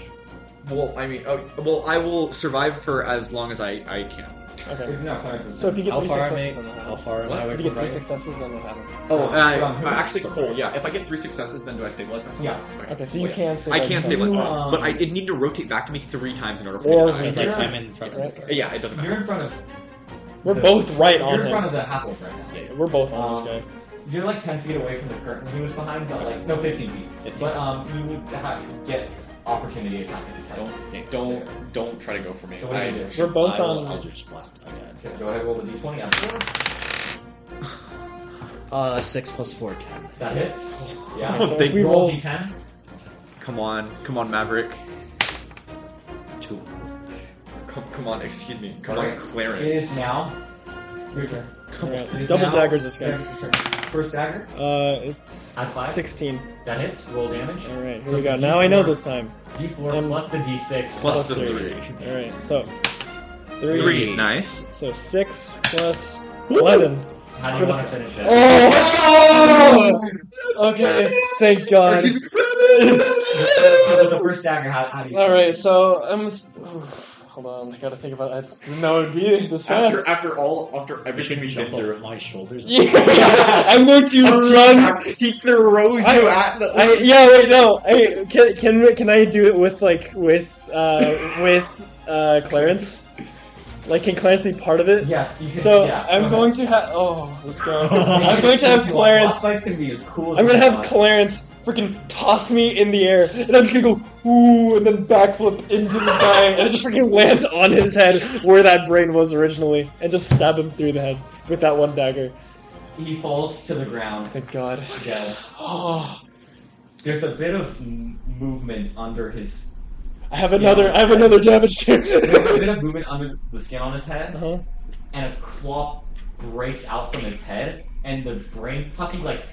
C: Well, I mean, oh, well, I will survive for as long as I I can.
B: Okay.
A: It's now Clarence.
B: So if you get
A: How
B: three
A: far am I-
B: successes, then what
D: How
B: happens?
D: far am I away
B: If you
D: from
B: get three
D: right?
B: successes, then what happens?
C: Oh,
A: Um,
C: uh,
A: um, who-
C: actually, Cole. Yeah. If I get three successes, then do I stabilize myself?
A: Yeah.
B: Okay, so
C: Oh,
B: you
C: yeah.
B: can
C: I
B: stabilize.
C: can
B: yourself.
C: stabilize, myself,
A: Um,
C: but I it need to rotate back to me three times in order for
B: Or
C: me to die.
D: It's
A: You're-
D: like I'm in front of the door.
C: Yeah, it doesn't matter.
A: You're in front of.
B: We're
A: the-
B: both right on
A: You're in front
B: him.
A: of the half right now.
D: Yeah.
B: We're both on this
A: Um,
B: guy.
A: You're like ten feet away from the curtain he was behind, but like no, fifteen feet.
D: 15.
A: But um, you would have get opportunity attack if you try.
D: Don't- yeah,
C: Don't don't try to go for me.
A: So what do you do?
C: I-
B: We're both
D: I will
B: on.
D: Eldritch Blast again.
A: Okay, go ahead, roll the d20 on four.
D: Uh, six plus four, ten.
A: That hits. Yeah.
C: Oh,
B: so
C: they
B: if we
A: roll
B: roll,
A: d10.
C: Come on, come on, Maverick.
D: Two.
C: Come, come on, excuse me. Come
A: Alright. It
C: on, Clarence.
A: is now. Your turn. It
B: Alright,
A: is
B: double
A: now
B: daggers this guy.
A: Darius's turn. First dagger.
B: Uh, it's
A: At five?
B: sixteen.
A: That hits. Roll damage.
B: All right,
A: So
B: here we
A: it's a
B: go. Now I know
A: D4.
B: this time.
A: D4
B: Um,
A: plus the d6
C: Plus the
B: Plus
C: three.
B: three. All right, so three.
C: Three, nice.
B: So six plus eleven.
A: How do you want to finish it?
B: Oh! Okay, thank God.
A: So the first dagger. How, how do you?
B: Oh! All right, so I'm. s- oof, hold on, I gotta think about. I didn't know it'd be this fast.
C: After, after all, after
D: You
C: everything
D: should
C: we've
D: jump
C: been
D: off
C: through.
D: my shoulders.
B: Yeah, I'm going to run.
C: He throws
B: I-
C: you at the.
B: I, yeah, wait, no. I, can can can I do it with like with uh with uh Clarence? Like, can Clarence be part of it?
A: Yes. You can,
B: So
A: yeah,
B: I'm
A: go ahead.
B: going to have. Oh, let's go.
A: Make
B: I'm
A: it
B: going to have
A: easy.
B: Clarence.
A: Last night's gonna be as cool as
B: I'm gonna
A: you
B: have
A: want.
B: Clarence freaking toss me in the air, and I'm just gonna go ooh, and then backflip into the sky, and I just freaking land on his head where that brain was originally, and just stab him through the head with that one dagger.
A: He falls to the ground.
B: Thank God.
A: Dead.
B: Oh,
A: There's a bit of m- movement under his.
B: I have another. I have another damage.
A: There's a
B: uh-huh.
A: bit of movement under the skin on his head, and a claw breaks out from his head, and the brain fucking like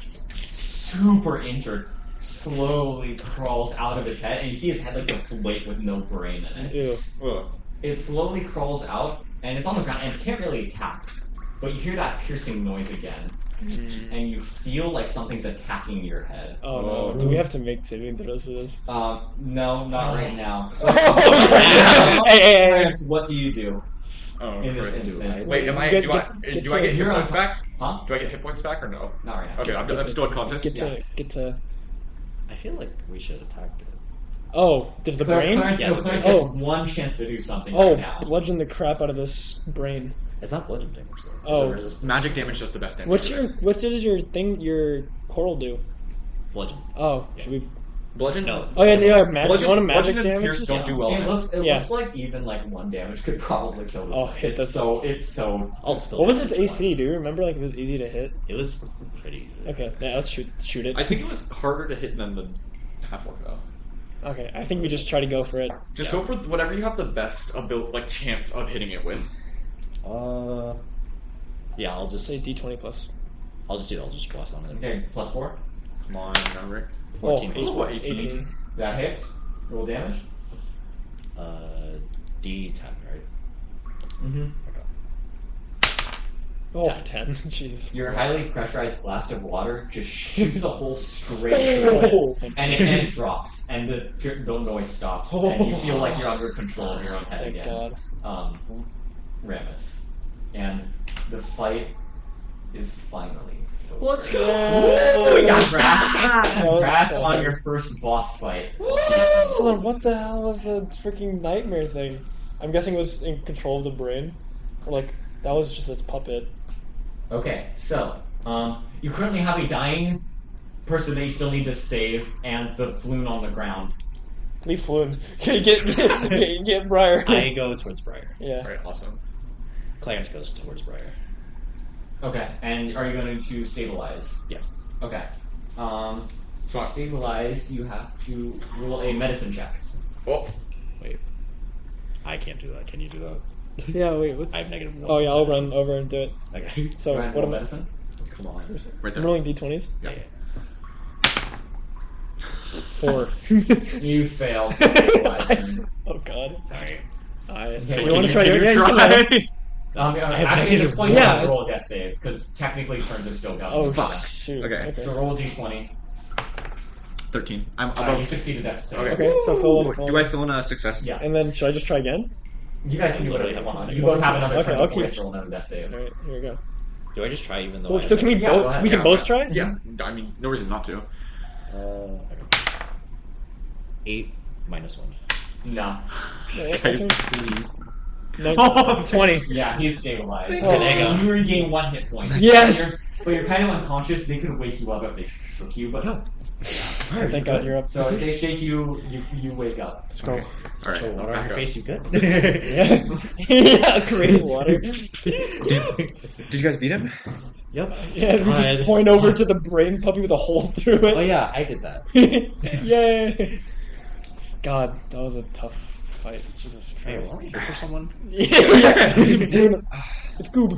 A: super injured slowly crawls out of his head, and you see his head like deflate with no brain in it.
B: Ew.
C: Ugh.
A: It slowly crawls out, and it's on the ground, and it can't really attack. But you hear that piercing noise again, and you feel like something's attacking your head.
B: Oh
C: Whoa.
B: no. Do we have to make saving throws for this?
A: Um, no, not right now.
B: hey, hey, hey, hey.
A: Clarence, what do you do
C: Oh,
A: in this
C: great.
A: instant?
C: Wait, am I?
B: Get-
C: do I?
B: get- get
C: do I
B: to-
C: get hit
A: you're
C: points
A: on-
C: back?
A: Huh?
C: Do I get hit points back or no?
A: Not right now.
C: Okay, I'm,
B: Get
C: I'm
B: to-
C: still unconscious.
B: Get to
A: Yeah.
B: get to.
D: I feel like we should attack it.
B: Oh, did the
A: Clar-
B: brain?
A: Clarence,
D: Yeah,
A: no,
D: the
A: Clarence
B: brain.
A: has one chance to do something
B: Oh,
A: right now.
B: bludgeon the crap out of this brain.
D: It's not bludgeon damage though. It's
B: Oh.
D: a resist-
C: Magic damage is just the best damage.
B: What's
C: right?
B: your what does your thing your coral do?
D: bludgeon.
B: Oh, should we?
C: bludgeon?
D: No.
B: Oh yeah, yeah. Magic.
C: Bludgeon-
B: you want a magic
C: bludgeon and
B: damage?
C: pierce don't do well.
A: See, it looks, it
B: Yeah.
A: looks like even like one damage could probably kill this.
B: Oh,
A: thing.
B: hit
A: it's
B: this.
A: so it's so.
D: I'll still.
B: What was its
D: Eldritch
B: AC? Do you remember? Like it was easy to hit.
D: Blast. It was pretty easy.
B: Okay, yeah, let's shoot shoot it.
C: I think it was harder to hit than the half orc though.
B: okay, I think we just try to go for it.
C: Just go for whatever you have the best abil- like chance of hitting it with.
D: Uh. Yeah, I'll just.
B: Say D twenty plus.
D: I'll just do Eldritch Blast on it.
A: Okay, plus four.
C: Come on, remember.
B: Fourteen. Oh,
D: 14.
E: Ooh, 18.
A: That hits. Roll damage.
D: Uh, D10, right?
A: Mm-hmm.
D: Okay.
B: Oh, 10. Jeez.
A: Your highly pressurized blast of water just shoots a hole straight through it.
B: Oh,
A: And it, and it drops, and the, the noise stops, and you feel like you're under control of your own head
B: thank
A: again.
B: Oh, God.
A: um, Ramus, and the fight is finally. over.
D: Let's go!
B: Yay! That was
A: Congrats
B: so
A: on
B: bad.
A: your first boss fight.
B: So then what the hell was the freaking nightmare thing? I'm guessing it was in control of the brain. Or like that was just its puppet.
A: Okay, so um, you currently have a dying person that you still need to save, and the flume on the ground.
B: Leaf Loon. Get get get, get, get Briar.
D: I go towards Briar.
B: yeah.
C: Alright, awesome.
D: Clarence goes towards Briar.
A: Okay, and are you going to stabilize?
D: Yes.
A: Okay. Um, to stabilize, you have to roll a medicine check.
C: Oh,
D: Wait. I can't do that. Can you do that?
B: Yeah. Wait. What's?
D: I have negative one.
B: oh yeah. I'll run over and do it.
D: Okay.
B: So
A: Go ahead,
B: what
A: roll
B: am I?
A: medicine? Come on.
C: right
B: I'm
C: there.
B: rolling d20s.
C: Yeah.
B: Four.
A: You fail to stabilize him.
B: oh God.
D: Sorry.
A: Hey,
B: I. Do
A: can
B: you
A: you-
B: want to try
C: can
B: your
C: you
B: yeah, you can.
C: try?
A: Um, yeah, actually,
D: have
A: at
D: negative
A: this point,
B: one.
A: you have to
B: Yeah.
A: roll a death save because technically turns are still gone.
B: Oh
C: Fuck.
B: shoot.
C: Okay.
A: So roll d d20.
C: 13.
A: Uh,
C: I'm
A: you
C: about.
A: succeeded death save.
C: Okay.
B: Okay, so fill in,
C: Ooh,
B: fill in.
C: Do I fill in a success?
A: Yeah.
B: And then should I just try again?
A: You guys can do whatever you
D: Literally
A: want.
D: have
A: You both have another
B: Okay,
A: turn
B: I'll
A: before you
B: keep-
A: roll another death save.
B: All right. Here we go.
D: Do I just try even though
B: Well,
D: I
B: so can we
A: Yeah, go
B: both?
A: ahead.
B: We can
C: Yeah,
B: both
C: okay.
B: try.
C: Yeah. I mean, no reason not to.
D: Uh, okay. Eight minus one.
A: No.
B: Alright,
C: Guys,
B: okay.
C: please.
B: Nine-
C: Oh,
B: 20.
A: Yeah, he's stabilized.
B: Okay, there
D: you go.
A: You regain one hit point.
B: Yes!
A: But you're, but you're kind of unconscious. They could wake you up if they shook you, but
B: Oh. Thank God you're up.
A: so if they shake you, you you wake up.
B: Let's go.
C: All right.
D: So
C: I'll
D: water on
C: back
D: your
C: up.
D: face, you good?
B: Yeah. yeah, create water.
C: Did you guys beat him?
D: Yep.
B: Yeah, we just
D: God.
B: point over to the brain puppy with a hole through
D: Oh
B: it.
D: yeah, I did that.
B: Yay! God, that was a tough fight. Jesus
D: Hey,
B: Christ.
D: weren't we here for someone?
B: yeah, it's Goob.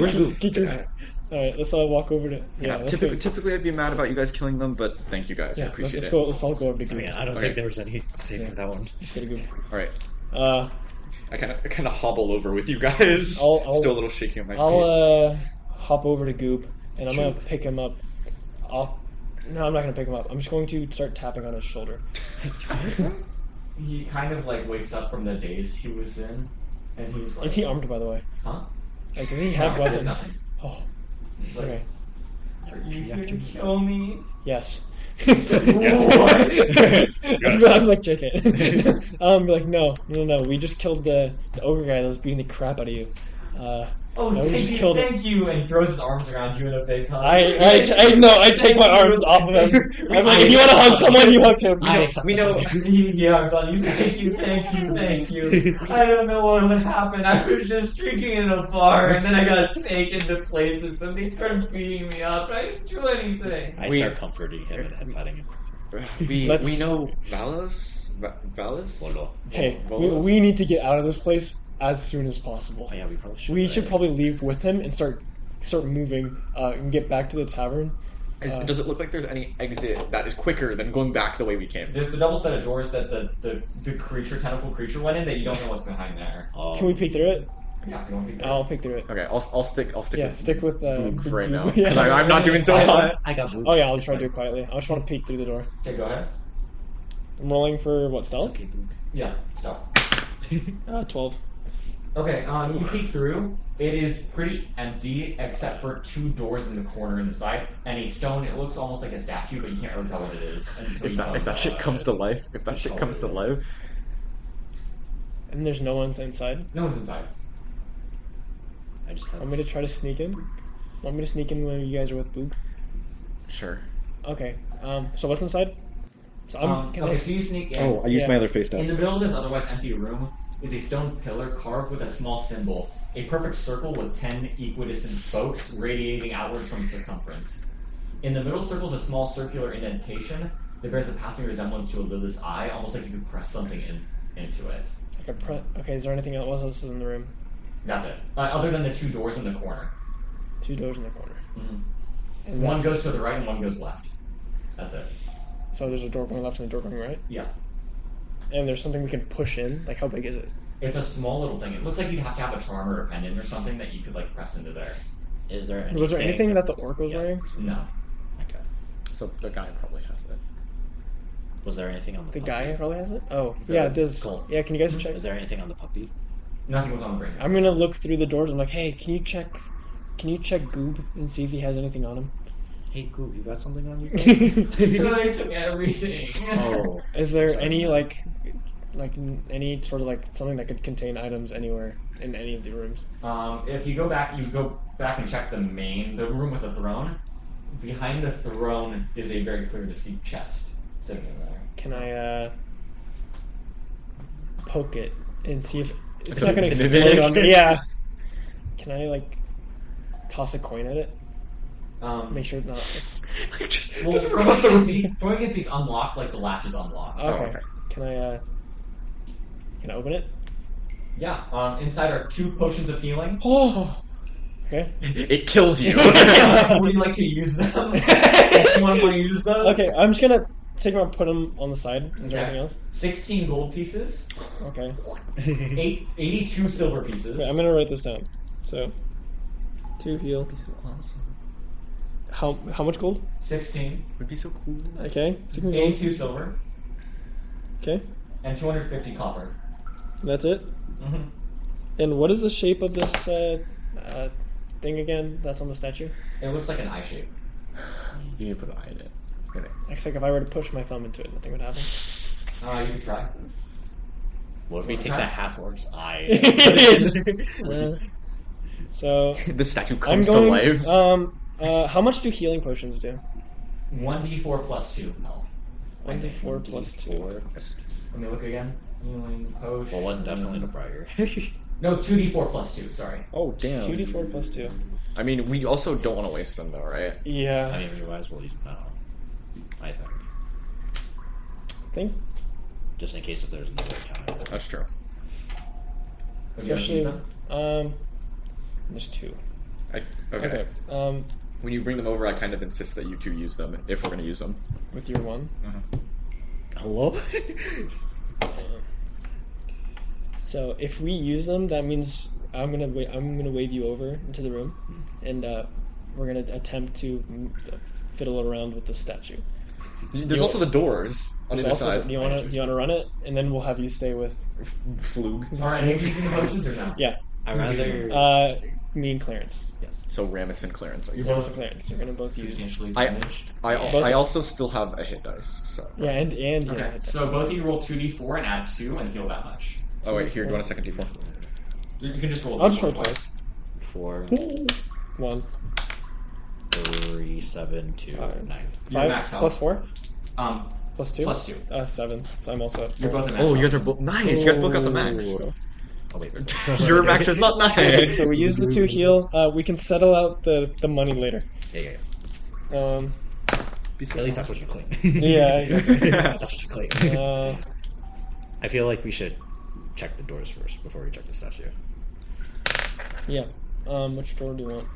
D: Where's Goob?
B: Alright, let's all walk over to. Yeah, let's
C: typically,
B: go.
C: typically, I'd be mad about you guys killing them, but thank you guys.
B: Yeah,
C: I appreciate
B: let's
C: it.
B: go. Let's all go over to
D: I mean,
B: Goob.
D: I don't
C: Okay.
D: think there was any save
B: Yeah.
D: for that one.
B: Let's go to Goob.
C: All right.
B: Uh,
C: I kind of, I kind of hobble over with you guys.
B: I'll- I'll-
C: Still a little shaky on my
B: I'll
C: feet.
B: uh, hop over to Goop, and I'm gonna
D: Shoot.
B: pick him up. I'll, no, I'm not gonna pick him up. I'm just going to start tapping on his shoulder.
A: He kind of like wakes up from the daze he was in, and he's like,
B: Is he armed, by the way?
A: huh?
B: Like, does he have
A: No, there's
B: weapons?
A: nothing.
B: Oh,
A: He's like,
B: okay.
A: Are you
D: You have
A: here
D: to
A: to
D: kill
A: kill me?
B: Yes.
D: Yes.
B: I'm like, check it. um, like, no, no, no. We just killed the, the ogre guy that was beating the crap out of you. Uh,
A: Oh,
B: no, we
A: thank
B: just
A: you,
B: killed him.
A: thank you, and he throws his arms around you in a big hug.
B: I, I, t- I, no, I take my arms off of him. I'm like, if you want to hug someone, you hug him.
D: I accept
C: we
D: the
C: know-
D: hug.
A: He he arms on you. Thank you, thank you, thank you. I don't know what would happen. I was just drinking in a bar, and then I got taken to places, and they started beating me up. I didn't do anything.
D: I
C: We-
D: start comforting him and headbutting him.
C: we,
B: Let's-
C: we know Valos, Va- Valos.
D: Lolo.
B: Hey, we,
C: Valos?
B: we need to get out of this place as soon as possible.
D: Oh yeah, we probably should.
B: We
D: uh,
B: should probably leave with him and start start moving uh, and get back to the tavern.
C: Is-
B: Uh,
C: does it look like there's any exit that is quicker than going back the way we came?
A: There's a double set of doors that the, the, the creature, tentacle creature, went in that you don't know what's behind there.
D: um,
B: Can we peek through it?
A: Yeah, you won't be there.
B: I'll peek through it.
C: Oh. Okay, I'll, I'll stick. I'll stick.
B: Yeah,
C: with
B: stick with, uh,
C: Boog
B: with
C: right
B: Boog.
C: now. 'cause
B: Yeah.
C: I, am not doing so
D: I
C: hot.
D: got, I got moved.
B: Oh yeah, I'll try to do it quietly. I just want to peek through the door.
A: Okay, go ahead.
B: I'm rolling for what stealth?
D: Okay, Boog.
A: Yeah, stop.
B: Uh, Twelve.
A: Okay, um, you peek through. It is pretty empty except for two doors in the corner in the side and a stone. It looks almost like a statue, but you can't really tell what it is until
C: If
A: you
C: that,
A: come,
C: if
A: uh,
C: that shit comes to life, if that shit comes to life,
B: And there's no one's inside.
A: No one's inside.
D: I just have.
B: Want me to try to sneak in? Want me to sneak in when you guys are with Boog?
C: sure.
B: Okay. Um. So what's inside? So I'm.
A: Um,
B: can I
A: okay,
B: s-
A: so you sneak in.
C: Oh,
D: I
B: used my other
D: face
A: In the middle of this otherwise empty room is a stone pillar carved with a small symbol, a perfect circle with ten equidistant spokes radiating outwards from its circumference. In the middle circle is a small circular indentation that bears a passing resemblance to a Lilith's eye, almost like you could press something in, into it.
B: like a pre- okay. Is there anything else else is in the room?
A: That's it. Uh, other than the two doors in the corner.
B: Two doors in the corner.
A: Mhm.
B: And
A: One
B: that's-
A: goes to the right and one goes left. That's it.
B: So there's a door going left and a door going right,
A: Yeah.
B: and there's something we can push in. Like how big is it?
A: It's a small little thing. It looks like you'd have to have a charm or a pendant or something that you could like press into there.
D: Is there anything?
B: Was there anything that the orc was
D: Yeah.
B: wearing?
A: No.
D: Okay.
C: So the guy probably has it.
D: Was there anything on the,
B: The
D: puppy?
B: guy probably has it. Oh,
C: The
B: yeah, it does.
D: cult.
B: Yeah, can you guys check?
D: Is there anything on the puppy?
A: Nothing was on the brain.
B: I'm gonna look through the doors. I'm like, hey, can you check? Can you check Goob and see if he has anything on
D: Hey, Goob, you got something on you?
B: him?
A: I took everything.
D: oh,
B: Is there any like, like n- any sort of like something that could contain items anywhere in any of the rooms?
A: Um, if you go back, you go back and check the main, the room with the throne. Behind the throne is a very clear to see chest sitting in there.
B: Can I uh poke it and see if it's
C: It's
B: not gonna
C: a-
B: explode on me? Yeah. Can I like toss a coin at it?
A: Um,
B: Make sure it's not.
C: Like, just,
A: Well,
C: just
A: from what
C: across
A: you
C: the
A: can
C: room.
A: see, from what you can see, it's unlocked. Like the latch is unlocked.
B: Okay.
C: okay.
B: Can I uh can I open it?
A: yeah. Um, inside are two potions of healing.
B: Oh. Okay.
C: It kills you.
A: Would you like to use them? Anyone want to use those?
B: Okay. I'm just gonna take them and put them on the side. Is there
A: Okay.
B: anything else?
A: 16 gold pieces,
B: Okay.
A: eight, 82 silver pieces.
B: Wait, I'm gonna write this down. So, two heal. How how much gold?
A: 16,
C: would be so cool.
B: Okay. Six gold.
A: 82 silver,
B: Okay.
A: and 250 copper.
B: And that's it.
A: hmm
B: And what is the shape of this uh, uh, thing again? That's on the statue.
A: It looks like an eye shape.
C: You need to put an eye in it. Okay.
B: Except if I were to push my thumb into it, nothing would happen.
A: Uh, you can try.
D: what if we take the half orc's eye?
B: Uh, so
C: The statue
B: I'm
C: comes to
B: going.
C: life.
B: Um, uh, how much do healing potions do?
A: 1d4 plus 2 health.
B: One d four plus two.
A: Let me look again. Healing potion.
D: Well, one definitely the brighter.
A: No, 2d4 plus 2, sorry.
C: oh damn.
B: Two d four plus two.
C: I mean, we also don't want to waste them though, right?
D: I
B: Yeah,
D: mean, we might as well use it now. I think,
B: I think
D: just in case if there's another time.
C: That's true.
A: Would you like to use
B: especially
A: them?
B: um, there's two.
C: I, okay.
B: Okay. Um,
C: When you bring them over, I kind of insist that you two use them if we're gonna use them.
B: with your one.
D: Hello.
B: So if we use them, that means I'm gonna wa- I'm gonna wave you over into the room, and uh, we're gonna attempt to m- fiddle around with the statue.
C: There's also the doors on the
B: There's
C: other
B: also-
C: side.
B: do you wanna do you wanna run it, and then we'll have you stay with
C: F- Flug.
A: Alright, are you using the potions or no?
B: yeah,
D: I rather.
B: uh, me and Clarence.
D: yes.
C: So Ramus and Clarence. Are you
B: Both of Clarence. We're gonna both use.
A: Substantially
C: I-
A: damaged.
C: I,
B: Both-
C: I also still have a hit dice. So.
B: Yeah, and and yeah.
A: Okay, so both of you roll 2d4 and add 2 and heal that much.
C: Oh wait, here. Do you want a second d4?
A: You can just roll
B: I'll
A: d4
B: just roll
A: twice.
D: Four,
B: one
D: three, seven, two,
B: Five.
D: nine.
A: You're
B: five
A: max health.
B: plus four
A: Um,
B: plus two
A: plus 2.
B: uh, seven. So I'm also. at
A: You're
B: four.
A: both at max
C: Oh, you guys
A: health.
C: are both nice. You guys both got the max.
D: Ooh. Oh wait.
C: Your max is not
B: Okay,
C: nice.
B: so we use the two heal. Uh, we can settle out the the money later.
D: Yeah, yeah, yeah.
B: Um, uh,
D: At least that's what you claim.
B: yeah. exactly.
D: That's what you claim.
B: Uh,
D: I feel like we should check the doors first before we check the statue.
B: yeah. Um, which door do you want?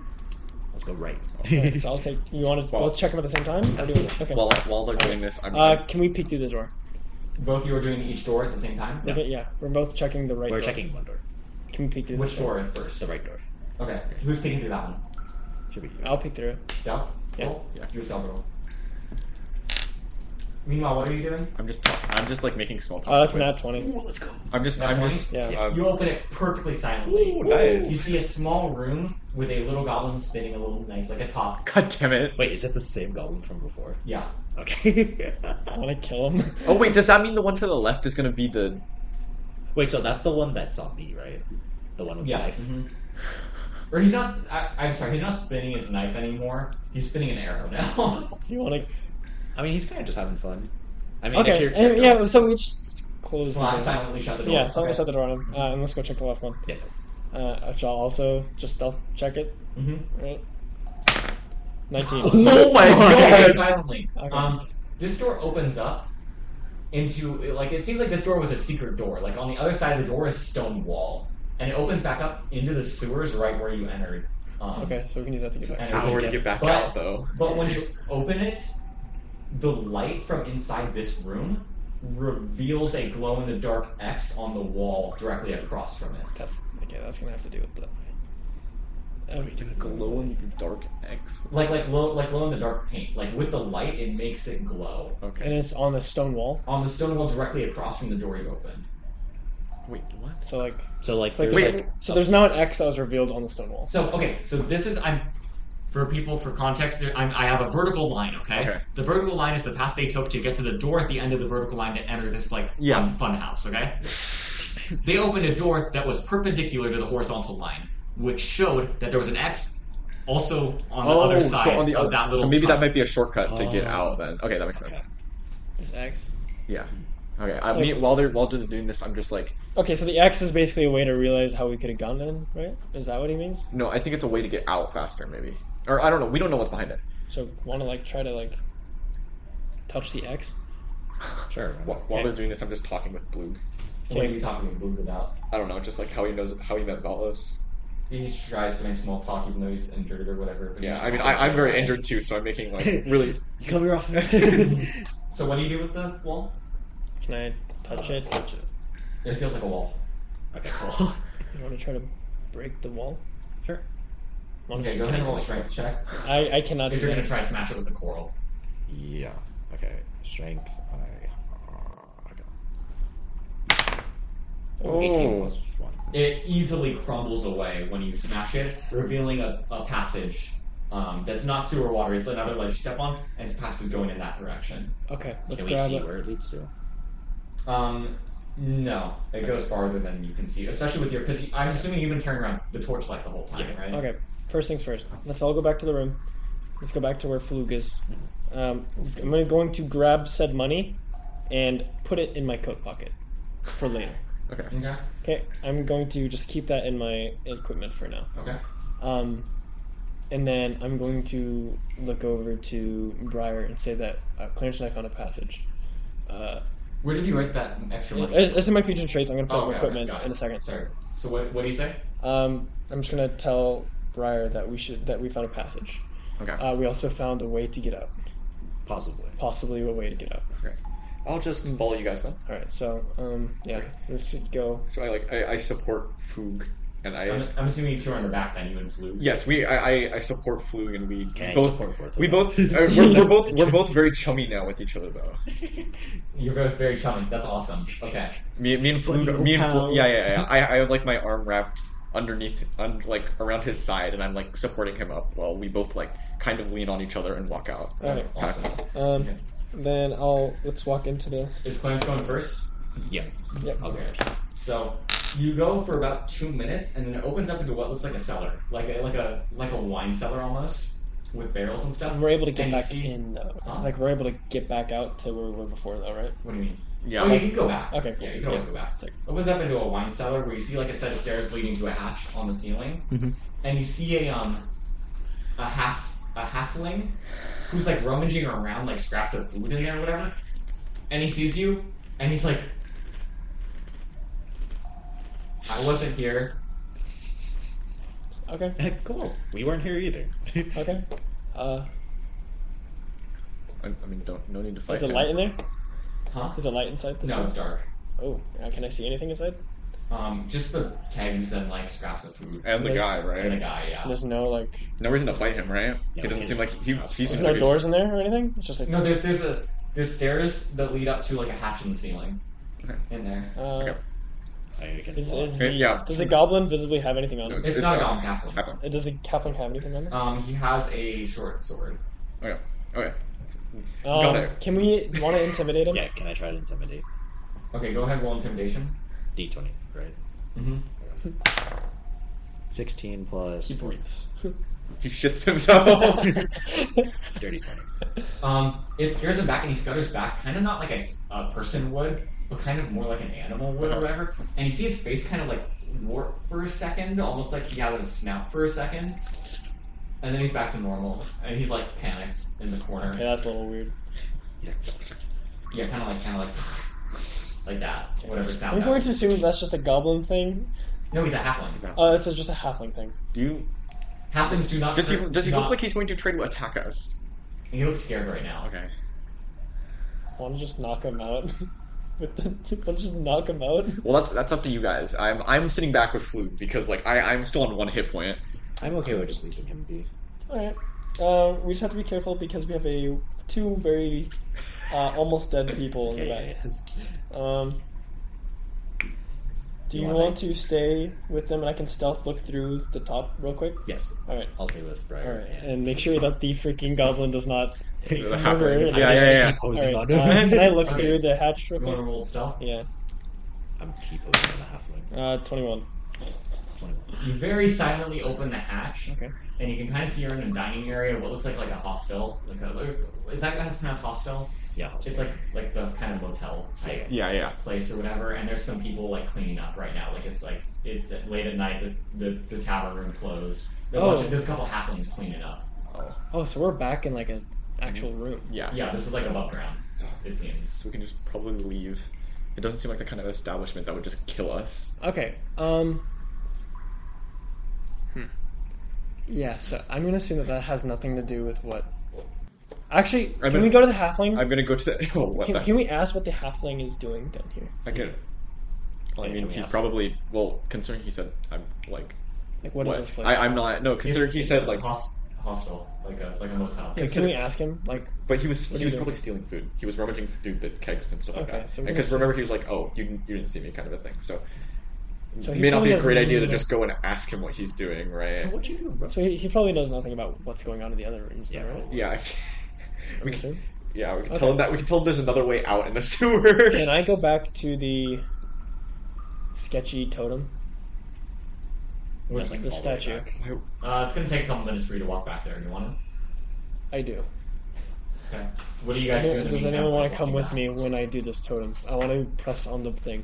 D: Let's go right.
B: Okay, so I'll take. You want to?
C: Well-
B: we'll check them at the same time. Or do you wanna- okay.
C: While, while they're doing this, I'm.
B: uh, can we peek through the door?
A: Both of you are doing each door at the same time?
B: We're gonna- yeah, we're both checking the right.
D: We're
B: door.
D: checking one door.
B: Can we peek through
A: Which
B: the door?
A: door at first?
D: The right door.
A: Okay, who's picking through that one?
D: Should be.
B: I'll peek through. it.
A: Stealth?
B: Yeah.
A: Roll?
C: Yeah.
A: Do a stealth roll. Meanwhile, what are you doing?
C: I'm just. I'm just like making small talk.
B: Oh, that's
C: with-
B: not twenty.
D: let's go.
C: I'm just.
A: Nat
C: I'm
A: 20?
C: just.
B: Yeah.
C: um,
A: you open it perfectly silently.
C: Ooh,
A: You
C: nice.
A: see a small room with a little goblin spinning a little knife like a top.
C: God damn it.
D: Wait, is it the same goblin from before?
A: Yeah.
D: Okay.
B: Want to kill him?
C: Oh wait, does that mean the one to the left is gonna be the?
D: Wait, so that's the one that saw me, right? The one with
A: Yeah.
D: the knife.
C: Mm-hmm.
A: mhm. Or he's not. I, I'm sorry. He's not spinning his knife anymore. He's spinning an arrow now.
B: You want to?
D: I mean, he's kind of just having fun. I mean, if
B: Okay.
D: you're,
B: and- yeah. So we just close the
A: Sli-
B: door.
A: silently shut the door.
B: Yeah. So
A: okay.
B: I shut the door on him. Uh, and let's go check the left one.
D: yeah.
B: Uh, which I'll also just stealth check it.
A: Mhm.
B: Right. Nineteen.
C: Oh my
A: Okay,
C: god!
A: silently.
B: Okay.
A: Um, this door opens up into like it seems like this door was a secret door. Like on the other side of the door is stone wall, and it opens back up into the sewers right where you entered. Um,
B: okay. So we can use that to get back.
A: And
C: I don't know where to
A: get-
C: get back
A: but-
C: out though.
A: But when you open it, the light from inside this room reveals a glow in the dark X on the wall directly across from it.
B: That's okay. That's gonna have to do with the. Oh, we do
C: Glow in the dark X.
A: Like like glow like glow in the dark paint. Like with the light, it makes it glow
B: And
C: Okay.
B: it's on the stone wall.
A: on the stone wall directly across from the door you opened.
C: Wait, what?
B: So like,
D: So like,
B: it's like,
D: there's
B: there's,
D: like
B: like- so there's now an X that was revealed on the stone wall.
A: So okay, so this is I'm for people for context. there- I'm, I have a vertical line. Okay?
C: Okay.
A: the vertical line is the path they took to get to the door at the end of the vertical line to enter this like
C: Yeah.
A: fun, fun house. Okay, they opened a door that was perpendicular to the horizontal line, which showed that there was an X also on the other side
C: Oh, so on the
A: of
C: other,
A: that little.
C: so maybe that
A: tunnel.
C: might be a shortcut to get
D: Oh.
C: out. Then okay, that makes sense.
B: This X.
C: Yeah. Okay. I
B: So-
C: mean, while they're while they're doing this, I'm just like,
B: Okay, so the X is basically a way to realize how we could have gone in, right? Is that what he means?
C: no, I think it's a way to get out faster, maybe. Or I don't know. We don't know what's behind it.
B: So want to like try to like touch the X?
D: sure.
C: Wh- While,
B: Okay.
C: they're doing this, I'm just talking with Blug.
A: What are you talking to Boog about?
C: I don't know, just like how he knows how he met Velos.
A: He tries to make small talk, even though he's injured or whatever. but he
C: Yeah.
A: just
C: I mean,
A: talks
C: I, I'm
A: about
C: very
A: it.
C: injured too, so I'm making like really.
D: You come here often.
A: So what do you do with the wall?
B: Can I touch it?
D: Touch it.
A: It feels like a wall.
D: Okay, cool.
B: You want to try to break the wall?
D: Sure.
A: Okay, go ahead and roll a strength check.
B: I I cannot.
A: Uh, If
B: do
A: you're
B: that.
A: gonna try to smash it with the coral.
D: Yeah. Okay. Strength. I. Uh, I got
C: Oh.
D: 18 plus one.
A: It easily crumbles away when you smash it, revealing a, a passage um, that's not sewer water. It's another ledge you step on, and it's passage going in that direction.
B: Okay, let's
D: Can we
B: grab
D: see
B: it.
D: where it leads to?
A: Um, no, it goes farther than you can see, especially with your. Because I'm assuming you've been carrying around the torchlight the whole time, right?
B: Okay, first things first. Let's all go back to the room. Let's go back to where Flug is. Um, I'm gonna- going to grab said money and put it in my coat pocket for later.
C: Okay.
A: Okay.
B: Okay, I'm going to just keep that in my equipment for now.
A: Okay.
B: Um, and then I'm going to look over to Briar and say that uh, Clarence and I found a passage. Uh,
A: Where did you write that extra money?
B: it- it's in my future traits. I'm gonna put
A: Oh,
B: it in
A: okay,
B: my equipment
A: got it.
B: in a second.
A: Sorry. So what? What do you say?
B: Um, I'm just gonna tell Briar that we should that we found a passage.
C: Okay.
B: Uh, we also found a way to get out,
D: Possibly.
B: possibly a way to get out.
C: okay. I'll just
D: Hmm.
C: follow you guys then.
B: All right, so um, yeah, let's go.
C: So I like I, I support Foog and I.
A: I'm, I'm assuming you two are on the back then, you and Flu.
C: Yes, we. I, I, I support Flug, and we
D: Okay, I
C: both.
D: support both of
C: we
D: them.
C: both. uh, we're, we're both. We're both very chummy now with each other, though.
A: You're both very chummy. That's awesome. Okay.
C: Me, me and
D: Funny
C: Flug. Me and
D: pal.
C: Flug, Yeah, yeah, yeah. I, I have like my arm wrapped underneath, un, like around his side, and I'm like supporting him up while we both like kind of lean on each other and walk out.
B: All right,
A: Awesome.
B: um,
A: Okay.
B: then I'll let's walk into the.
A: Is Clarence going first?
D: Yes.
B: Yep.
A: Okay. So you go for about two minutes, and then it opens up into what looks like a cellar, like a, like a like a wine cellar almost, with barrels and stuff.
B: We're able to get
A: And you
B: back
A: see-
B: in though.
A: Huh?
B: Like we're able to get back out to where we were before though, right?
A: What do you mean?
C: Yeah.
A: Oh, you can go back.
B: Okay, cool.
A: Yeah, you can always
B: Yeah.
A: go back.
B: It's like-
A: opens up into a wine cellar where you see like a set of stairs leading to a hatch on the ceiling, and you see a um a half a halfling who's like rummaging around like scraps of food in there or whatever, and he sees you, and he's like, "I wasn't here."
B: Okay.
D: cool. We weren't here either.
B: Okay. Uh,
C: I, I mean, don't no need to fight.
B: is there
C: him.
B: light in there?
A: Huh?
B: Is there light inside this?
A: uh, No, it's
B: house?
A: dark.
B: Oh, uh, can I see anything inside?
A: Um, just the kegs and like scraps of food.
C: And the
B: There's-
C: guy, right?
A: And the guy, yeah.
B: There's no like.
C: No reason to fight him, right? he
D: Yeah, we
C: doesn't
D: can't-
C: seem like he.
D: no,
C: he
D: it's
C: seems
B: There's
C: like
B: no
C: a-
B: doors in there or anything. It's just like.
A: No, there's there's a there's stairs that lead up to like a hatch in the ceiling.
C: Okay.
A: In there.
B: Uh,
C: Okay.
D: I mean, we can
B: Is,
D: walk.
B: is
C: Yeah, yeah.
B: Does the goblin visibly have anything on
C: No,
B: him?
A: It's not a
C: uh,
A: goblin, halfling.
C: Halfling.
B: Uh, Does the Kaplan have anything on him?
A: Um, he has a short sword.
C: Okay. Okay.
B: Um,
C: Got it.
B: Can we want to intimidate him?
D: Yeah, can I try to intimidate?
A: Okay, go ahead. Roll intimidation.
D: D20, right?
A: Mm-hmm.
D: 16 plus.
B: breathes.
C: He shits himself.
D: Dirty 20.
A: Um, it scares him back and he scutters back, kind of not like a, a person would, but kind of more like an animal would or
C: Uh-huh.
A: whatever. And you see his face kind of like warp for a second, almost like he had a snout for a second. And then he's back to normal. And he's like panicked in the corner.
B: Okay, that's a little weird.
A: Yeah, kind of like, kind of like, like that. Whatever
B: I'm
A: sound. that
B: going to
A: was.
B: assume that's just a goblin thing.
A: No, he's a halfling.
B: Uh, it's just a halfling thing.
C: Do you?
A: Halflings do not.
C: Does he?
A: cur-
C: Does he
A: do
C: look
A: not-
C: like he's going to try to attack us?
A: He looks scared right now.
C: Okay.
B: I want to just knock him out. With the, let's just knock him out.
C: Well, that's that's up to you guys. I'm I'm sitting back with fluke because like I I'm still on one hit point.
D: I'm okay with just leaving him be.
B: All right. Uh, we just have to be careful because we have a two very uh, almost dead people in the back.
D: Yes.
B: Um, do
D: You
B: you,
D: want
B: want
D: me?
B: to stay with them and I can stealth look through the top real quick?
D: Yes.
B: All right.
D: I'll stay with Briar.
B: All right.
D: and-
B: And make sure that the freaking goblin does not.
C: Yeah,
B: Remember,
C: yeah,
B: like,
C: yeah,
D: just
C: yeah.
D: keep posing
B: All right,
D: on
B: uh,
D: him.
B: can I look
A: Okay.
B: through the hatch real
A: You want to
B: quick?
A: roll stealth?
B: Yeah.
D: I'm keep posing on the
B: Uh, 21.
D: halfling. 21.
A: You very silently open the hatch,
B: Okay.
A: and you can kind of see you're in a dining area of what looks like like a hostel. Like a, is that how it's pronounced hostel?
D: Yeah. I'll
A: It's
D: stay.
A: like like the kind of motel type
C: Yeah, yeah.
A: place or whatever. And there's some people like cleaning up right now. Like it's like it's at- late at night. The the, the tavern room closed. There's, a bunch
B: Oh.
A: of, there's a couple halflings cleaning up.
B: Oh, so we're back in like an actual room.
C: Yeah.
A: Yeah, this is like above ground. It seems.
C: So we can just probably leave. It doesn't seem like the kind of establishment that would just kill us.
B: Okay. Um. Hmm. Yeah. So I'm gonna assume that that has nothing to do with what. Actually,
C: I'm
B: can
C: gonna-
B: we go to the halfling?
C: I'm gonna go to the. Oh, what
B: can,
C: the?
B: can we ask what the halfling is doing down here?
C: I can. I
D: Like,
C: mean,
D: can we
C: he's
D: ask-
C: probably well. Considering he said, I'm like.
B: Like, what is
C: what?
B: this place?
C: I, I'm not. No, considering
A: It's-
C: he
A: it's
C: said
A: a
C: like.
A: hos- hostel, like a like a motel.
B: Okay, can we ask him? Like,
C: But he was
B: What are
C: he
B: you
C: was
B: doing?
C: probably stealing food. He was rummaging through the kegs and stuff
B: Okay,
C: like that.
B: so we're
C: Because
B: gonna-
C: remember, he was like, "Oh, you you didn't see me," kind of a thing. So,
B: So
C: it
B: he
C: may not
B: probably
C: be a great
B: doesn't
C: idea to
B: know.
C: just go and ask him what he's doing, right?
D: What'd you do, bro?
B: so he, he probably knows nothing about what's going on in the other rooms. Yeah.
D: Yeah,
B: Right?
D: probably.
C: Yeah. I- we
B: Okay,
C: can,
B: so-
C: yeah, we can
B: Okay.
C: tell him that. We can tell him there's another way out in the sewer.
B: Can I go back to the sketchy totem?
D: That's like
B: the
D: all way
B: statue.
D: back.
C: Why-
A: Uh, it's gonna take a couple minutes for you to walk back there. You want to?
B: I do.
A: Okay. What do you guys do? in the
B: Does
A: meantime
B: anyone
A: while
B: want to come
A: walking
B: with
A: back?
B: me when I do this totem? I want to press on the thing.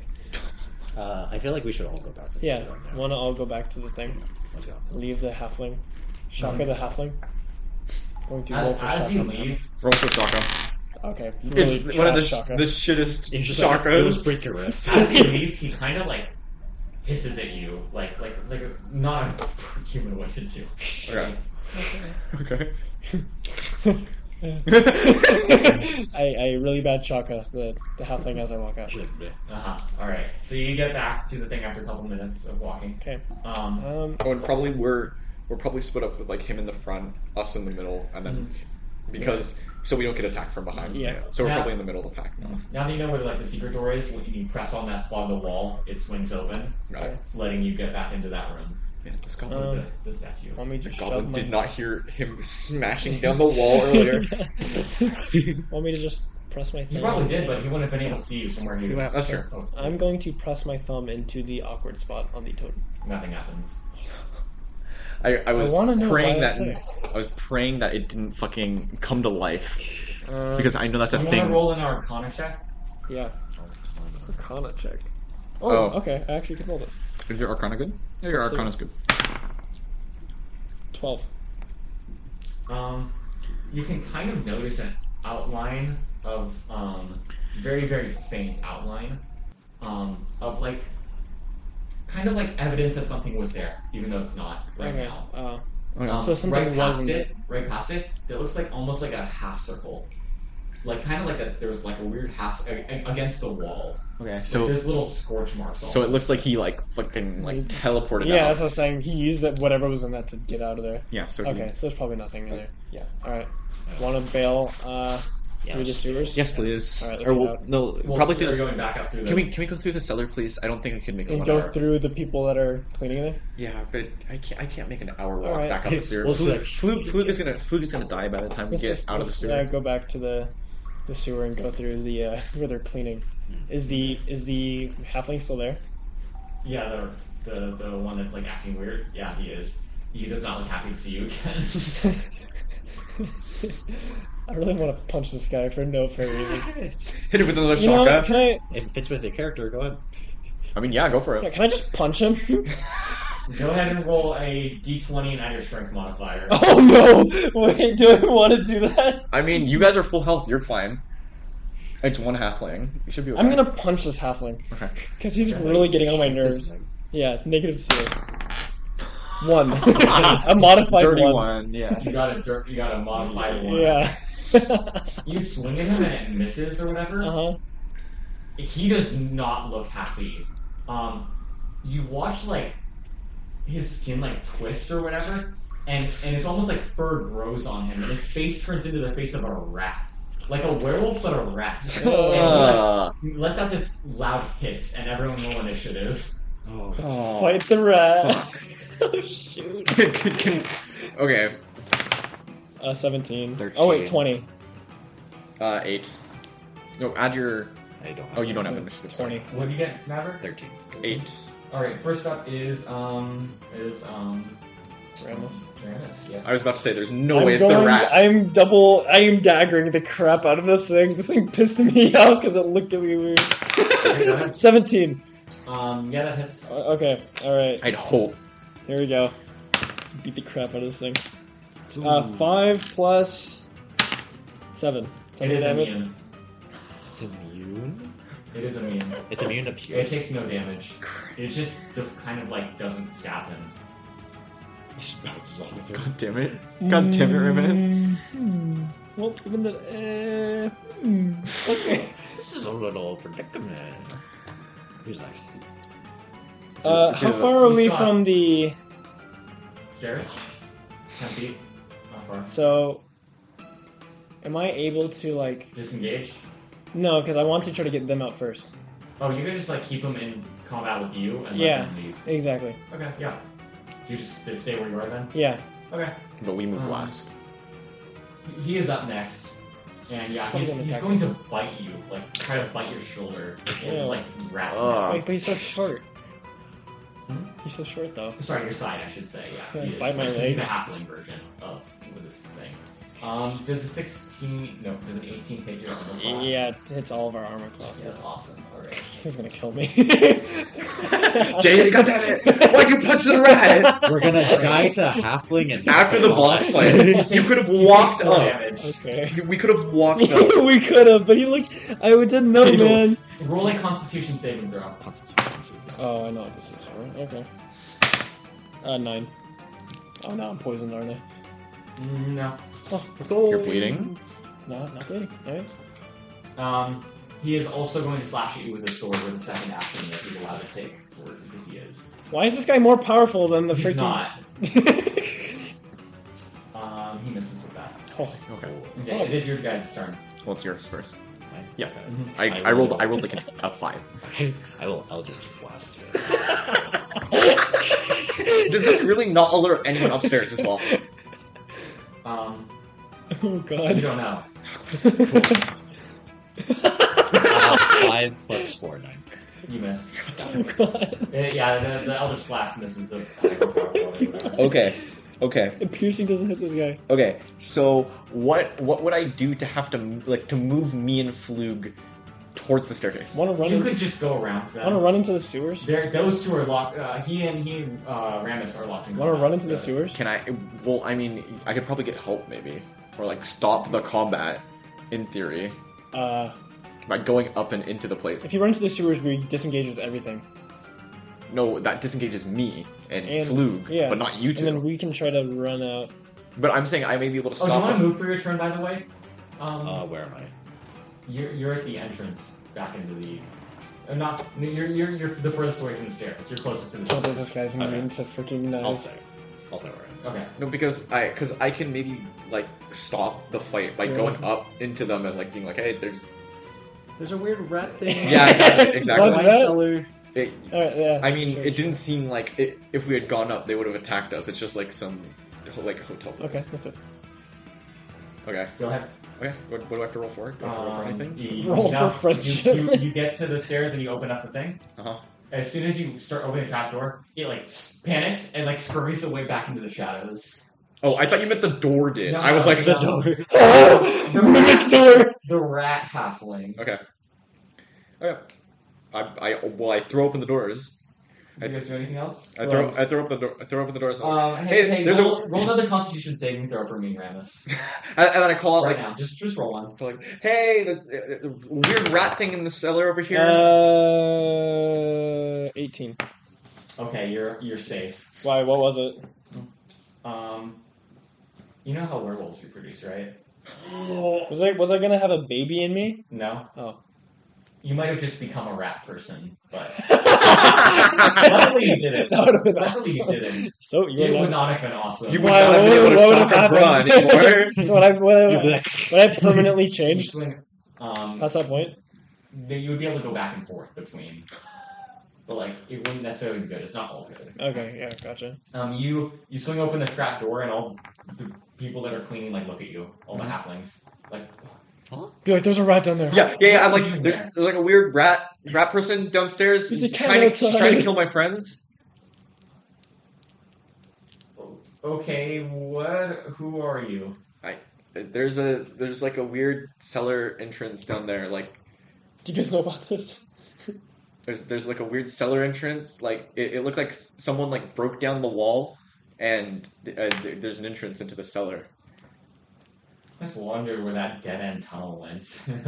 D: Uh, I feel like we should all go back. and
B: Yeah,
D: sit down there.
B: want to all go back to the thing.
D: Let's go.
B: Leave the halfling. Shaka the halfling. Going to roll
A: As,
B: for
A: as you
B: Shaka.
A: leave,
C: Roll for Shaka.
B: Okay, really
C: It's one of the,
B: trash Shaka.
C: the shittest
D: You just like,
C: Shakas.
D: just break your wrist.
A: as you leave, he kind of like hisses at you, like like like a- not a human way to do.
C: Okay. Okay.
B: I, I really bad Shaka the, the halfling as I walk out.
D: She's like, "Bleh."
A: Uh huh. All right. So you get back to the thing after a couple minutes of walking.
B: Okay.
A: Um.
B: Um,
C: Oh, and probably we're we're probably split up with like him in the front, us in the middle, and then because so we don't get attacked from behind.
B: Mm-hmm. Yeah. Mm-hmm.
C: So we're
A: Yeah.
C: probably in the middle of the pack now.
A: Now that you know where like the secret door is, when you press on that spot of the wall, it swings open,
C: Got it.
A: letting you get back into that room.
C: Man, this goblin,
B: Um,
A: The, the statue.
B: want me to
C: the
B: just
C: goblin
B: shove my...
C: did not hear him smashing down the wall earlier.
B: want me to just press my thumb?
A: He probably did, but he wouldn't have been able to see you from where he
B: See
A: was.
B: what
C: That's true.
B: I'm going to press my thumb into the awkward spot on the totem.
A: Nothing happens.
C: I, I was
B: wanna know
C: praying
B: why it's
C: that I was praying that it didn't fucking come to life
B: Um,
C: because I know that's
A: Do you
C: a
A: want to
C: thing.
A: roll an Arcana check?
B: Yeah. Arcana check. Oh,
C: Oh.
B: okay. I actually can roll this.
C: Is your Arcana good? Yeah, your
B: Let's do it.
C: Arcana's good.
B: 12.
A: Um, you can kind of notice an outline of um, very very faint outline um, of like kind of like evidence that something was there, even though it's not right
B: okay.
A: now.
B: Uh,
C: Oh, yeah.
A: Um,
B: So something
A: right past
B: wasn't
A: it, right past it, that looks like almost like a half circle, like kind of like a there was like a weird half a- a- against the wall.
C: okay,
A: So
C: so
A: there's little scorch marks. All
C: so it looks like he like fucking like teleported
B: yeah,
C: out.
B: that's what I was saying. He used that whatever was in that to get out of there.
C: yeah, so he-
B: Okay, so there's probably nothing in there.
C: yeah.
B: All right. Want to bail uh,
D: Yeah,
B: through the
D: let's-
B: sewers?
C: Yes, please.
B: All right, let's
C: or
B: get
C: we'll,
B: out.
C: no,
A: Well,
C: probably through
A: we're
C: the.
A: going back up through.
C: Can
A: the,
C: we can we go through the cellar, please? I don't think I can make a
B: And
C: one
B: go
C: hour.
B: through the people that are cleaning it?
C: Yeah, but I can't I can't make an hour walk
B: Alright.
C: back up the stairs.
D: We'll do
C: Fluke-
D: that.
C: Fluke, Fluke is gonna Fluke is gonna die by the time we
B: Let's,
C: get
B: let's-
C: out of the
B: let's,
C: sewer.
B: uh, go back to the the sewer and go through the uh, where they're cleaning.
C: Hmm.
B: Is the is the halfling still there?
A: Yeah, the, the the one that's like acting weird. Yeah, he is. He does not look happy to see you again.
B: I really want to punch this guy for no fair reason.
C: Hit it with another
B: You know,
C: shotgun.
B: can I
D: If it fits with your character, go ahead.
C: I mean, yeah, go for
B: yeah,
C: it.
B: can I just punch him?
A: Go ahead and roll a d20 and add your strength modifier.
B: oh no! Wait, do I want to do that?
C: I mean, you guys are full health. You're fine. It's one halfling. You should be. Okay.
B: I'm gonna punch this halfling
C: Okay.
B: because he's really getting on my nerves.
D: This-
B: Yeah, it's negative zero. One, a modified
C: Dirty
B: one.
C: one. Yeah.
A: You got a dirt. You got a modified one.
B: Yeah.
A: You swing at him and it misses or whatever.
B: uh-huh.
A: He does not look happy. Um, you watch like his skin like twist or whatever, and and it's almost like fur grows on him, and his face turns into the face of a rat, like a werewolf but a rat. And
C: Uh,
A: he, like, lets out this loud hiss, and everyone roll initiative.
D: Oh, that's
C: oh.
B: Fight the rat. oh shoot.
C: Can- okay.
B: Uh, seventeen. Oh wait,
D: Thirteen.
B: twenty.
C: Uh, eight. No, add your.
D: I don't. Have
C: Oh, you don't have initiative. sorry.
B: Twenty.
A: What do you get, Maverick?
D: Thirteen.
C: Eight.
A: All right. First up is um is um
B: Ramos.
A: Tyrannus. Yeah.
C: I was about to say there's no way
B: I'm,
C: it's
B: going-
C: the rat.
B: I'm double. I am daggering the crap out of this thing. This thing pissed me off because it looked at me weird. Seventeen.
A: Um, yeah, that hits.
B: Uh, okay. All right.
C: I'd hope.
B: Here we go. Let's beat the crap out of this thing. Uh, five plus seven.
A: It
B: Seven
A: is
B: damage.
A: immune.
D: It's immune.
A: It is immune.
D: It's
C: Oh.
D: immune to
A: It
D: pierce.
A: takes no damage. It just d- kind of like doesn't stab him.
D: It just bounces off of
C: God damn it. God damn it, Ravenous.
B: Well, even the. Uh, hmm. okay.
D: This is a little predicament. Who's next?
B: Uh, how far are
A: He's
B: we
A: gone.
B: from the?
A: Stairs. Ten feet. Not far.
B: So, am I able to like?
A: Disengage.
B: No, because I want to try to get them out first.
A: Oh, you can just like keep him in combat with you and
B: Yeah.
A: let him leave.
B: Exactly.
A: Okay. Yeah. Do you just just stay where you are then?
B: Yeah.
A: Okay.
C: But we move
A: Um,
C: last.
A: He- He is up next. And yeah, he's,
B: Comes in
A: he's
B: attacking.
A: going to bite you, like try to bite your shoulder. And just like wrap.
C: Ugh.
B: Wait, but he's so short.
C: Hmm?
B: He's so short though.
A: Sorry, your side, I should say. Yeah.
B: Yeah,
A: he is.
B: bite my
A: He's
B: leg.
A: the halfling version of this thing. Um, does a 16, no, does an 18 hit your armor class?
B: Yeah, it hits all of our armor classes.
A: That's awesome. Alright.
B: He's gonna kill me.
C: Jay, God damn it! Why'd you punch the rat?
D: We're gonna die to halfling and
C: After the boss fight, you could have walked
A: Full
C: up.
A: damage.
B: Okay.
C: We could have walked up.
B: we could have, but he looked. I didn't know,
C: He
B: man.
A: Roll a constitution saving throw.
B: Oh, I know what this is for. Okay. Uh, nine. Oh, now I'm poisoned, aren't I?
A: Mm, No.
D: Let's go.
C: You're bleeding.
B: No, not bleeding. Alright.
A: Um, he is also going to slash at you with his sword with a second action that he's allowed to take for because he is.
B: Why is this guy more powerful than the
A: He's
B: freaking.
A: not. Um, he misses with that.
B: oh,
C: Okay.
A: Okay, it is your guys' turn.
C: Well, it's yours first.
D: Mine?
C: Yes.
D: Okay.
A: Mhm.
C: I, I rolled. I rolled like an, a five.
D: Mm-hmm. I will Eldritch Blast.
C: Does this really not alert anyone upstairs as well?
A: Um,
B: oh
A: you
B: god.
A: don't know.
D: Uh, five plus four, nine.
A: You missed.
B: Oh god.
A: Uh, yeah, the, the Elder's Blast misses the. whatever.
C: Okay. Okay.
B: The piercing doesn't hit this guy.
C: Okay. So what what would I do to have to like to move me and Flug towards the staircase?
B: Wanna Oh, run
A: You
B: into
A: could just go around them.
B: Wanna run into the sewers?
A: There, those two are locked. Uh, he and he and uh, Ramus are locked in.
B: Wanna
A: combat
B: run into the
A: together.
B: sewers?
C: Can I? Well, I mean, I could probably get help maybe, or like stop the combat, in theory,
B: Uh,
C: by going up and into the place.
B: if you run into the sewers, we disengage with everything.
C: No, that disengages me and,
B: And-
C: Flug,
B: yeah.
C: but not you two.
B: And then we can try to run out.
C: But I'm saying I may be able to
A: Oh,
C: stop.
A: do you want
C: them.
A: to move for your turn, by the way? Um,
D: Uh, where am I?
A: you're, you're at the entrance back into the. Uh, not you're, you're you're the furthest away from the stairs. You're closest to the
B: Can't believe
A: stairs.
B: this guy's immune to freaking
C: Oh.
D: I'll
B: knives.
D: stay. I'll stay where I am.
A: Okay.
C: No, because I because I can maybe like stop the fight by
B: Yeah.
C: going up into them and like being like, hey, there's
D: There's a weird rat thing.
C: yeah, exactly.
B: What?
C: exactly.
B: Rat?
D: cellar.
C: It-
B: Alright, yeah.
C: I mean,
B: sure.
C: it didn't seem like it, if we had gone up, they would have attacked us. It's just like some like hotel.
B: Okay, let's do it.
C: Okay.
A: Go ahead.
C: Okay. What, what do I have to roll for? Do I have to roll for
A: Um,
C: anything?
A: you- you-
B: Roll for
A: now, you-
B: friendship.
A: You, you get to the stairs and you open up the thing.
C: Uh huh.
A: As soon as you start opening the trap door, it like panics and like scurries away back into the shadows.
C: Oh, I thought you meant the door did.
A: No,
C: I was like
A: no.
C: the
D: The
C: door.
D: door.
A: The
B: Oh!
A: rat,
B: Door!
A: the rat halfling.
C: Okay. Okay. I, I well, I throw open the doors.
A: Do you guys do anything else?
C: I throw
B: Right.
C: I throw up the door. I throw open the doors.
A: Um, hey,
C: Hey,
A: hey,
C: there's a-
A: roll, roll another Constitution saving throw for me, Ramus.
C: and, and then I call out
A: right
C: like
A: now, just just roll one.
C: like, hey, the, the weird rat thing in the cellar over here.
B: Uh, 18.
A: Okay, you're you're safe.
B: Why, what was it?
A: Um, you know how werewolves reproduce, right?
B: Was I was I gonna have a baby in me?
A: No.
B: Oh.
A: You might have just become a rat person, but
B: Luckily
A: you didn't.
B: That would have been
A: luckily you
B: awesome.
A: didn't.
B: So you
A: It
B: were
A: would
B: not.
A: not have been awesome.
C: You would
B: Why,
C: not have been
B: what-
C: able to
B: what would have
C: soccer bra
B: happened?
C: anymore.
B: So when I when
D: You'd be
B: I,
D: like,
B: when I permanently changed
A: Swing- Um,
B: past that point,
A: that you would be able to go back and forth between. But like, it wouldn't necessarily be good. It's not all good.
B: okay, yeah, gotcha.
A: Um, you you swing open the trap door, and all the people that are cleaning like look at you. All the halflings, like
B: Be like, there's a rat down there.
C: Yeah, yeah, yeah. I'm like, there's, there's like a weird rat rat person downstairs
B: There's a cat
C: trying to,
B: outside.
C: trying to kill my friends.
A: okay, what? Who are you?
C: There's a there's like a weird cellar entrance down there. Like
B: Do you guys know about this?
C: there's there's like a weird cellar entrance. Like it, it looked like s- someone like broke down the wall, and uh, there- there's an entrance into the cellar.
A: I just wonder where that dead end tunnel went.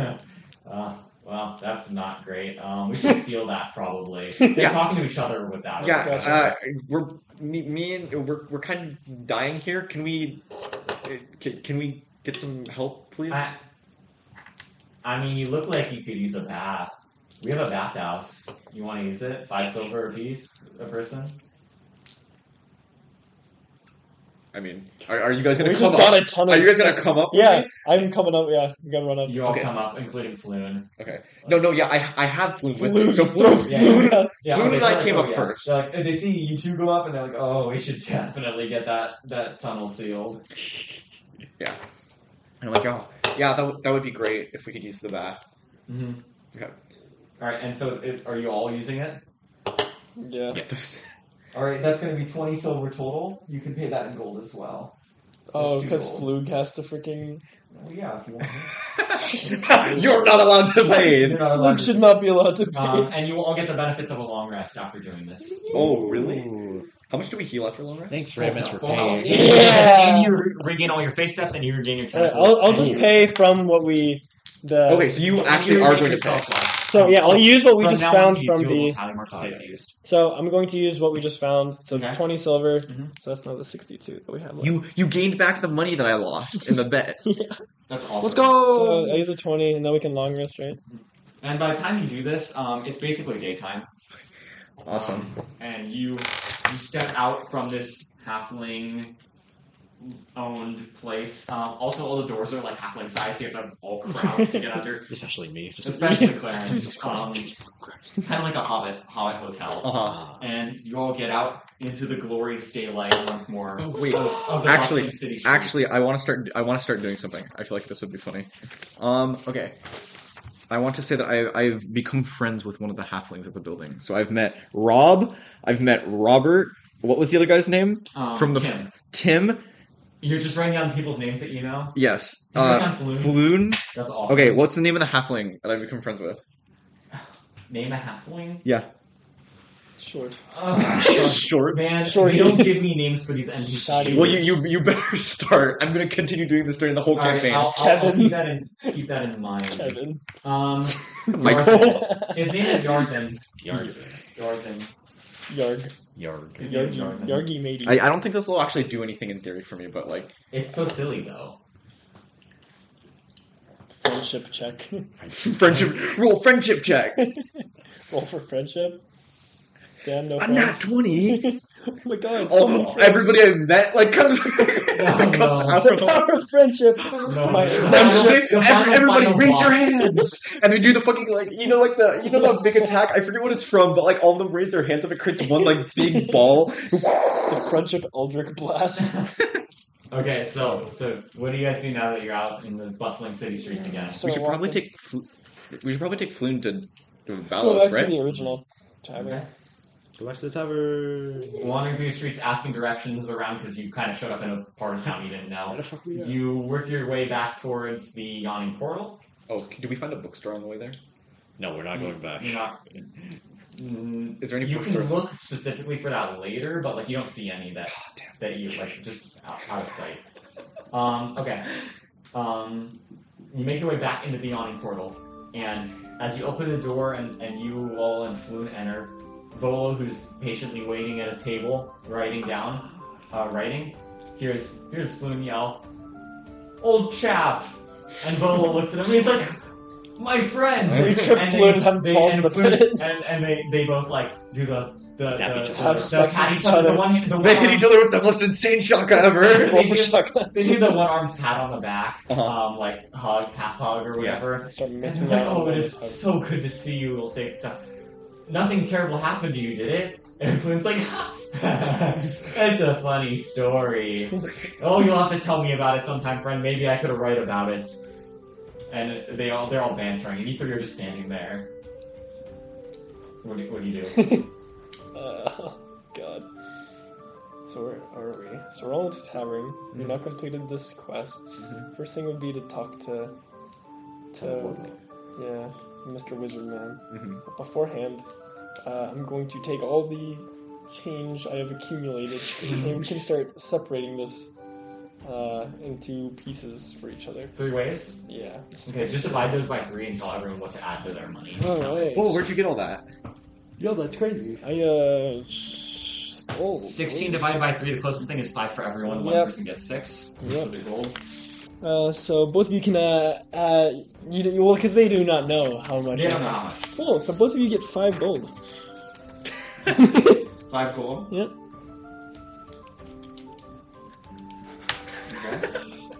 A: uh, well, that's not great. Um, we should seal that probably. They're
C: Yeah.
A: talking to each other without
C: Yeah,
A: it.
B: Gotcha.
C: uh, we're me, me and we're we're kind of dying here. Can we uh, can, can we get some help, please?
A: I,
B: Ah.
A: I mean, you look like you could use a bath. We have a bathhouse. You want to use it? Five silver a piece, a person.
C: I mean, are, are you guys gonna
B: we
C: come
B: just
C: up?
B: got a ton of.
C: Are you guys gonna come up? with
B: Yeah,
C: me?
B: I'm coming up. Yeah, we gotta run up.
A: You all
C: Okay.
A: come up, including Floon.
C: Okay. No, no. Yeah, I I have flu with
B: Flu.
C: me. So flu,
A: Yeah.
C: flu.
A: Yeah,
C: Floon
A: okay,
C: and I
A: they're
C: came
A: like,
C: up
A: oh, yeah.
C: first.
A: They're like, and they see you two go up, and they're like, "Oh, we should definitely get that that tunnel sealed."
C: And I'm like, oh, yeah, that would that would be great if we could use the bath.
A: Mm-hmm.
C: Okay.
A: All right, and so it, are you all using it?
B: Yeah.
A: All right, that's going to be twenty silver total. You can pay that in gold as well.
B: Oh,
A: too
B: because
A: old.
B: Flug has to freaking.
A: Well, yeah, if you want.
C: You're not allowed to
A: You're
C: bathe.
A: not allowed
B: Flug
A: to-
B: should not be allowed to pay.
A: Um, and you will all get the benefits of a long rest after doing this.
C: Oh, really?
D: Ooh.
C: How much do we heal after long rest?
D: Thanks, Ramus, for
A: Full health.
D: paying.
B: Yeah.
A: And you regain all your face steps, and you regain your
B: Alright,
A: tentacles.
B: I'll, I'll
A: and
B: just
A: you-
B: pay from what we. The,
C: Okay, so you actually
A: you
C: are
A: regain
C: going
A: your
C: to pay.
A: spell slots.
B: So yeah, I'll
A: Um,
B: use what we
A: from
B: just
A: now on,
B: found
A: you
B: from
A: do
B: the.
A: double tally marks to say it's used.
B: So I'm going to use what we just found. So
A: Okay.
B: 20 silver.
C: Mm-hmm.
A: Mhm.
B: So that's another 62 that we have left.
C: You you gained back the money that I lost in the bet.
A: That's awesome.
C: Let's
D: Oh,
B: so I
C: go.
B: use a 20 and then we can long rest, right?
A: And by the time you do this, um, it's basically daytime.
C: Awesome.
A: Um, and you you step out from this halfling owned place. Um, also, all the doors are like halfling size, so you have to all crowd to get under.
D: Especially me. Just
A: Especially Clarence, um, kind
D: Jesus Christ.
A: of like a hobbit hobbit hotel.
C: Uh huh.
D: Ah.
A: And you all get out into the glorious daylight once more.
C: Oh, wait.
A: of- of the
C: Actually-
A: bustling city streets.
C: Actually, I want to start. I want to start doing something. I feel like this would be funny. Um. Okay. I want to say that I, I've become friends with one of the halflings of the building. So I've met Rob. I've met Robert. What was the other guy's name?
A: um,
C: from the-
A: Tim,
C: Tim.
A: you're just writing down people's names that you know.
C: Yes.
A: Did you write
C: Uh,
A: down Floon?
C: Floon.
A: That's awesome.
C: Okay. What's the name of the halfling that I've become friends with?
A: Name a halfling.
C: Yeah.
B: Short.
A: Ugh.
D: Short.
A: Man,
B: Sure.
A: they don't give me names for these NPCs.
B: Sorry.
C: Well, you, you you better start. I'm gonna continue doing this during the whole
A: All right,
C: campaign.
A: I'll, I'll- I'll
B: Kevin.
A: keep that in keep that in mind.
B: Kevin.
A: Um,
C: Michael.
A: his name is Yarzen.
D: Yarg.
A: Yarzen.
B: Yarg.
D: Yarg.
A: His name is
B: Yargy.
A: Yarzen.
B: Yargy matey.
C: I, I don't think this will actually do anything in theory for me, but like,
A: It's so silly though.
B: Friendship check.
C: friendship roll friendship check.
B: Roll for friendship. Damn, no
C: A nat
B: friends.
C: twenty.
B: oh my god. so many
C: All,
B: friends.
C: everybody I met like comes, comes
A: no.
C: out
B: The
C: from
B: power of friendship.
A: No.
B: My
A: The
B: friendship.
C: Everybody,
A: final-
C: every- everybody
A: final
C: raise
A: boss.
C: your hands, and they do the fucking like you know like the you know the big attack. I forget what it's from, but like all of them raise their hands up. It creates one like big ball.
B: The friendship Eldrick blast.
A: Okay, so so what do you guys do now that you're out in the bustling city streets again?
B: So
C: we should probably
B: walking-
C: take Fl- we should probably take Floon to, to
B: Go
C: Valos,
B: back to
C: right?
B: the original. Tyler.
A: Okay.
D: Go back to the tavern.
A: Wandering through the streets, asking directions around because you kind of showed up in a part of town you didn't know.
D: Where the fuck we at?
A: You work your way back towards the yawning portal.
C: Oh, do we find a bookstore on the way there?
D: No, we're not going back.
A: You're not. Mm,
C: Is there any
A: You
C: bookstores?
A: can look specifically for that later, but like you don't see any that
C: God damn.
A: that you like just out, out of sight. Um, okay. Um, you make your way back into the yawning portal, and as you open the door and, and you all and Floon enter, Volo, who's patiently waiting at a table, writing down, uh, writing, here's here's Floon yell, old chap. And Bolo looks at him and he's like, my friend.
D: We
B: tripped
A: and
B: fluid and haven't fallen to
A: and
B: the
A: fluid-
B: pit.
A: And, and they, they both like do the the
D: Dab
A: the,
D: each
A: the,
D: other.
B: Have
A: the
B: sex
A: pat
B: with
A: each
B: each
A: other. The
B: other.
A: one the one
C: They hit
D: Um,
C: each other with the most insane shock ever.
B: Roll for shotgun.
A: They do the one arm pat on the back,
D: Uh-huh.
A: um, like hug, half hug, or whatever.
B: Start
A: And
B: making
A: they're like,
B: out.
A: "Oh, it is so good to see you, little safe stuff. Nothing terrible happened to you, did it?" And Flynn's like, "It's a funny story. Oh, you'll have to tell me about it sometime, friend. Maybe I could write about it." And they all they're all bantering, and you three are just standing there. What do, what do you do?
B: Uh, God. So where are we? So we're all in this tavern.
A: Mm-hmm.
B: We now completed this quest. First thing would be to talk to, to yeah, Mr. Wizard Man.
A: Mm-hmm.
D: Mhm.
B: But Beforehand, uh, I'm going to take all the change I have accumulated, and we can start separating this uh, into pieces for each other.
A: Three ways.
B: Yeah. this is
A: Okay,
B: what-
A: just divide those by three and tell everyone what to add to their money.
B: All right.
D: Whoa, where'd you get all that?
C: Yo, that's crazy.
B: I uh. s- Oh,
A: 16 divided by 3, the closest thing is 5 for everyone. One
B: Yep.
A: person gets 6.
B: Yep.
A: The goal.
B: Uh, so both of you can, uh, uh, you, you well, because they do not know how much.
A: They don't know how much.
B: Cool, so both of you get five gold.
E: 5 gold.
B: yep.
E: Okay.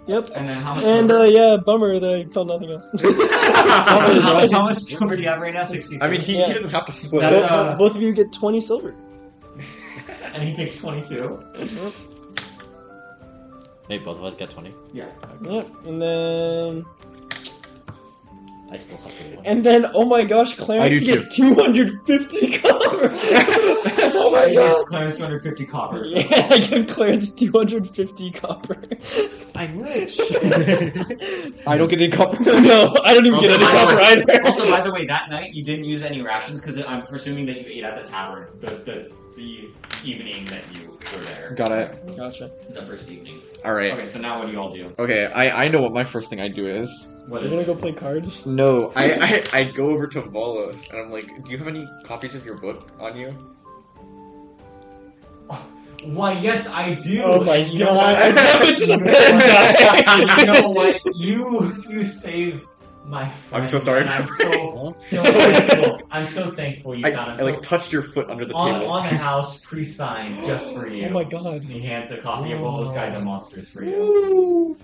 B: Yep.
A: And then how much
B: And, uh,
A: silver?
B: yeah, bummer, they felt nothing else.
A: how, much, how much-
B: uh,
A: how much silver do you have right now? 62.
C: I mean, he,
B: Yeah.
C: he doesn't have to split
A: That's,
C: it.
B: both,
A: uh,
B: both of you get 20 silver.
A: and he takes 22.
D: Hey, both of us got 20.
A: Yeah.
B: Yep. And then,
D: I still have to one.
B: and then, oh my gosh, Clarence,
C: I
B: you
C: do
B: get 250 copper. oh my god.
A: Clarence 250 copper.
B: Yeah, I give Clarence 250 copper.
D: I'm rich.
C: I don't get any copper.
B: no, I don't even
A: Also,
B: get
A: by
B: any
A: the
B: copper
A: way-
B: either.
A: Also, by the way, that night you didn't use any rations because I'm presuming that you ate at the tavern the, the, the evening that you were there.
C: Got it.
B: Gotcha.
A: The first evening.
C: All right.
A: Okay, so now what do you all do?
C: Okay, I, I know what my first thing I do is.
A: What
B: We're
A: is
B: gonna
A: it?
B: go play cards.
C: No, I, I I go over to Volos and I'm like, do you have any copies of your book on you?
A: Why, yes, I do.
B: Oh my
A: and you know
B: God.
A: what?
B: I jump into the
A: You know
B: bed,
A: what?
B: guy.
A: you know what? You you saved my. Friend,
C: I'm so sorry.
A: and I'm so, so thankful. I'm so thankful you
C: I,
A: found
C: I
A: him.
C: like
A: so,
C: touched your foot under the
A: on
C: table.
A: on the house pre-signed just for you.
B: Oh my
A: And
B: god.
A: he hands a copy of all those guys and monsters for you.
C: Woo!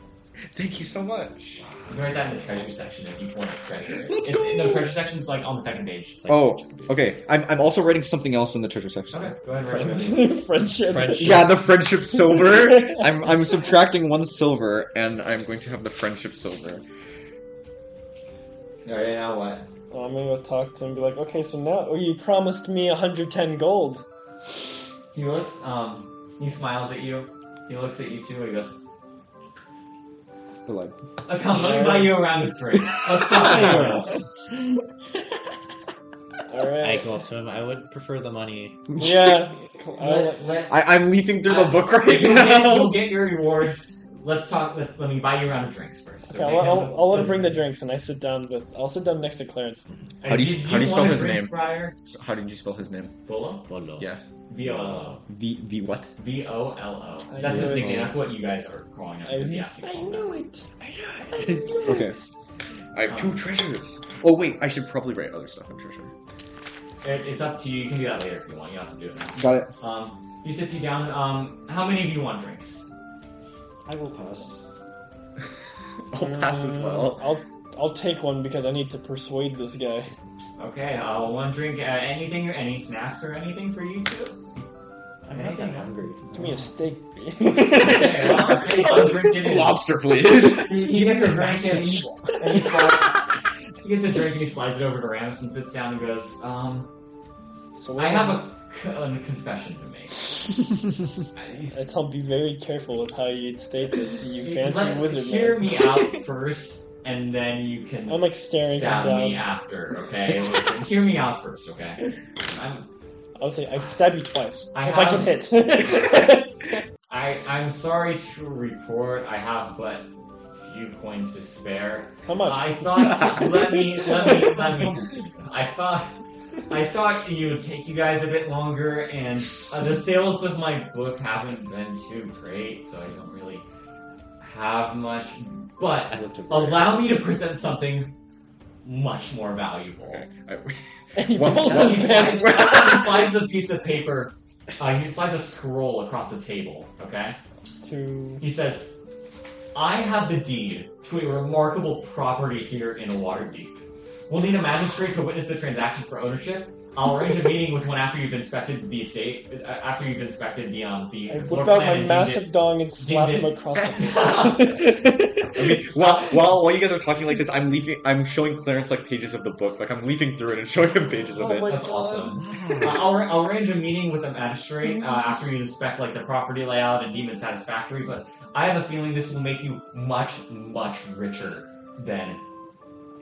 C: Thank you so much.
A: You can write that in the treasure section if you want to treasure it.
C: Let's
A: it's,
C: go.
A: No, treasure section's like on the second page.
C: Oh, okay. I'm, I'm also writing something else in the treasure section.
A: Okay, go ahead and write it.
B: Oh. Friends. Friendship.
A: Friendship.
C: Yeah, the friendship silver. I'm I'm subtracting one silver, and I'm going to have the friendship silver.
A: All right, now what?
B: Oh, I'm gonna go talk to him and be like, okay, so now oh, you promised me 110 gold.
A: He looks. Um, he smiles at you. He looks at you too. and He goes,
C: But like,
A: "Accompanied by you around a drink. Let's talk heroes."
D: I
B: Alright.
D: go up to him. I would prefer the money.
B: Yeah. I,
A: Let- let-
C: I, I'm leafing through the
A: Oh.
C: book right
A: you'll, get,
C: now.
A: you'll get your reward. Let's talk. Let's let me buy you a round of drinks first.
B: okay, I'll, I'll, I'll let him bring the drinks and I sit down with. I'll sit down next to Clarence.
A: And
C: How do you- how do you spell
A: want a
C: his
A: drink
C: name?
A: Prior
C: So how did you spell his name?
A: Volo.
D: Bolo.
C: Yeah.
A: V O L
C: V V what?
A: O. V O L O.
B: I
A: That's his
B: knew it.
A: nickname. That's what you guys are calling him.
B: I,
A: because he asked you to
B: I
A: call him that.
B: knew it.
C: Okay. I have two treasures. Oh wait, I should probably write other stuff in treasure.
A: It, it's up to you. You can do that later if you want. You don't have to do it now.
C: Got it.
A: Um, he sits you down. Um, how many of you want drinks?
D: I will pass.
C: I'll pass as
B: Uh,
C: well.
B: I'll I'll take one because I need to persuade this guy.
A: Okay, uh, one drink. Uh, anything or any snacks or anything for you two?
D: I'm not that
A: Anything else?
D: hungry.
B: Give me a steak. B.
A: Okay, well, okay, one drink it is.
C: Lobster, please.
A: He, he gets a drink and he, and he, slides, he gets a drink and he slides it over to Ramos and sits down and goes, um,
B: So
A: I have a, c- a confession to make. Uh, you
B: I
A: s-
B: tell him be very careful with how you state this. You
A: you
B: fancy
A: let-
B: wizard
A: Hear
B: man.
A: me out first, and then you can
B: I'm like staring
A: stab
B: him down.
A: me after, okay? Listen, hear me out first, okay? I'm,
B: I would say I stab you twice
A: I
B: if I
A: have-
B: can hit.
A: I, I'm sorry to report I have but few coins to spare.
B: How much?
A: I thought let me let me let me I thought I thought it would take you guys a bit longer and uh, the sales of my book haven't been too great so I don't really have much, but
D: I looked at
A: allow me to present something much more valuable.
C: Okay.
B: And he
C: What?
B: pulls
A: He
B: his
A: slides, he
B: pants
A: slides a piece of paper. Uh, he slides a scroll across the table. Okay.
B: to
A: He says, I have the deed to a remarkable property here in Waterdeep. We'll need a magistrate to witness the transaction for ownership. I'll arrange a meeting with one after you've inspected the estate, uh, after you've inspected the um the
B: I
A: the floor
B: whip out
A: plan
B: my
A: and deemed
B: massive
A: it-
B: dong and slap
A: deemed
B: him
A: it-
B: across the
C: I mean, while, while while you guys are talking like this, I'm leafing. I'm showing Clarence like pages of the book. Like I'm leafing through it and showing him pages of
B: Oh
C: it.
B: my-
A: That's
B: God.
A: awesome. Uh, I'll, I'll arrange a meeting with a magistrate uh, after you inspect like the property layout and deem it satisfactory. But I have a feeling this will make you much much richer than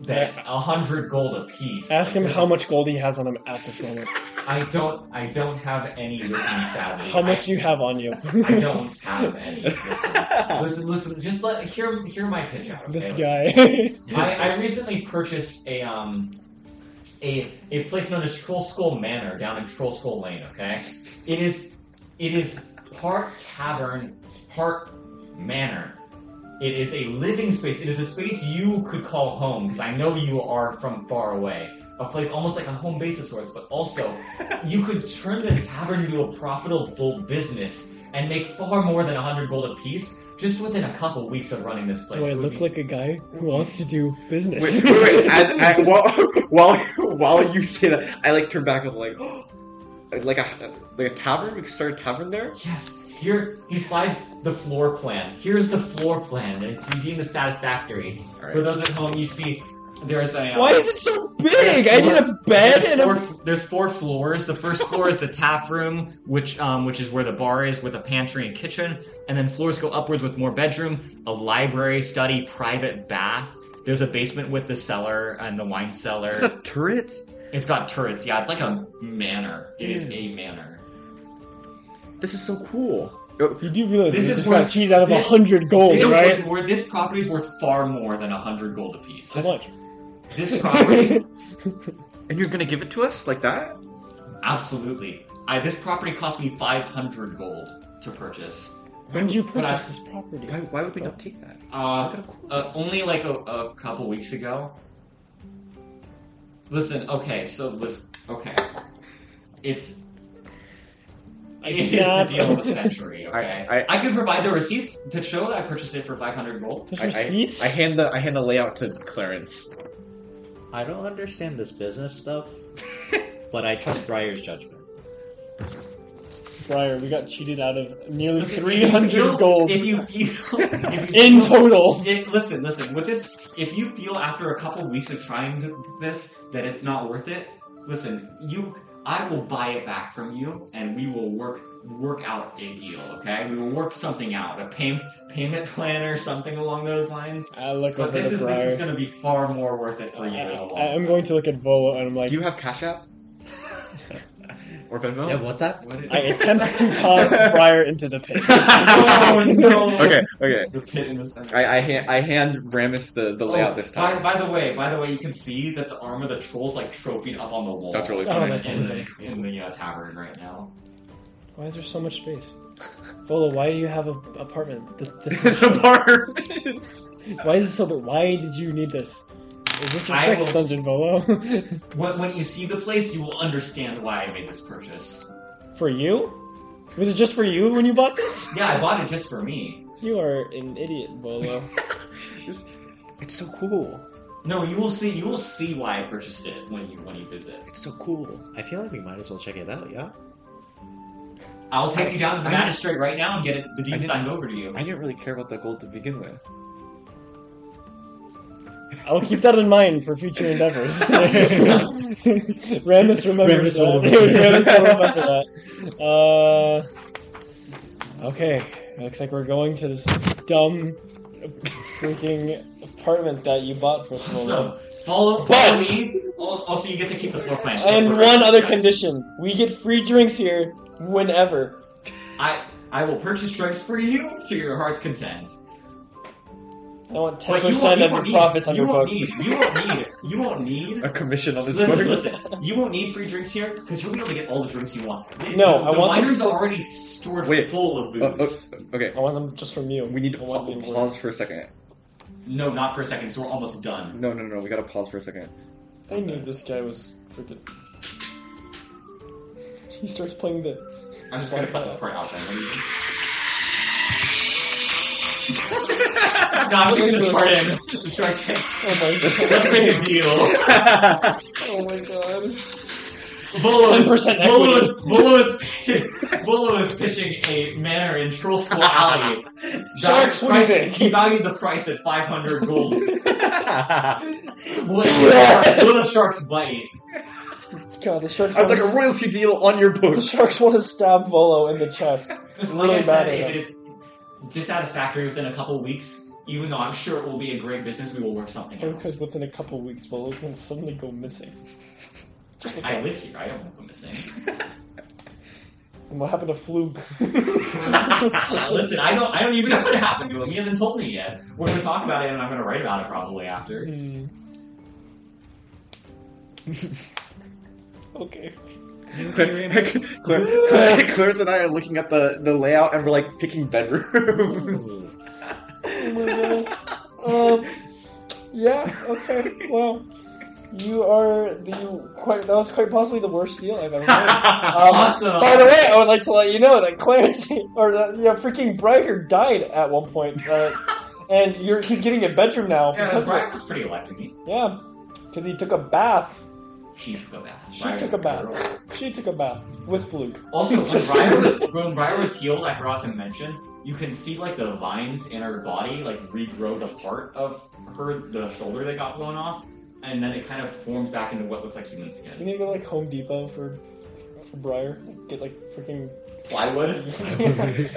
A: than a hundred gold apiece.
B: Ask him
A: Because
B: how much gold he has on him at this moment.
A: I don't. I don't have any with me, sadly.
B: How much
A: I,
B: do you have on you?
A: I don't have any. Listen, listen. listen just let hear hear my pitch out. okay?
B: This guy.
A: I, I recently purchased a um a a place known as Troll Skull Manor down in Troll Skull Lane. Okay, it is it is part tavern, part manor. It is a living space. It is a space you could call home because I know you are from far away. A place almost like a home base of sorts, but also you could turn this tavern into a profitable business and make far more than 100 gold apiece just within a couple weeks of running this place.
B: Do I
A: It would
B: look
A: be
B: like a guy who wants to do business?
C: Wait, wait, wait. As, as, while, while while you say that, I like turn back and I'm like, like a like a tavern. We could start a tavern there.
A: Yes. Here he slides the floor plan. Here's the floor plan. It's you deem as satisfactory.
C: Alright.
A: For those at home, you see there's a. uh,
B: Why is it so big?
A: there's
B: I need a
A: four-
B: bed
A: there's
B: and
A: four,
B: a.
A: there's four floors. The first floor is the tap room, which um which is where the bar is with a pantry and kitchen, and then floors go upwards with more bedroom, a library, study, private bath. There's a basement with the cellar and the wine cellar.
C: turret.
A: it's got turrets. Yeah, it's like a manor. It is a manor.
C: This is so cool. Oh,
B: You do realize
A: This
B: you
A: is
B: just
A: where-
B: got cheated out of a
A: this-
B: hundred gold,
A: This,
B: right?
A: is worth, this property is worth far more than hundred gold apiece.
B: How
A: This,
B: much?
A: this property,
C: And you're gonna give it to us like that?
A: absolutely. I, this property cost me five hundred gold to purchase.
B: When did you
A: But I-
B: purchase this property?
C: Why, why would we not take that? Look
A: Uh,
C: how cool
A: uh,
C: it is.
A: only like a, a couple weeks ago. Listen, okay, so listen, okay, it's. It is the
B: Stop.
A: deal of a century. Okay,
C: I- I-
A: could provide the receipts to show that I purchased it for five hundred gold.
B: There's
C: I- I-
B: receipts?
C: I hand the I hand the layout to Clarence.
D: I don't understand this business stuff, but I trust Briar's judgment.
B: Briar, we got cheated out of nearly
A: Listen, if you
B: 300
A: feel-
B: gold
A: If you feel, if you
B: in
A: feel-
B: total.
A: It, listen, listen. With this, if you feel after a couple weeks of trying th- this that it's not worth it, listen. You, I will buy it back from you, and we will work work out a deal. Okay, we will work something out, a pay, payment plan or something along those lines.
B: I look
A: But
B: over
A: this
B: at
A: is this is
B: Briar.
A: going to be far more worth it for you. in the long
B: I, I'm
A: run.
B: going to look at Volo and I'm like,
C: Do you have Cash App or Venmo?
D: Yeah, what's that?
A: What is-
B: I attempt to toss Briar into the pit.
A: No, no.
C: Okay, okay.
A: The pit in the center.
C: I, I hand I hand Ramus the, the layout
A: Oh,
C: this time.
A: By, by the way, by the way, you can see that the arm of the troll's like trophied up on the wall.
C: That's really
B: Oh,
C: funny.
B: that's-
A: in the, in the uh, tavern right now.
B: Why is there so much space? Volo, why do you have an apartment? th- This much
C: the
B: space?
C: apartment.
B: why is it so big? Why did you need this? Is this your
A: I
B: sex
A: will-
B: dungeon, Volo?
A: When, when you see the place, you will understand why I made this purchase.
B: for you? Was it just for you when you bought this?
A: Yeah, I bought it just for me.
B: You are an idiot, Volo.
C: It's, it's so cool.
A: No, you will see. You will see why I purchased it when you when you visit.
C: It's so cool.
D: I feel like we might as well check it out, yeah?
A: I'll take you down to the
C: I-
A: magistrate right now and get it, the
C: I
A: deed
C: didn't-
A: signed over to you.
C: I didn't really care about the gold to begin with.
B: I'll keep that in mind for future endeavors. Ramus remembers
D: Ramus will
B: that.
D: remember.
B: Ramus will remember that. Uh, okay, looks like we're going to this dumb freaking apartment that you bought for Smola.
A: So follow, follow
B: But-
A: me. Al- Also, you get to keep the floor plan.
B: And one other
A: Yes.
B: condition: we get free drinks here whenever.
A: I I will purchase drugs for you to your heart's content.
B: I want ten
A: But you won't,
B: percent
A: you
B: of
A: won't
B: the
A: need,
B: profits on
A: you
B: your book.
A: won't need, you won't need, you won't need.
C: A commission on his
A: Listen,
C: book.
A: listen. You won't need free drinks here because you'll be able to get all the drinks you want. The,
B: No,
A: the,
B: I
A: the
B: want them
A: winer's
B: to-
A: are already stored
C: Wait.
A: full of booze.
C: Uh, uh, okay,
B: I want them just from you.
C: we need to
B: I want the
C: pa-
B: invoice.
C: pause for a second.
A: No, not for a second. So we're almost done.
C: No, no, no, no, we gotta pause for a second.
B: I knew this guy was freaking. He starts playing the.
A: I'm just gonna cut this part out then. no, I'm keeping this part in. This part's in.
B: Oh my
A: Let's make a deal.
B: god! Oh my god!
A: Volo is,
B: 10%
A: Volo,
B: equity.
A: Volo is pitching, Volo is pitching a manor in Troll School Alley.
B: Sharks, what do you
A: price-
B: think?
A: He valued the price at 500 gold. will, it- will the sharks bite?
B: God, the sharks.
C: I would
B: want
C: like a
B: to-
C: royalty deal on your
B: the
C: books.
B: sharks want to stab Volo in the chest. Oh,
A: Because
B: Really
A: like I said,
B: bad
A: if
B: enough.
A: it is dissatisfactory within a couple weeks, even though I'm sure it will be a great business, we will work something out.
B: Because within a couple weeks, Volo's gonna suddenly go missing.
A: I live here. I don't want to go missing.
B: And what happened to Flug?
A: Listen, I don't. I don't even know what happened to him. He hasn't told me yet. We're going to talk about it, and I'm going to write about it probably after.
B: Hmm. okay.
C: Claire, Claire, Claire, Clarence and I are looking at the, the layout and we're like picking bedrooms.
B: Um. Yeah. Okay. Well, you are the quite. That was quite possibly the worst deal I've ever made. Um,
A: Awesome.
B: By the way, I would like to let you know that Clarence or that yeah, freaking Bragger died at one point, uh, and you're he's getting a bedroom now
A: Yeah,
B: because of it.
A: Brian was pretty elected me.
B: yeah, because he took a bath.
A: She took a bath.
B: She
A: Brian
B: took a
A: was
B: bath.
A: girl.
B: She took a bath with Fluke.
A: Also, when Brian was when Brian was healed, I forgot to mention, you can see like the vines in her body like regrow the part of her the shoulder that got blown off, and then it kind of forms back into what looks like human
B: You
A: skin.
B: need to go to, like Home Depot for for Briar. Get like freaking
A: Plywood.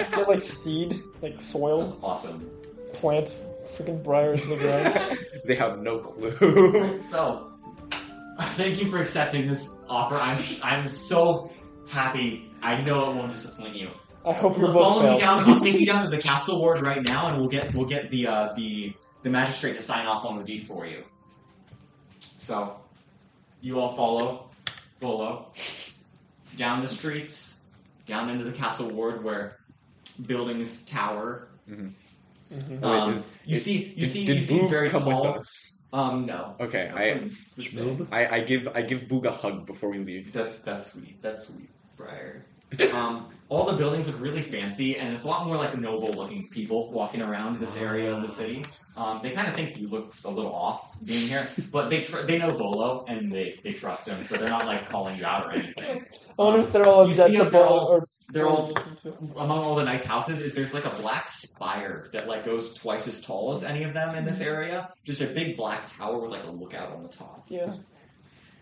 B: get like seed, like
A: That's
B: soil,
A: awesome.
B: plants, freaking Briar into the ground.
C: they have no clue.
A: Right, so, thank you for accepting this offer. I'm I'm so happy. I know it won't disappoint you.
B: I hope your book
A: Follow me
B: fails.
A: down. I'll take you down to the castle ward right now, and we'll get we'll get the uh, the the magistrate to sign off on the deed for you. So, you all follow Bolo down the streets, down into the castle ward where buildings tower.
B: Mhm.
C: Oh, Mm-hmm. wait,
A: Um,
C: is-
A: you
C: is-
A: see, you
C: is-
A: see,
C: did
A: you see
C: Boog
A: very
C: come with
A: tall.
C: us?
A: Um, no.
C: Okay,
A: No,
C: I,
A: please, please,
C: I I give I give Boog a hug before we leave.
A: That's that's sweet. That's sweet, Briar. Um, all the buildings look really fancy, and it's a lot more like noble-looking people walking around this area of the city. Um, they kind of think you look a little off being here, but they tr- they know Volo and they, they trust him, so they're not like calling you out or anything.
B: I wonder if they're all
A: You
B: in debt
A: see
B: to
A: if they're all-
B: Volo or
A: They're all among all the nice houses. Is there's like a black spire that like goes twice as tall as any of them in
B: Mm-hmm.
A: this area? Just a big black tower with like a lookout on the top.
B: yeah.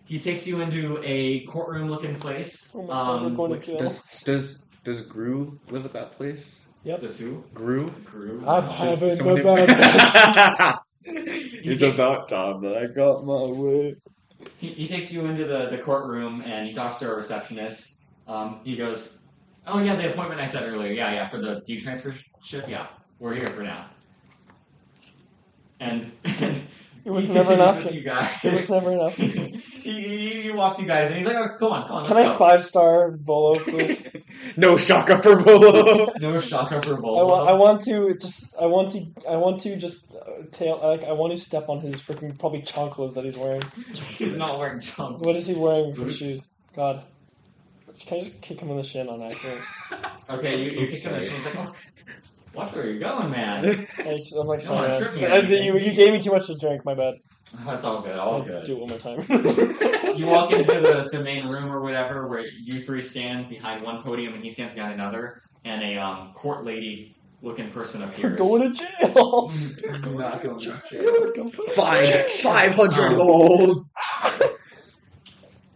A: He takes you into a courtroom looking place.
B: Oh my God, we're
A: um,
B: going
A: with-
B: to jail.
C: Does does does Gru live at that place?
A: Does who?
C: Gru?
A: Gru?
B: I'm
A: No.
B: having
C: Does
B: my
C: someone-
B: back.
C: it's about time that I got my way.
A: He, he takes you into the, the courtroom and he talks to a receptionist. Um, he goes, Oh, yeah, the appointment I said earlier. Yeah, yeah, for the D transfer ship. Yeah, we're here for now. And, and
B: It was
A: he
B: never an
A: continues with
B: option.
A: You guys.
B: It was never enough.
A: he, he, he walks you guys and he's like, Oh, come on, come on.
B: Can
A: let's
B: I
A: go.
B: five star Volo, please?
C: No shaka for Bolo.
A: No shocker for
B: I
A: Volvo.
B: want, I want to just, I want to, I want to just uh, tail, like, I want to step on his freaking probably chonklas that he's wearing.
A: He's not wearing jump.
B: What is he wearing for
A: Boots.
B: shoes? God, can I just kick him in the shin on accident?
A: Okay, you, you
C: Oops,
A: kick him in the
C: sorry.
A: shin. He's like, "Oh, Watch where you're going, man.
B: I just, I'm like,
A: Don't
B: sorry,
A: trip me
B: man.
A: or
B: I- you,
A: anything.
B: you gave me too much to drink. My bad.
A: That's all good, all
B: I'll
A: good.
B: do it one more time.
A: you walk into the, the main room or whatever where you three stand behind one podium and he stands behind another and a um, court lady looking person appears
B: Going to jail.
A: Not going to
C: Fine, five hundred
A: Um,
C: gold.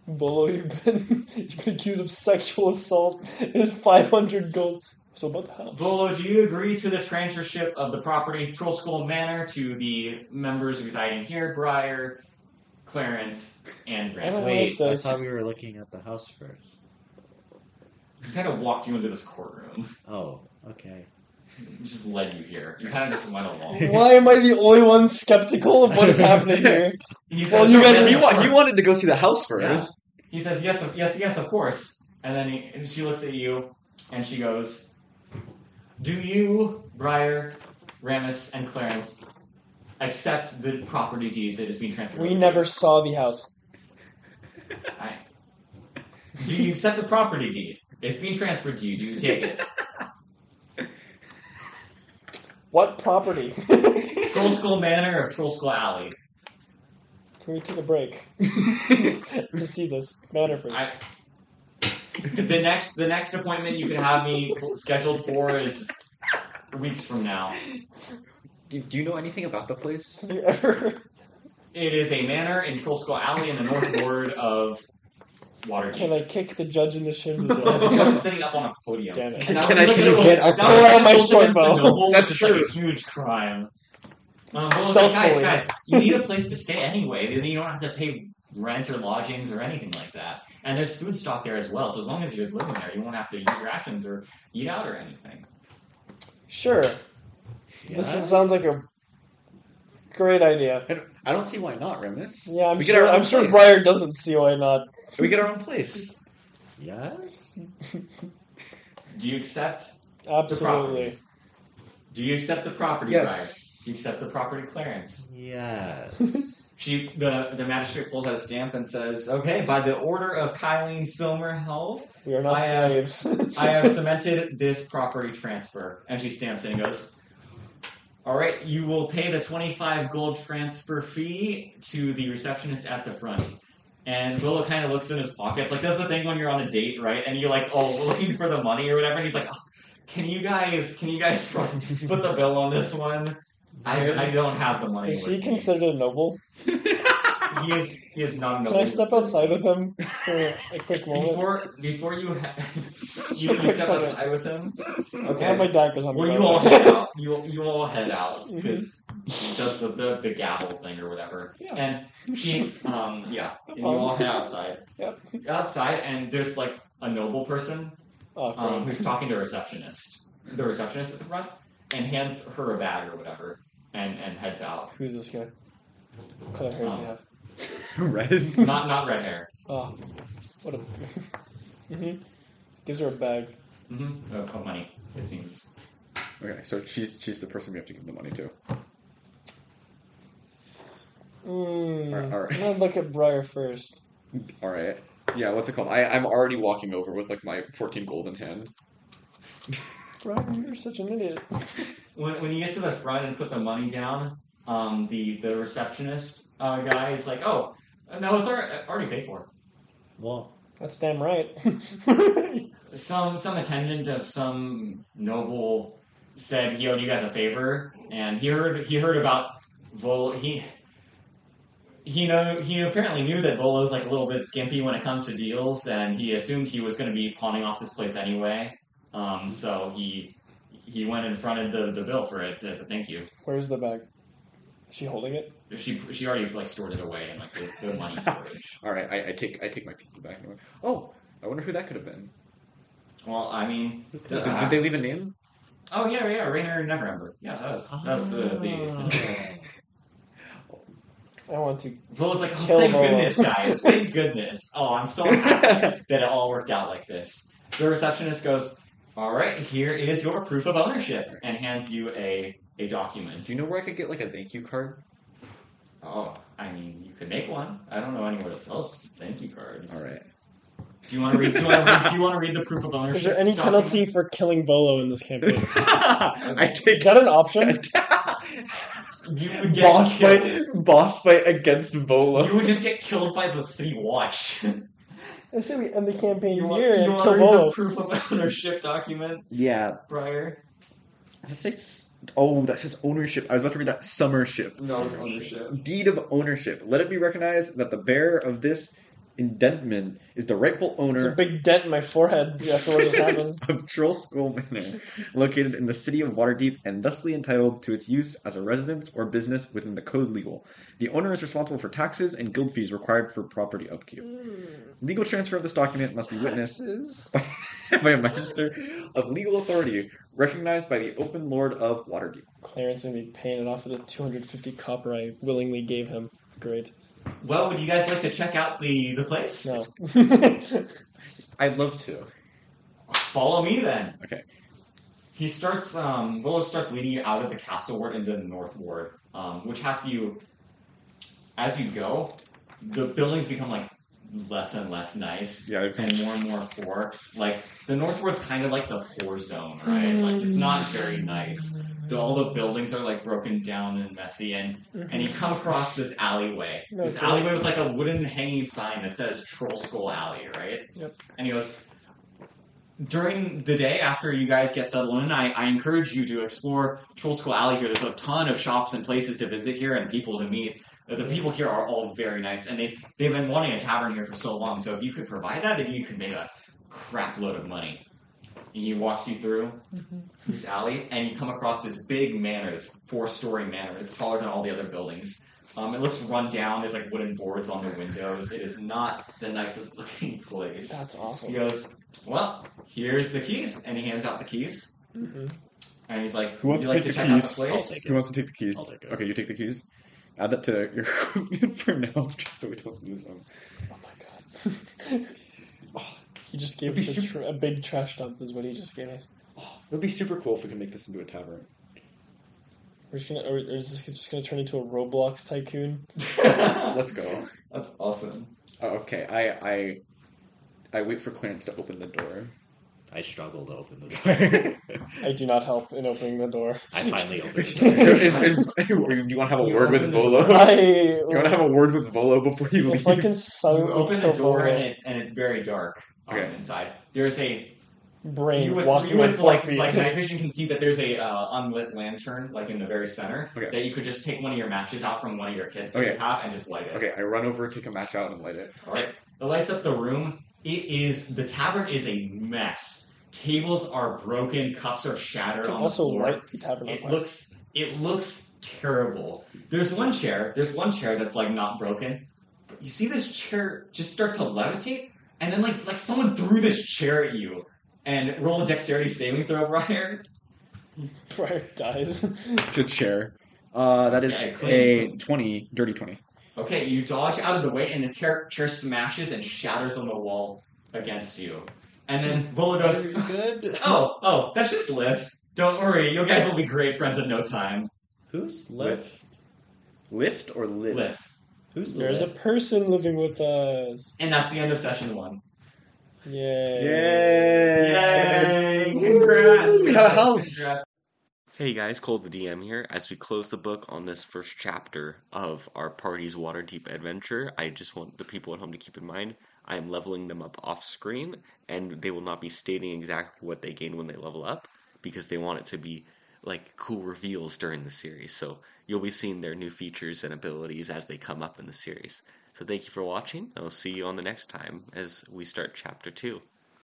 B: Bolo, you've been, you've been accused of sexual assault. It's 500 gold. So about half.
A: Volo, do you agree to the transfership of the property Troll School Manor to the members residing here, Briar, Clarence, and
B: I
A: Randall?
B: don't- Wait,
D: Wait,
B: I
D: I
B: does- thought
D: thought we were looking at the house first.
A: He kind of walked you into this courtroom.
D: Oh, okay.
A: just led you here. You kind of just went along.
B: Why am I the only one skeptical of what is happening here?
A: He says,
B: Well, you
A: "Yes,
B: guys-
A: of
D: He, wa-
A: course."
D: he wanted to go see the house first.
A: He says, yes, of- yes, yes, of course. And then he, and she looks at you and she goes, Do you, Briar, Ramus, and Clarence, accept the property deed that is being transferred?
B: We
A: over to
B: never
A: you?
B: saw the house.
A: I- Do you accept the property deed? It's being transferred to you. Do you take it?
B: What property?
A: Troll Skull Manor of Troll Skull Alley.
B: Can we take a break to see this matter first?
A: I, the next the next appointment you can have me scheduled for is weeks from now.
D: Do, do you know anything about the place?
B: Have you ever?
A: It is a manor in Troll Skull Alley in the north ward of Waterdeep.
B: Can I kick the judge in the shins as
A: I'm
B: well?
A: sitting up on a podium.
B: Damn it!
A: Now
D: Can
A: we're
D: I
A: looking
D: see
A: at
D: you
A: a-
C: get a-
A: now we're
B: Pull out
A: looking
B: my
A: at
B: short
A: Solzhenitsyn,
B: bow.
A: the whole-
D: That's
A: it's like
D: true.
A: a huge crime. Um, but like, guys,
B: Stealthily.
A: guys, you need a place to stay anyway. Then you don't have to pay rent or lodgings or anything like that. And there's food stock there as well. So as long as you're living there, you won't have to use rations or eat out or anything.
B: Sure. This is- sounds like a great idea.
C: I don't- I don't see why not, Remus.
B: Yeah, I'm
C: we Get
B: sure.
C: our own
B: I'm sure
C: place.
B: Briar doesn't see why not.
C: We get our own place. Yes.
A: Do you accept?
B: Absolutely.
A: Do you accept the property? Briar?
C: Yes.
A: Do you accept the property, Clarence?
C: Yes.
A: She the the magistrate pulls out a stamp and says, "Okay, by the order of Kylene Silmerhelm,
B: We are not
A: I have-
B: slaves.
A: I have cemented this property transfer." And she stamps it and goes, "All right, you will pay the twenty-five gold transfer fee to the receptionist at the front." And Willow kind of looks in his pockets, like does the thing when you're on a date, right? And you're like, "Oh, looking for the money or whatever." And he's like, "Oh, "Can you guys, can you guys put the bill on this one? I, I don't have the money."
B: Is
A: with
B: he
A: me."
B: considered a noble?
A: He is. He is not. a
B: Can I
A: noble
B: step
A: citizen.
B: outside with him for a quick moment?
A: Before before you ha- you, you step
B: Sorry.
A: outside with him.
B: I have my daggers on. me,
A: Well,
B: by
A: you
B: the
A: all
B: way.
A: head out. You you all Mm-hmm. head out because he does the, the the gavel thing or whatever.
B: Yeah.
A: And she um yeah. And you all head outside.
B: Yep.
A: Outside and there's like a noble person
B: Oh, great.
A: um, who's talking to a receptionist. The receptionist at the front and hands her a bag or whatever and and heads out.
B: Who's this guy? What kind of hair does he
A: Um,
B: have?
C: Red.
A: Not not red hair.
B: Oh, what a. hmm Gives her a bag.
A: Mm-hmm. Of, of money it seems.
C: Okay, so she's she's the person we have to give the money to.
B: Mm.
C: Alright, alright.
B: I'm gonna look at Briar first.
C: All right. Yeah. What's it called? I I'm already walking over with like my fourteen gold in hand.
B: Briar, you're such an idiot.
A: when, when you get to the front and put the money down, um, the the receptionist uh, guy is like, "Oh, no, it's already, already paid for."
C: Well,
B: That's damn right.
A: Some some attendant of some noble said he owed you guys a favor, and he heard he heard about Vol he. He know he apparently knew that Volo's like a little bit skimpy when it comes to deals, and he assumed he was going to be pawning off this place anyway. Um, so he he went and fronted the, the bill for it as a thank you.
B: Where's the bag? Is she holding it?
A: She she already like stored it away in like the, the money storage.
C: all right. I, I take I take my pieces back. And I'm like, oh, I wonder who that could have been.
A: Well, I mean,
C: Did,
A: uh,
C: did they leave a name?
A: oh yeah, yeah, Rainer and Neverember. Yeah, that was that was the
D: Ah.
A: the.
B: I want to.
A: Well, was like, oh,
B: Kill
A: thank
B: Volo.
A: goodness, guys, thank goodness. Oh, I'm so happy that it all worked out like this. The receptionist goes, "All right, here is your proof of ownership," and hands you a a document.
C: Do you know where I could get like a thank you card?
A: Oh, I mean, you could make one. I don't know anywhere that sells thank you cards.
C: All right.
A: Do you want to read? Do you want to read? Do you want to read the proof of ownership?
B: Is there any
A: document?
B: penalty for killing Volo in this campaign?
C: I
B: Is
C: take
B: that an option?
A: You would get
D: Boss
A: killed.
D: fight, boss fight against Vola.
A: You would just get killed by the city watch. you
B: I say we end the campaign
A: want,
B: here
A: you
B: and
A: want
B: kill
A: to read the
B: Volo.
A: proof of ownership document
C: Yeah.
A: prior?
C: Does it say? s- Oh, that says ownership. I was about to read that summership.
A: No, it's ownership.
C: Deed of ownership. Let it be recognized that the bearer of this indentment is the rightful
B: It's a
C: owner
B: big dent in my forehead after what just happened.
C: of Troll School Manor, located in the city of Waterdeep, and thusly entitled to its use as a residence or business within the Code Legal. The owner is responsible for taxes and guild fees required for property upkeep. Legal transfer of this document must be witnessed by a magister of legal authority recognized by the open lord of Waterdeep.
B: Clarence gonna be paying it off for the 250 copper I willingly gave him. Great.
A: Well, would you guys like to check out the the place?
B: No.
C: I'd love to.
A: Follow me then.
C: Okay.
A: He starts. Um, Willow starts leading you out of the castle ward into the north ward, um, which has you. As you go, the buildings become like less and less nice,
C: Yeah, it
A: and
C: becomes-
A: more and more poor. Like the north ward's kind of like the poor zone, right? Like it's not very nice.
B: Mm-hmm.
A: The, all the buildings are like broken down and messy, and and you come across this alleyway.
B: No,
A: this
B: it's not.
A: alleyway with like a wooden hanging sign that says Troll Skull Alley, right?
B: Yep.
A: And he goes, During the day after you guys get settled in, I, I encourage you to explore Troll Skull Alley here. There's a ton of shops and places to visit here and people to meet. The people here are all very nice, and they, they've been wanting a tavern here for so long. So if you could provide that, then you could make a crap load of money. And he walks you through this alley, and you come across this big manor, this four story manor. It's taller than all the other buildings. Um, it looks run down. There's like wooden boards on the windows. It is not the nicest looking place.
B: That's
A: He
B: awesome.
A: goes, "Well, here's the keys," and he hands out the keys,
B: Mhm.
A: and he's like,
C: Who
A: "Would
C: wants
A: you
C: to
A: like to
C: take
A: check
C: the
A: out the
C: keys?
A: place?"
C: Who wants to take the keys?
D: I'll take it.
C: Okay, you take the keys. Add that to your equipment for now, just so we don't lose Oh, them.
B: Oh my god. he just gave
C: It'd be
B: us a,
C: super-
B: tr- a big trash dump, is what he just gave us.
C: Oh, it would be super cool if we could make this into a tavern.
B: We're just gonna, or, or is this just gonna turn into a Roblox tycoon?
C: Let's go.
A: That's awesome.
C: Oh, okay, I, I I wait for Clarence to open the door.
D: I struggle to open the door.
C: is,
B: I do not help in opening the door.
D: I finally opened the door.
C: is, do you want to have a
A: You
C: word with
A: open the
C: Volo?
B: I.
C: Do you want to have a word with Volo before you
B: If I can
C: leave?
A: You
B: silently
A: open the
B: kill
A: door,
B: Volo,
A: and it's and it's very dark um,
C: Okay.
A: inside. There's a
B: brain
A: you would,
B: walking
A: you would
B: with
A: like
B: Fluffy.
A: like night vision can see that there's a uh, unlit lantern like in the very center
C: Okay.
A: that you could just take one of your matches out from one of your kids that
C: Okay.
A: you have and just light it.
C: Okay, I run over, take a match out, and light it.
A: All right. It lights up the room. It is the tavern is a mess. Tables are broken. Cups are shattered
B: Can
A: on
B: also
A: the floor.
B: light the tavern on
A: It
B: fire.
A: looks it looks terrible. There's one chair. There's one chair that's like not broken. But you see this chair just start to levitate, and then like it's like someone threw this chair at you. And roll a dexterity saving throw, Briar.
B: Briar dies.
C: To chair. Uh, that is
A: Yeah, clean.
C: a 20, dirty 20.
A: Okay, you dodge out of the way, and the chair, chair smashes and shatters on the wall against you. And then Volo goes,
D: good.
A: "Oh, oh, that's just Liv. Don't worry, you guys will be great friends in no time."
D: Who's left?
C: Lift or live?
A: Liv,
D: Who's
B: There's a
D: left?
B: person living with us.
A: and that's the end of session one.
B: Yay.
A: Yay! Congrats!
C: We have a
A: guys,
C: house.
A: congrats.
H: Hey guys, Cole the DM here. As we close the book on this first chapter of our party's Waterdeep adventure, I just want the people at home to keep in mind I am leveling them up off screen, and they will not be stating exactly what they gain when they level up because they want it to be like cool reveals during the series. So you'll be seeing their new features and abilities as they come up in the series. So thank you for watching, and I'll see you on the next time as we start chapter 2.